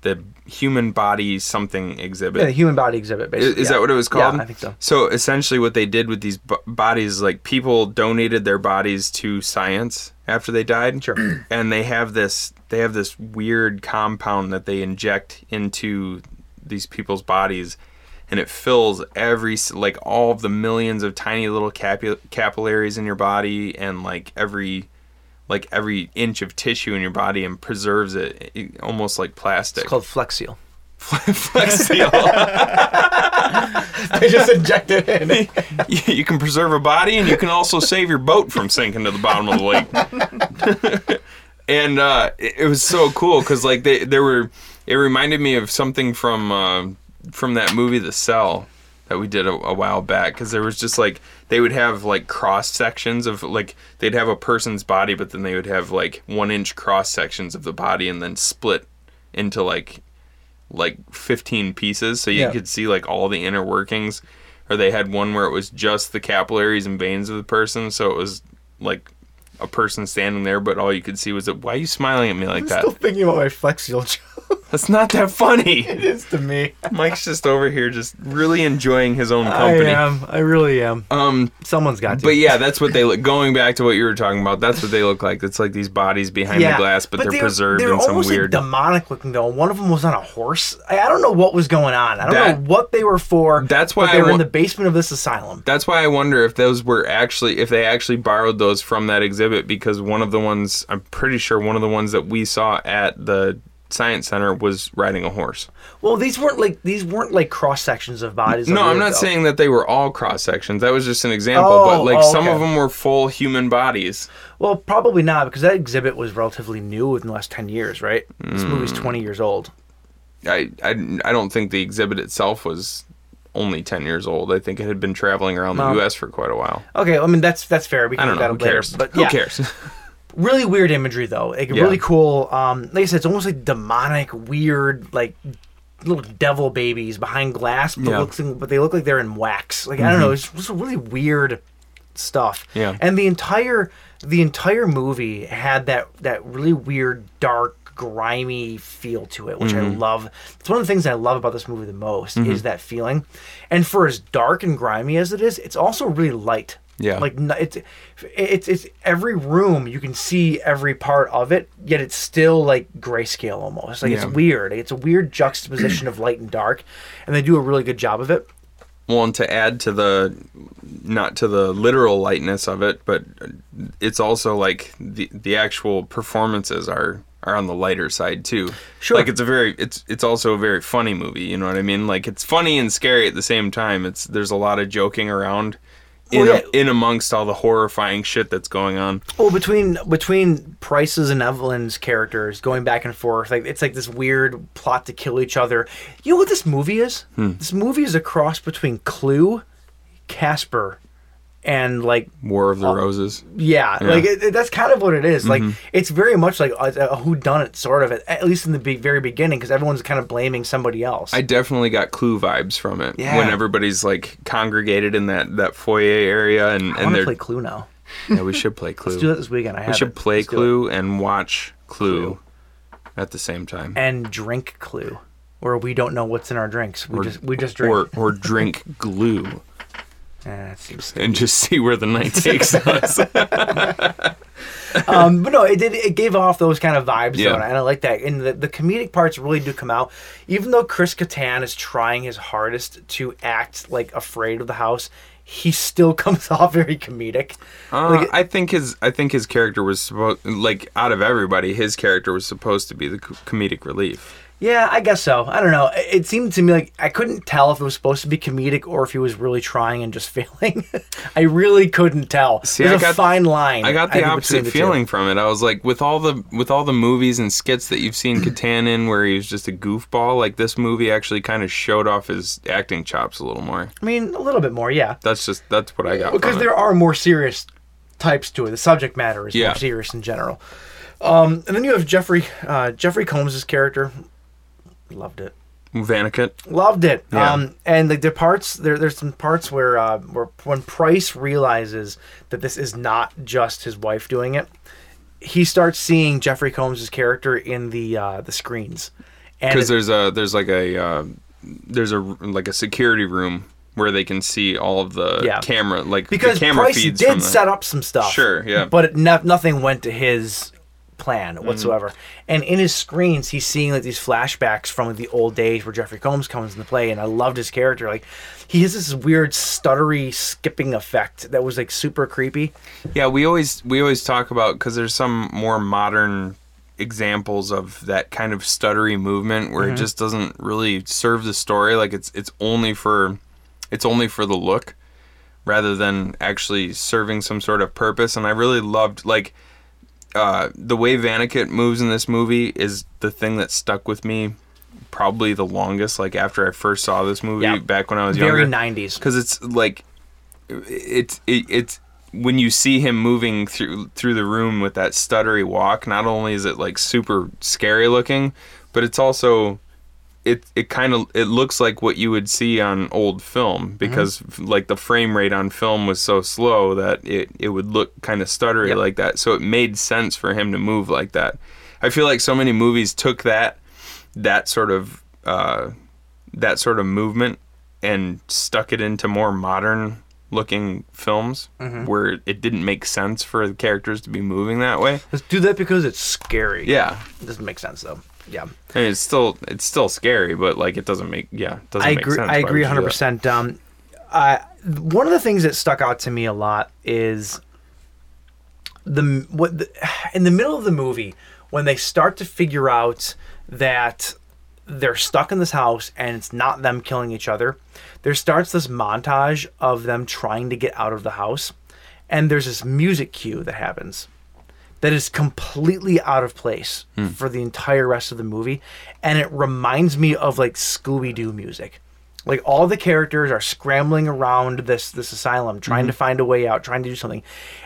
S9: the human body something exhibit.
S8: yeah, the human body exhibit
S9: Is,
S8: basically
S9: is
S8: yeah.
S9: that what it was
S8: Yeah,
S9: called?
S8: i think so
S9: essentially, what they did with these b- bodies, like people donated their bodies to science after they died,
S8: sure.
S9: and they have this they have this weird compound that they inject into these people's bodies, and it fills every s- like all of the millions of tiny little capu- capillaries in your body, and like every like every inch of tissue in your body, and preserves it, it almost like plastic.
S8: it's called flex seal
S9: Flex Seal.
S8: they just injected it in
S9: you, you can preserve a body and you can also save your boat from sinking to the bottom of the lake. and uh, it, it was so cool because like they there were it reminded me of something from uh, from that movie The Cell that we did a, a while back because there was just like they would have like cross sections of like they'd have a person's body but then they would have like one inch cross sections of the body and then split into like like 15 pieces so you
S13: Yeah.
S9: could see like all the inner workings or they had one where it was just the capillaries and veins of the person so it was like a person standing there but all you could see was that why are you smiling at me like that
S8: still thinking about my flex seal joke
S9: that's not that funny
S8: it is to me
S9: mike's just over here just really enjoying his own company
S8: i am i really am
S9: um
S8: someone's got to
S9: but yeah that's what they look going back to what you were talking about that's what they look like it's like these bodies behind the glass but, they're, preserved
S8: they're
S9: in some
S8: almost, like,
S9: weird
S8: demonic looking though. One of them was on a horse. I, I don't know what was going on. I don't
S9: That-
S8: know what they were for.
S9: That's why
S8: but they
S9: I
S8: were in
S9: wa-
S8: the basement of this asylum.
S9: That's why I wonder if those were actually if they actually borrowed those from that exhibit because one of the ones I'm pretty sure one of the ones that we saw at the science center was riding a horse.
S8: Well, these weren't like these weren't like cross sections of bodies.
S9: no,
S8: of
S9: I'm
S8: weird,
S9: not
S8: though.
S9: saying that they were all cross sections. That was just an example,
S8: Oh,
S9: but like
S8: oh,
S9: some of
S8: okay.
S9: them were full human bodies.
S8: Well, probably not because that exhibit was relatively new within the last ten years, right? This movie's
S9: Mm.
S8: twenty years old.
S9: I, I I don't think the exhibit itself was only 10 years old. I think it had been traveling around
S8: Well,
S9: the US for quite a while.
S8: Okay, I mean that's that's fair. We
S9: I
S8: can
S9: don't
S8: do that
S9: know. Who
S8: later.
S9: cares?
S8: But
S9: Who
S8: yeah,
S9: cares?
S8: really weird imagery though. Like
S9: Yeah.
S8: really cool. Um, like I said, it's almost like demonic, weird, like little devil babies behind glass, but
S9: Yeah.
S8: looks but they look like they're in wax. Like I don't know,
S9: Mhm.
S8: it's just really weird stuff.
S9: Yeah.
S8: And the entire the entire movie had that that really weird dark grimy feel to it which i
S9: Mm-hmm.
S13: Mhm.
S8: love it's one of the things i love about this movie the most
S13: Mhm.
S8: is that feeling and for as dark and grimy as it is it's also really light
S13: Yeah.
S8: like n- it's it's it's every room you can see every part of it yet it's still like grayscale almost like it's
S9: Yeah.
S8: weird it's a weird juxtaposition of light and dark and they do a really good job of it
S9: Well, and to add to the, not to the literal lightness of it, but it's also like the the actual performances are are on the lighter side too.
S13: Sure.
S9: Like it's a very it's it's also a very funny movie. You know what I mean? Like it's funny and scary at the same time. It's there's a lot of joking around. In,
S8: Well, Oh, yeah.
S9: in amongst all the horrifying shit that's going on.
S8: Well, between between Price's and Evelyn's characters going back and forth, like it's like this weird plot to kill each other. You know what this movie is?
S9: Hmm.
S8: This movie is a cross between Clue, Casper, and like
S9: War of the
S8: Oh.
S9: Roses.
S8: yeah,
S9: Yeah.
S8: like it, it- that's kind of what it is.
S9: Mhm.
S8: Like it's very much like a, a whodunit sort of, at, at least in the be- very beginning, because everyone's kind of blaming somebody else.
S9: I definitely got clue vibes from it.
S8: Yeah.
S9: When everybody's like congregated in that, that foyer area and, and
S8: I want to
S9: they're
S8: play Clue now.
S9: Yeah, we should play Clue.
S8: Let's do that this weekend. I
S9: we
S8: have
S9: should
S8: it.
S9: play
S8: Let's do
S9: Clue and watch Clue, at the same time.
S8: and drink Clue, where we don't know what's in our drinks. We
S9: Or-
S8: just we just drink.
S9: Or, or drink glue.
S8: Eh, that seems
S9: And just see where the night takes us.
S8: um, but no, it did. It gave off those kind of vibes,
S9: Yeah.
S8: though, and I like that. And the, the comedic parts really do come out, even though Chris Kattan is trying his hardest to act like afraid of the house. He still comes off very comedic.
S9: Uh,
S8: Like,
S9: I think his I think his character was supposed like out of everybody, his character was supposed to be the co- comedic relief.
S8: Yeah, I guess so. I don't know. It- It seemed to me like I couldn't tell if it was supposed to be comedic or if he was really trying and just failing. I really couldn't tell.
S9: See,
S8: There's
S9: I
S8: a
S9: got-
S8: fine line.
S9: I got the
S8: think, between
S9: opposite
S8: the two.
S9: feeling from it. I was like, with all the with all the movies and skits that you've seen Catan in, where he was just a goofball, like this movie actually kind of showed off his acting chops a little more.
S8: I mean, a little bit more, yeah.
S9: That's just that's what I got.
S8: Because
S9: from
S8: there
S9: it.
S8: are more serious types to it. The subject matter is
S9: Yeah.
S8: more serious in general. Um, and then you have Jeffrey uh, Jeffrey Combs' character. Loved it.
S9: Vanikut.
S8: Loved it.
S9: Yeah.
S8: Um, and like the parts there, there's some parts where uh, where when Price realizes that this is not just his wife doing it, he starts seeing Jeffrey Combs' character in the uh, the screens. And
S9: because
S8: it-
S9: there's a there's like a uh, there's a like a security room where they can see all of the
S8: Yeah.
S9: camera like
S8: because
S9: the camera
S8: Price
S9: feeds
S8: did
S9: from the-
S8: set up some stuff.
S9: Sure, yeah. Mm.
S8: But it, no, nothing went to his plan whatsoever. And in his screens, he's seeing like these flashbacks from the old days where Jeffrey Combs comes into play, and I loved his character. Like he has this weird stuttery skipping effect that was like super creepy.
S9: Yeah, we always we always talk about because there's some more modern examples of that kind of stuttery movement where
S13: Mhm.
S9: it just doesn't really serve the story. Like it's it's only for it's only for the look rather than actually serving some sort of purpose. And I really loved like uh, the way Vanikit moves in this movie is the thing that stuck with me probably the longest. Like after I first saw this movie back when I was
S8: Very
S9: younger,
S8: 90s
S9: because it's like it's it, it's when you see him moving through through the room with that stuttery walk not only is it like super scary looking but it's also it it kind of it looks like what you would see on old film because f- like the frame rate on film was so slow that it it would look kind of stuttery like that so it made sense for him to move like that i feel like so many movies took that that sort of uh that sort of movement and stuck it into more modern looking films
S8: Mhm.
S9: where it didn't make sense for the characters to be moving that way.
S8: Let's do that because it's scary.
S9: Yeah.
S8: It doesn't make sense though. Yeah.
S9: I mean, it's still it's still scary, but like it doesn't make yeah, it doesn't
S8: I
S9: make
S8: agree.
S9: sense.
S8: I
S9: Why
S8: agree,
S9: would you do
S8: hundred
S9: that?
S8: percent. Um, uh, one of the things that stuck out to me a lot is the m- what the, in the middle of the movie when they start to figure out that they're stuck in this house and it's not them killing each other. There starts this montage of them trying to get out of the house, and there's this music cue that happens that is completely out of place
S13: Hmm.
S8: for the entire rest of the movie and it reminds me of like scooby-doo music like all the characters are scrambling around this this asylum trying
S9: Hmm.
S8: to
S13: Mhm.
S8: find a way out trying to do something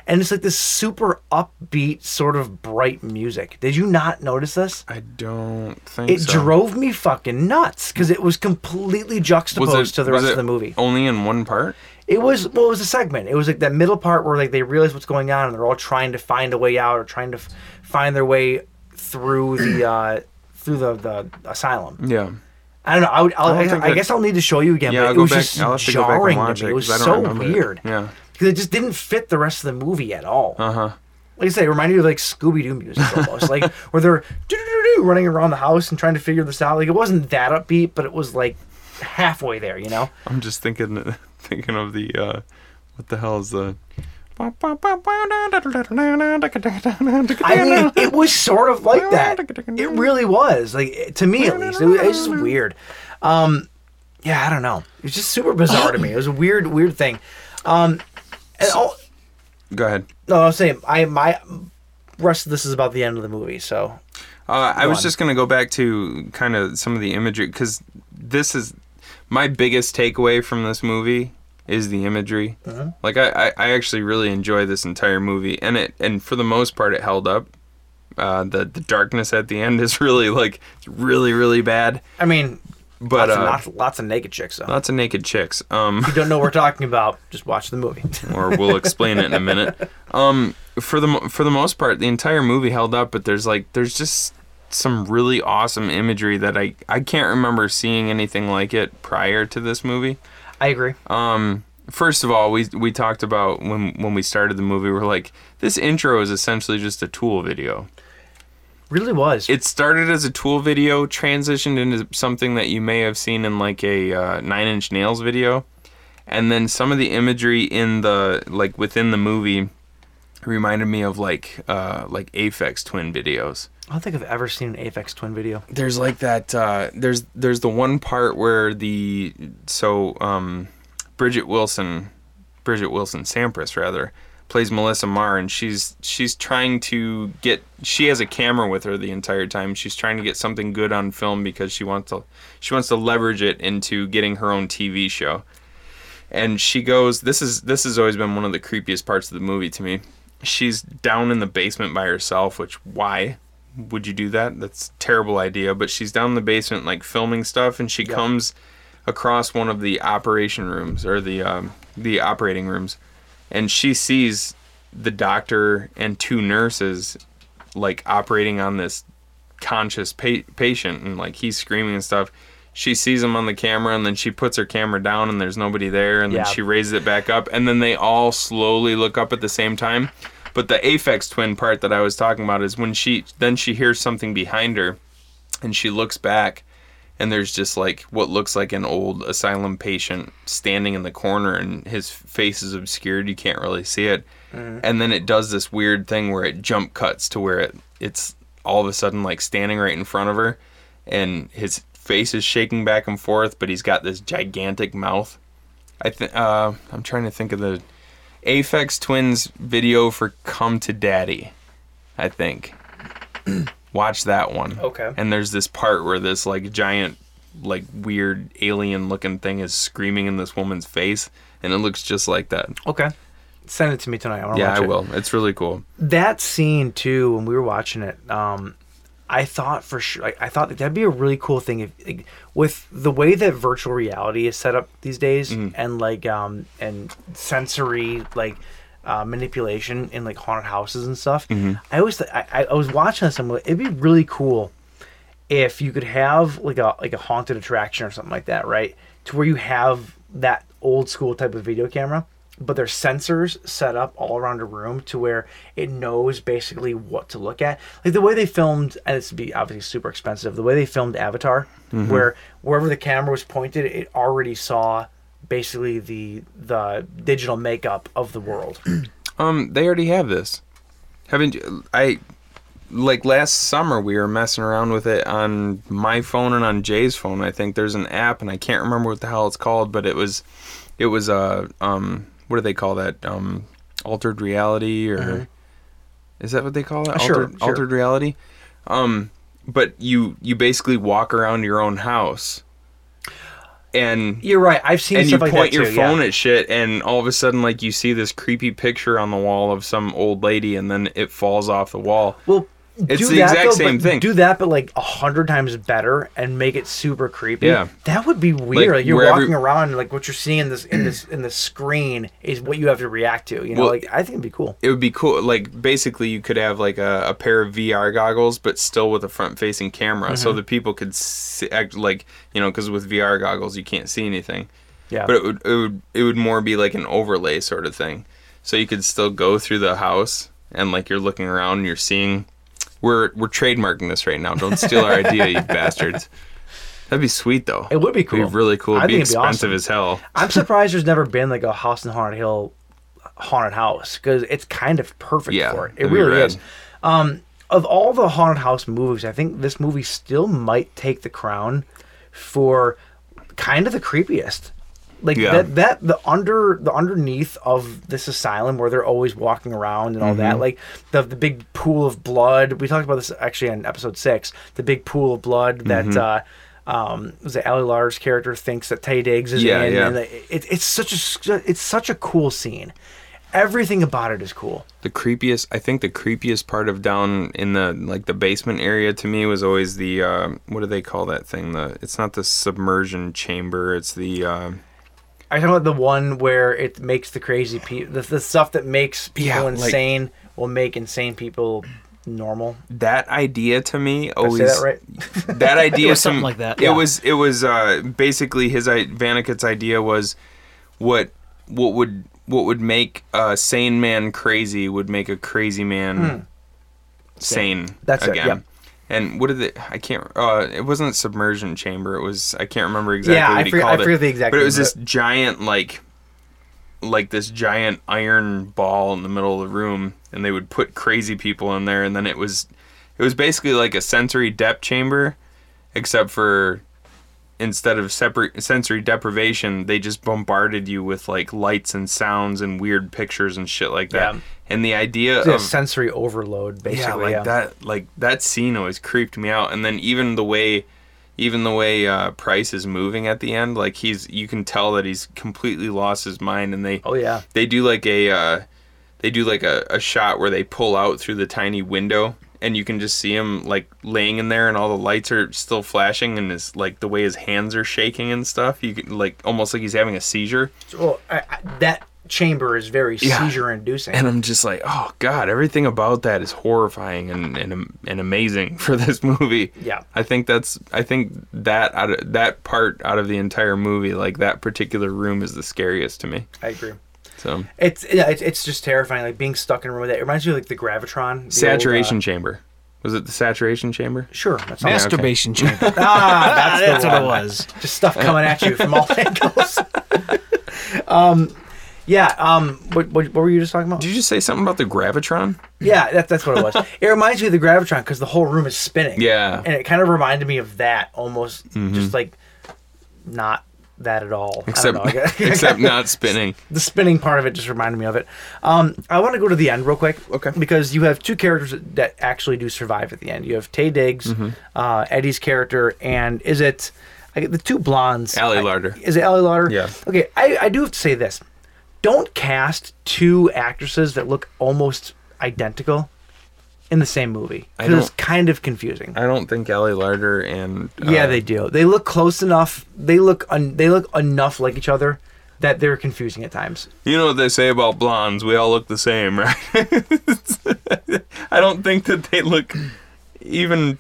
S8: and it's like this super upbeat sort of bright music did you not notice this
S9: i don't think
S8: it
S9: so.
S8: drove me fucking nuts because it was completely juxtaposed
S9: Was it-
S8: to the
S9: was
S8: rest
S9: it
S8: of the movie
S9: Only in one part?
S8: it was well, it was a segment. It was like that middle part where like they realize what's going on and they're all trying to find a way out or trying to f- find their way through the uh, through the, the asylum.
S9: Yeah.
S8: I don't know. I, would, I'll,
S9: I
S8: I,
S9: don't think
S8: I
S9: that-
S8: guess I'll need to show you again.
S9: yeah,
S8: but
S9: I'll
S8: it
S9: go
S8: was
S9: back,
S8: just
S9: I'll have to go back
S8: jarring
S9: and watch it.
S8: to me. It
S9: 'cause
S8: was
S9: I don't
S8: so
S9: remember it.
S8: weird
S9: Yeah.
S8: because it just didn't fit the rest of the movie at all.
S9: Uh huh.
S8: Like I say, it reminded me of like Scooby Doo music almost, like where they're doo-doo-doo-doo running around the house and trying to figure this out. Like it wasn't that upbeat, but it was like halfway there. You know.
S9: I'm just thinking thinking of the uh what the hell is the
S8: I mean, it was sort of like that. It really was, like to me at least. It was, it was just weird. Um, yeah, I don't know. It was just super bizarre to me. It was a weird, weird thing. Um, and all,
S9: Go ahead.
S8: no, I was saying I my rest of this is about the end of the movie. So
S9: Uh, I was
S8: One.
S9: just going to go back to kind of some of the imagery because this is my biggest takeaway from this movie is the imagery.
S13: Mhm.
S9: Like I, I, I actually really enjoy this entire movie, and it and for the most part it held up. Uh, the the darkness at the end is really like it's really really bad.
S8: I mean,
S9: but
S8: lots, of,
S9: uh,
S8: lots, lots of naked chicks though.
S9: lots of naked chicks. Um,
S8: If you don't know what we're talking about, just watch the movie.
S9: or we'll explain it in a minute. Um, for the mo- for the most part, the entire movie held up, but there's like there's just some really awesome imagery that I I can't remember seeing anything like it prior to this movie.
S8: I agree.
S9: Um, first of all, we we talked about when when we started the movie, we're like, this intro is essentially just a tool video.
S8: Really was.
S9: It started as a tool video, transitioned into something that you may have seen in like a uh, Nine Inch Nails video, and then some of the imagery in the like within the movie reminded me of like uh, like Aphex Twin videos.
S8: I don't think I've ever seen an Aphex Twin video.
S9: There's like that. Uh, there's there's the one part where the so um, Bridget Wilson, Bridget Wilson Sampras rather plays Melissa Marr, and she's she's trying to get. She has a camera with her the entire time. She's trying to get something good on film because she wants to she wants to leverage it into getting her own TV show. And she goes. This is this has always been one of the creepiest parts of the movie to me. She's down in the basement by herself, which why? would you do that? That's a terrible idea. But she's down in the basement, like filming stuff, and she comes across one of the operation rooms or the um, the operating rooms, and she sees the doctor and two nurses like operating on this conscious pa- patient, and like he's screaming and stuff. She sees him on the camera, and then she puts her camera down, and there's nobody there, and
S13: Yeah.
S9: then she raises it back up, and then they all slowly look up at the same time. But the Aphex twin part that I was talking about is when she then she hears something behind her, and she looks back, and there's just like what looks like an old asylum patient standing in the corner, and his face is obscured. You can't really see it.
S13: Mhm.
S9: And then it does this weird thing where it jump cuts to where it it's all of a sudden like standing right in front of her, and his face is shaking back and forth, but he's got this gigantic mouth. I think uh, I'm trying to think of the Aphex Twins video for "Come to Daddy." I think. Watch that one.
S8: Okay.
S9: And there's this part where this like giant, like weird alien looking thing is screaming in this woman's face, and it looks just like that.
S8: Okay. Send it to me tonight. I wanna
S9: yeah,
S8: watch
S9: I
S8: it.
S9: will. It's really cool.
S8: That scene too, when we were watching it, um, I thought for sure. I, I thought that that'd be a really cool thing if, like, with the way that virtual reality is set up these days, and like um, and sensory like uh, manipulation in like haunted houses and stuff.
S13: Mhm.
S8: I always th- I, I- I was watching this. I'm like, it'd be really cool if you could have like a like a haunted attraction or something like that, right? To where you have that old school type of video camera, but there's sensors set up all around a room to where it knows basically what to look at. Like the way they filmed, and it's be obviously super expensive. The way they filmed Avatar,
S9: Mm-hmm.
S13: Mhm.
S8: where wherever the camera was pointed, it already saw basically the the digital makeup of the world.
S9: Um, they already have this. Haven't you- I? Like last summer, we were messing around with it on my phone and on Jay's phone. I think there's an app, and I can't remember what the hell it's called, but it was, it was uh, um, what do they call that? Um, altered reality or.
S13: Mhm.
S9: Is that what they call it?
S13: Uh, sure,
S9: altered,
S13: sure.
S9: altered reality. Um, but you you basically walk around your own house, and
S8: you're right. I've seen
S9: and
S8: stuff
S9: you
S8: like
S9: point
S8: that
S9: your
S8: too, yeah.
S9: phone at shit, and all of a sudden, like you see this creepy picture on the wall of some old lady, and then it falls off the wall.
S8: Well,
S9: it's
S8: do
S9: the
S8: that,
S9: exact
S8: though,
S9: same
S8: but
S9: thing.
S8: Do that, but like a hundred times better, and make it super creepy.
S9: Yeah.
S8: that would be weird. Like,
S9: Like,
S8: you're
S9: where every-
S8: walking around, and like what you're seeing in this in this in the screen is what you have to react to. You know,
S9: Well,
S8: like I think it'd be cool.
S9: It would be cool. Like basically, you could have like a, a pair of VR goggles, but still with a front-facing camera, so
S8: Mhm.
S9: the people could see, act like you know, because with VR goggles you can't see anything.
S8: Yeah.
S9: But it would it would it would more be like an overlay sort of thing, so you could still go through the house and like you're looking around, and you're seeing. We're we're trademarking this right now. Don't steal our idea, you bastards. That'd be sweet though. It
S8: would be cool.
S9: It'd be really cool.
S8: I
S9: It'd be
S8: think it'd be
S9: expensive
S8: awesome.
S9: as hell.
S8: I'm surprised there's never been like a House in Haunted Hill haunted house because it's kind of perfect
S9: Yeah,
S8: for it. It
S9: that'd be
S8: really
S9: rad.
S8: is. Um, of all the haunted house movies, I think this movie still might take the crown for kind of the creepiest. Like
S13: Yeah.
S8: that, that the under the underneath of this asylum where they're always walking around and all that,
S9: Mm-hmm.
S13: Mhm.
S8: like the the big pool of blood. We talked about this actually in episode six. The big pool of blood that
S9: Mm-hmm.
S13: Mhm.
S8: uh, um, was it Ali Lars character thinks that Tay Diggs is
S13: Yeah,
S8: in.
S13: yeah.
S8: And the- it, it's such a s- it's such a cool scene. Everything about it is cool.
S9: The creepiest, I think the creepiest part of down in the like the basement area to me was always the uh, what do they call that thing? The it's not the submersion chamber. It's the uh,
S8: Are you talking about the one where it makes the crazy people, the, the stuff that makes people
S9: Yeah, like-
S8: insane will make insane people normal?
S9: that idea to me
S8: I
S9: always
S8: say that right?
S9: that idea
S8: It was something
S9: to-
S8: like that,
S9: It
S8: yeah.
S9: was it was uh, basically his i- Vanekut's idea was what what would what would make a sane man crazy would make a crazy man
S8: Hmm.
S9: sane.
S8: That's it,
S9: again.
S8: yeah.
S9: And what did it? I can't. Uh, it wasn't submersion chamber. It was. I can't remember exactly.
S8: Yeah, I
S9: what he
S8: forget- I
S9: called
S8: forget
S9: it,
S8: the exact
S9: But it
S8: name
S9: was
S8: of
S9: this giant like, like this giant iron ball in the middle of the room, and they would put crazy people in there, and then it was, it was basically like a sensory depth chamber, except for instead of separate sensory deprivation, they just bombarded you with like lights and sounds and weird pictures and shit like that.
S8: Yeah.
S9: And the idea
S8: It's a
S9: of
S8: sensory overload, basically.
S9: Um, yeah, like that, like that scene always creeped me out. And then even the way, even the way uh, Price is moving at the end, like he's, you can tell that he's completely lost his mind. And they,
S8: Oh yeah.
S9: they do like a, uh, they do like a, a shot where they pull out through the tiny window, and you can just see him like laying in there, and all the lights are still flashing, and his like the way his hands are shaking and stuff. You can like almost like he's having a seizure.
S8: Well, I, I, that chamber is very
S9: Yeah.
S8: seizure inducing.
S9: And I'm just like, oh god, everything about that is horrifying and and, am- and amazing for this movie.
S8: Yeah.
S9: I think that's I think that out of that part out of the entire movie, like that particular room is the scariest to me.
S8: I agree.
S9: So
S8: It's yeah, it's, it's just terrifying. Like being stuck in a room with that. It reminds me of like the gravitron. the old, uh,
S9: saturation chamber. Was it the saturation chamber?
S8: Sure. That sounds-
S10: Masturbation chamber.
S8: Oh, ah, that's,
S10: That's
S8: the
S10: what it
S8: one.
S10: was.
S8: Just stuff coming at you from all angles. um, yeah. Um, what, what, what were you just talking about?
S9: Did you just say something about the gravitron?
S8: Yeah, that, that's what it was. it reminds me of the gravitron because the whole room is spinning.
S9: Yeah.
S8: and it kind of reminded me of that almost,
S9: Mhm.
S8: just like not that at all. I don't
S9: Except
S8: know. I got-
S9: except not spinning.
S8: the spinning part of it just reminded me of it. Um, I want to go to the end real quick, okay? Because you have two characters that actually do survive at the end. You have Tay Diggs,
S9: Mhm.
S8: uh, Eddie's character, and is it I get the two blondes?
S9: Allie
S8: I-
S9: Larder.
S8: is it Ellie Lauder?
S9: Yeah.
S8: Okay, I, I do have to say this: don't cast two actresses that look almost identical in the same movie.
S9: I
S8: 'Cause It's
S9: don't-
S8: kind of confusing.
S9: I don't think Ellie Larder and uh,
S8: yeah, they do. They look close enough. They look un- they look enough like each other that they're confusing at times.
S9: You know what they say about blondes, we all look the same, right? I don't think that they look even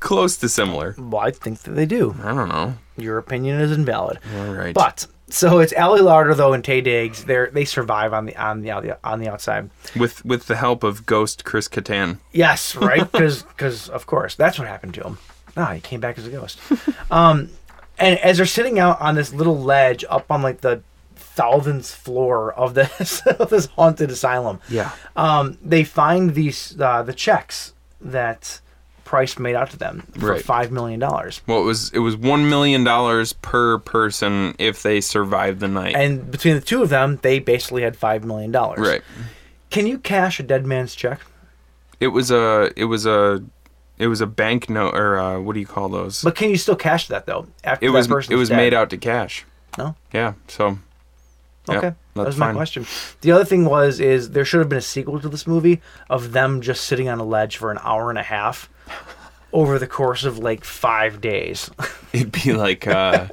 S9: close to similar.
S8: Well, I think that they do.
S9: I don't know.
S8: Your opinion is invalid.
S9: All right.
S8: But so it's Allie Larder though and Tay Diggs. They are they survive on the on the- on the on the outside.
S9: with with the help of ghost Chris Kattan.
S8: Yes, right? Because of course that's what happened to him. Ah, he came back as a ghost. um, and as they're sitting out on this little ledge up on like the thousandth floor of this of this haunted asylum,
S9: Yeah.
S10: Uh,
S8: um, they find these uh, the checks that Price made out to them for
S9: Right.
S8: five million dollars.
S9: Well, it was it was 1 million dollars per person if they survived the night.
S8: And between the two of them, they basically had five million dollars.
S9: right.
S8: Can you cash a dead man's check?
S9: It was a it was a it was a bank note or uh, what do you call those?
S8: But can you still cash that though? After
S9: it
S8: that
S9: was
S8: person's
S9: it was
S8: dead?
S9: made out to cash.
S8: No.
S9: Yeah, so yeah,
S8: Okay, that
S9: that's
S8: was my
S9: fine.
S8: question. The other thing was is there should have been a sequel to this movie of them just sitting on a ledge for an hour and a half over the course of like five days.
S9: It'd be like uh,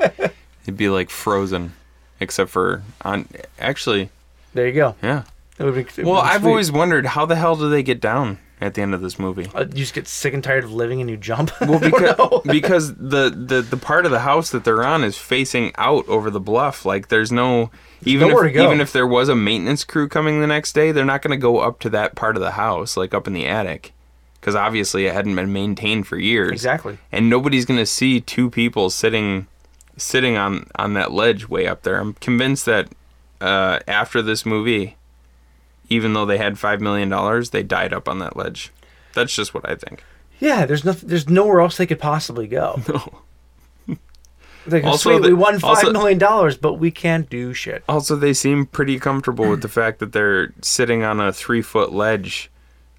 S9: it'd be like Frozen, except for on actually.
S8: there you go.
S9: Yeah.
S8: It would've been- it would've
S9: Well,
S8: been
S9: I've
S8: sweet.
S9: always wondered how the hell do they get down at the end of this movie?
S8: Uh, you just get sick and tired of living and you jump.
S9: Well, because because the, the the part of the house that they're on is facing out over the bluff. Like there's no even
S8: nowhere
S9: if,
S8: to go.
S9: even if there was a maintenance crew coming the next day, they're not going to go up to that part of the house, like up in the attic, because obviously it hadn't been maintained for years.
S8: Exactly.
S9: And nobody's going to see two people sitting sitting on on that ledge way up there. I'm convinced that uh, after this movie, even though they had five million dollars, they died up on that ledge. That's just what I think.
S8: yeah, there's nothing. There's nowhere else they could possibly go.
S9: No.
S8: Like,
S9: Also
S8: sweet, we
S9: the-
S8: won five
S9: also-
S8: million dollars, but we can't do shit.
S9: Also, they seem pretty comfortable with the fact that they're sitting on a three foot ledge,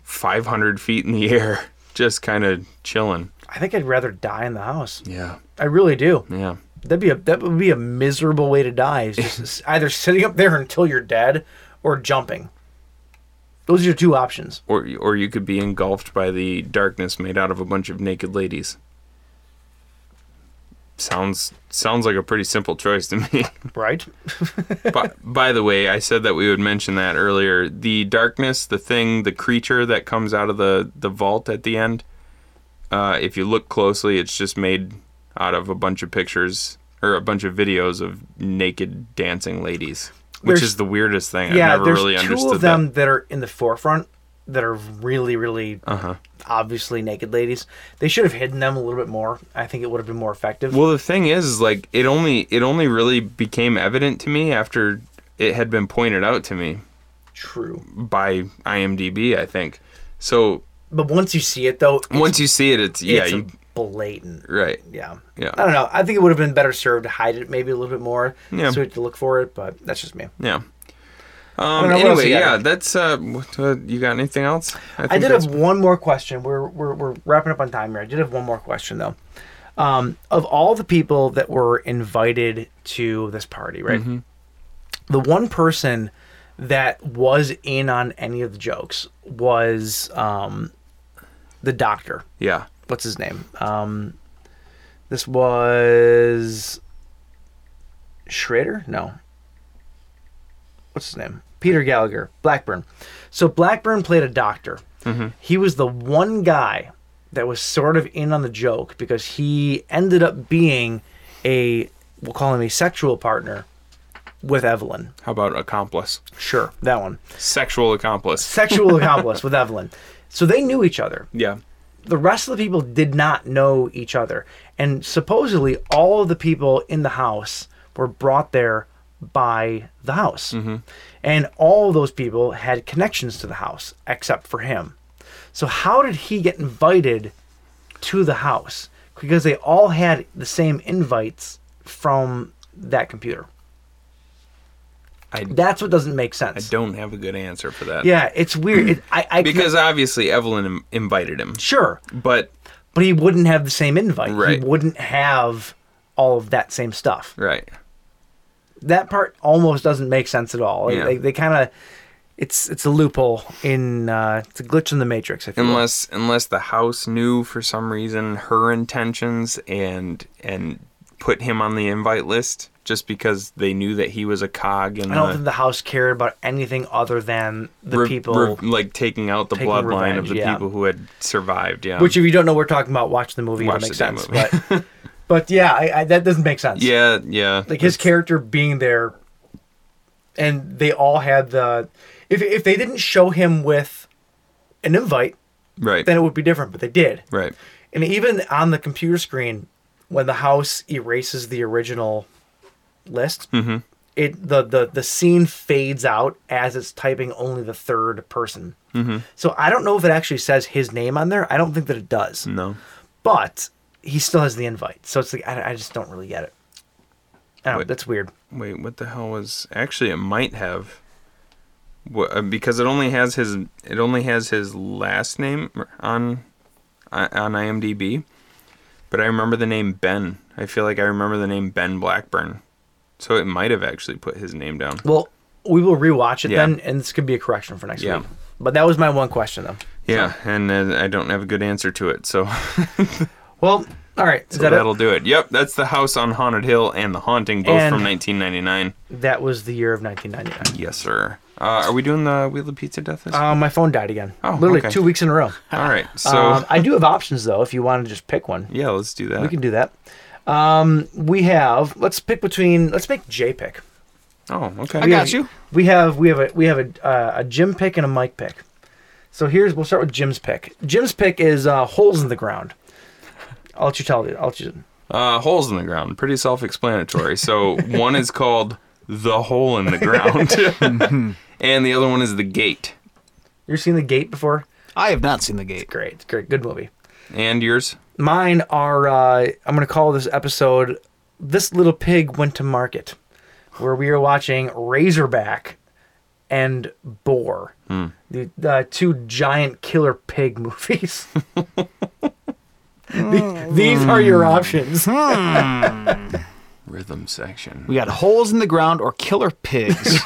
S9: 500 feet in the air, just kind of chilling.
S8: I think I'd rather die in the house.
S9: Yeah.
S8: I really do.
S9: Yeah.
S8: That'd be a that would be a miserable way to die. Is just s- either sitting up there until you're dead or jumping. Those are your two options.
S9: Or, or you could be engulfed by the darkness made out of a bunch of naked ladies. Sounds sounds like a pretty simple choice to me.
S8: Right?
S9: by, by the way, I said that we would mention that earlier. The darkness, the thing, the creature that comes out of the, the vault at the end. Uh, if you look closely, it's just made out of a bunch of pictures or a bunch of videos of naked dancing ladies, which
S8: There's-
S9: is the weirdest thing.
S8: yeah,
S9: I've never
S8: there's
S9: really
S8: two
S9: understood
S8: of them that. are in the forefront that are really, really
S9: Uh-huh.
S8: obviously naked ladies. They should have hidden them a little bit more. I think it would have been more effective.
S9: Well, the thing is, is like it only it only really became evident to me after it had been pointed out to me.
S8: True.
S9: By IMDb, I think. So
S8: but once you see it, though,
S9: once you see it, it's yeah,
S8: it's
S9: you,
S8: blatant.
S9: right,
S8: yeah,
S9: yeah.
S8: I don't know. I think it would have been better served to hide it maybe a little bit more.
S9: Yeah.
S8: So we have to look for it, but that's just me.
S9: Yeah.
S8: I
S9: Um,
S8: don't know, what else
S9: anyway,
S8: you got?
S9: yeah, that's uh, what, uh, you got anything else? think
S8: I, did
S9: that's-
S8: have one more question. We're, we're we're wrapping up on time here. I did have one more question though. Um, of all the people that were invited to this party, right?
S9: Mhm.
S8: The one person that was in on any of the jokes was um, the doctor.
S9: Yeah.
S8: What's his name? Um, this was Schrader? No. What's his name? Peter Gallagher, Blackburn. So Blackburn played a doctor.
S13: Mhm.
S8: He was the one guy that was sort of in on the joke because he ended up being a we'll call him a sexual partner with Evelyn.
S9: How about accomplice?
S8: Sure, that one.
S9: Sexual accomplice.
S8: Sexual accomplice with Evelyn. So they knew each other
S9: Yeah.
S8: the rest of the people did not know each other. And supposedly, all of the people in the house were brought there by the house.
S9: Mm-hmm.
S8: And all those people had connections to the house, except for him. So, how did he get invited to the house? Because they all had the same invites from that computer.
S9: I,
S8: That's what doesn't make
S9: I
S8: sense.
S9: don't have a good answer for that.
S8: Yeah, it's weird. It, I, I
S9: because obviously Evelyn Im- invited him.
S8: Sure.
S9: But
S8: but he wouldn't have the same invite.
S9: Right.
S8: He wouldn't have all of that same stuff.
S9: right.
S8: That part almost doesn't make sense at all. Like,
S9: Yeah.
S8: They, they kind of it's it's a loophole in uh, it's a glitch in the matrix. If you will.
S9: Unless unless the house knew for some reason her intentions and and put him on the invite list just because they knew that he was a cog in
S8: I don't
S9: the
S8: think the house cared about anything other than the
S9: uh, re-
S8: people.
S9: re- like taking out the
S8: taking
S9: bloodline of
S8: revenge,
S9: the
S8: yeah.
S9: people who had survived. Yeah.
S8: Which, if you don't know, what we're talking about. Watch the movie;
S9: Watch
S8: it makes
S9: the damn
S8: sense.
S9: movie.
S8: But, but yeah, I, I, that doesn't make sense.
S9: yeah, yeah.
S8: like his character being there and they all had the if if they didn't show him with an invite
S9: Right.
S8: then it would be different but they did
S9: Right.
S8: and even on the computer screen when the house erases the original list
S9: Mhm.
S8: it the, the the scene fades out as it's typing only the third person
S9: Mhm.
S8: so i don't know if it actually says his name on there i don't think that it does
S9: No.
S8: but he still has the invite so it's like i, I just don't really get it I don't know,
S9: Wait.
S8: that's weird
S9: Wait, what the hell was? Actually, it might have. Wha- uh, Because it only has his it only has his last name on uh, on IMDb, but I remember the name Ben. I feel like I remember the name Ben Blackburn, so it might have actually put his name down.
S8: Well, we will rewatch it
S9: Yeah.
S8: then, and this could be a correction for next
S9: Yeah.
S8: week. But that was my one question, though.
S9: Yeah, and uh, I don't have a good answer to it, so
S8: Well, all right, is
S9: so
S8: that it?
S9: that'll do it. Yep, that's the house on Haunted Hill and the Haunting, both
S8: And-
S9: from 1999.
S8: That was the year of 1999.
S9: Yes, sir. Uh, are we doing the Wheel of Pizza Death? This
S8: Uh, my phone died again.
S9: Oh,
S8: literally
S9: okay.
S8: two weeks in a row.
S9: All right, so
S8: Um, I do have options though. If you want to just pick one,
S9: yeah, let's do that.
S8: we can do that. Um, we have. Let's pick between. Let's make J pick.
S9: Oh, okay.
S8: We have- We have we have a we have a uh, a Jim pick and a Mike pick. So here's we'll start with Jim's pick. Jim's pick is uh, holes in the ground. I'll let you tell it. I'll let you.
S9: Uh, holes in the ground. Pretty self-explanatory. So one is called the hole in the ground, and the other one is the gate.
S8: You've seen the gate before?
S10: I have not seen the gate.
S8: great. It's great. Good movie.
S9: And yours?
S8: Mine are, uh, I'm going to call this episode This Little Pig Went to Market, where we are watching Razorback and Boar,
S9: Hmm.
S8: the uh, two giant killer pig movies. The- These are your options.
S10: Hmm.
S9: Rhythm section.
S10: We got holes in the ground or killer pigs.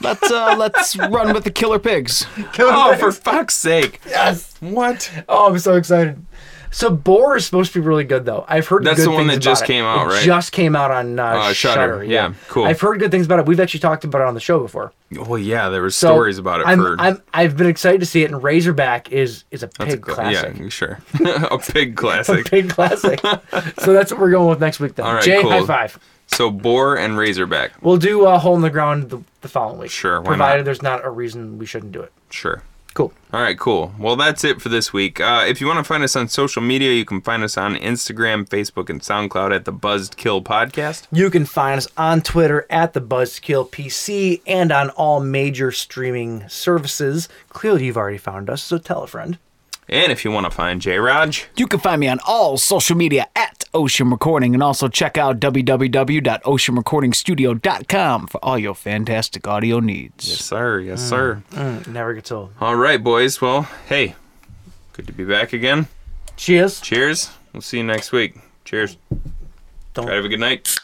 S10: Let's uh, let's run with the killer pigs.
S8: Killer
S10: oh,
S8: pigs.
S10: for
S9: fuck's sake!
S8: Yes.
S9: What?
S8: Oh, I'm so excited. So Boar is supposed to be really good though. I've heard
S9: That's
S8: good
S9: the one
S8: things
S9: that just
S8: about it.
S9: came out,
S8: It
S9: right?
S8: Just came out on uh,
S9: Uh, Shudder.
S8: Shutter.
S9: Yeah, cool.
S8: I've heard good things about it. We've actually talked about it on the show before.
S9: Well, yeah, there were
S8: So,
S9: stories about it
S8: I'm,
S9: for.
S8: I'm, I've been excited to see it, and Razorback is is a
S9: that's a
S8: pig
S9: cla-
S8: classic.
S9: Yeah, sure. a pig classic.
S8: Pig classic. so that's what we're going with next week then.
S9: All right,
S8: Jay,
S9: cool.
S8: high five.
S9: So boar and razorback.
S8: We'll do a hole in the ground the, the following week.
S9: Sure, why not?
S8: provided there's not a reason we shouldn't do it.
S9: Sure.
S8: Cool.
S9: All right, cool. Well, that's it for this week. Uh, if you want to find us on social media, you can find us on Instagram, Facebook, and SoundCloud at the Buzzed Kill Podcast.
S8: You can find us on Twitter at the Buzzkill PC and on all major streaming services. Clearly, you've already found us, so tell a friend.
S9: And if you want to find J Raj,
S10: You can find me on all social media at Ocean Recording and also check out www.oceanrecordingstudio.com for all your fantastic audio needs. Yes,
S9: sir. Yes, sir.
S8: Mm, never gets old.
S9: All right, boys. Well, hey, good to be back again.
S8: Cheers.
S9: Cheers. We'll see you next week. Cheers.
S8: Don't
S9: have a good night.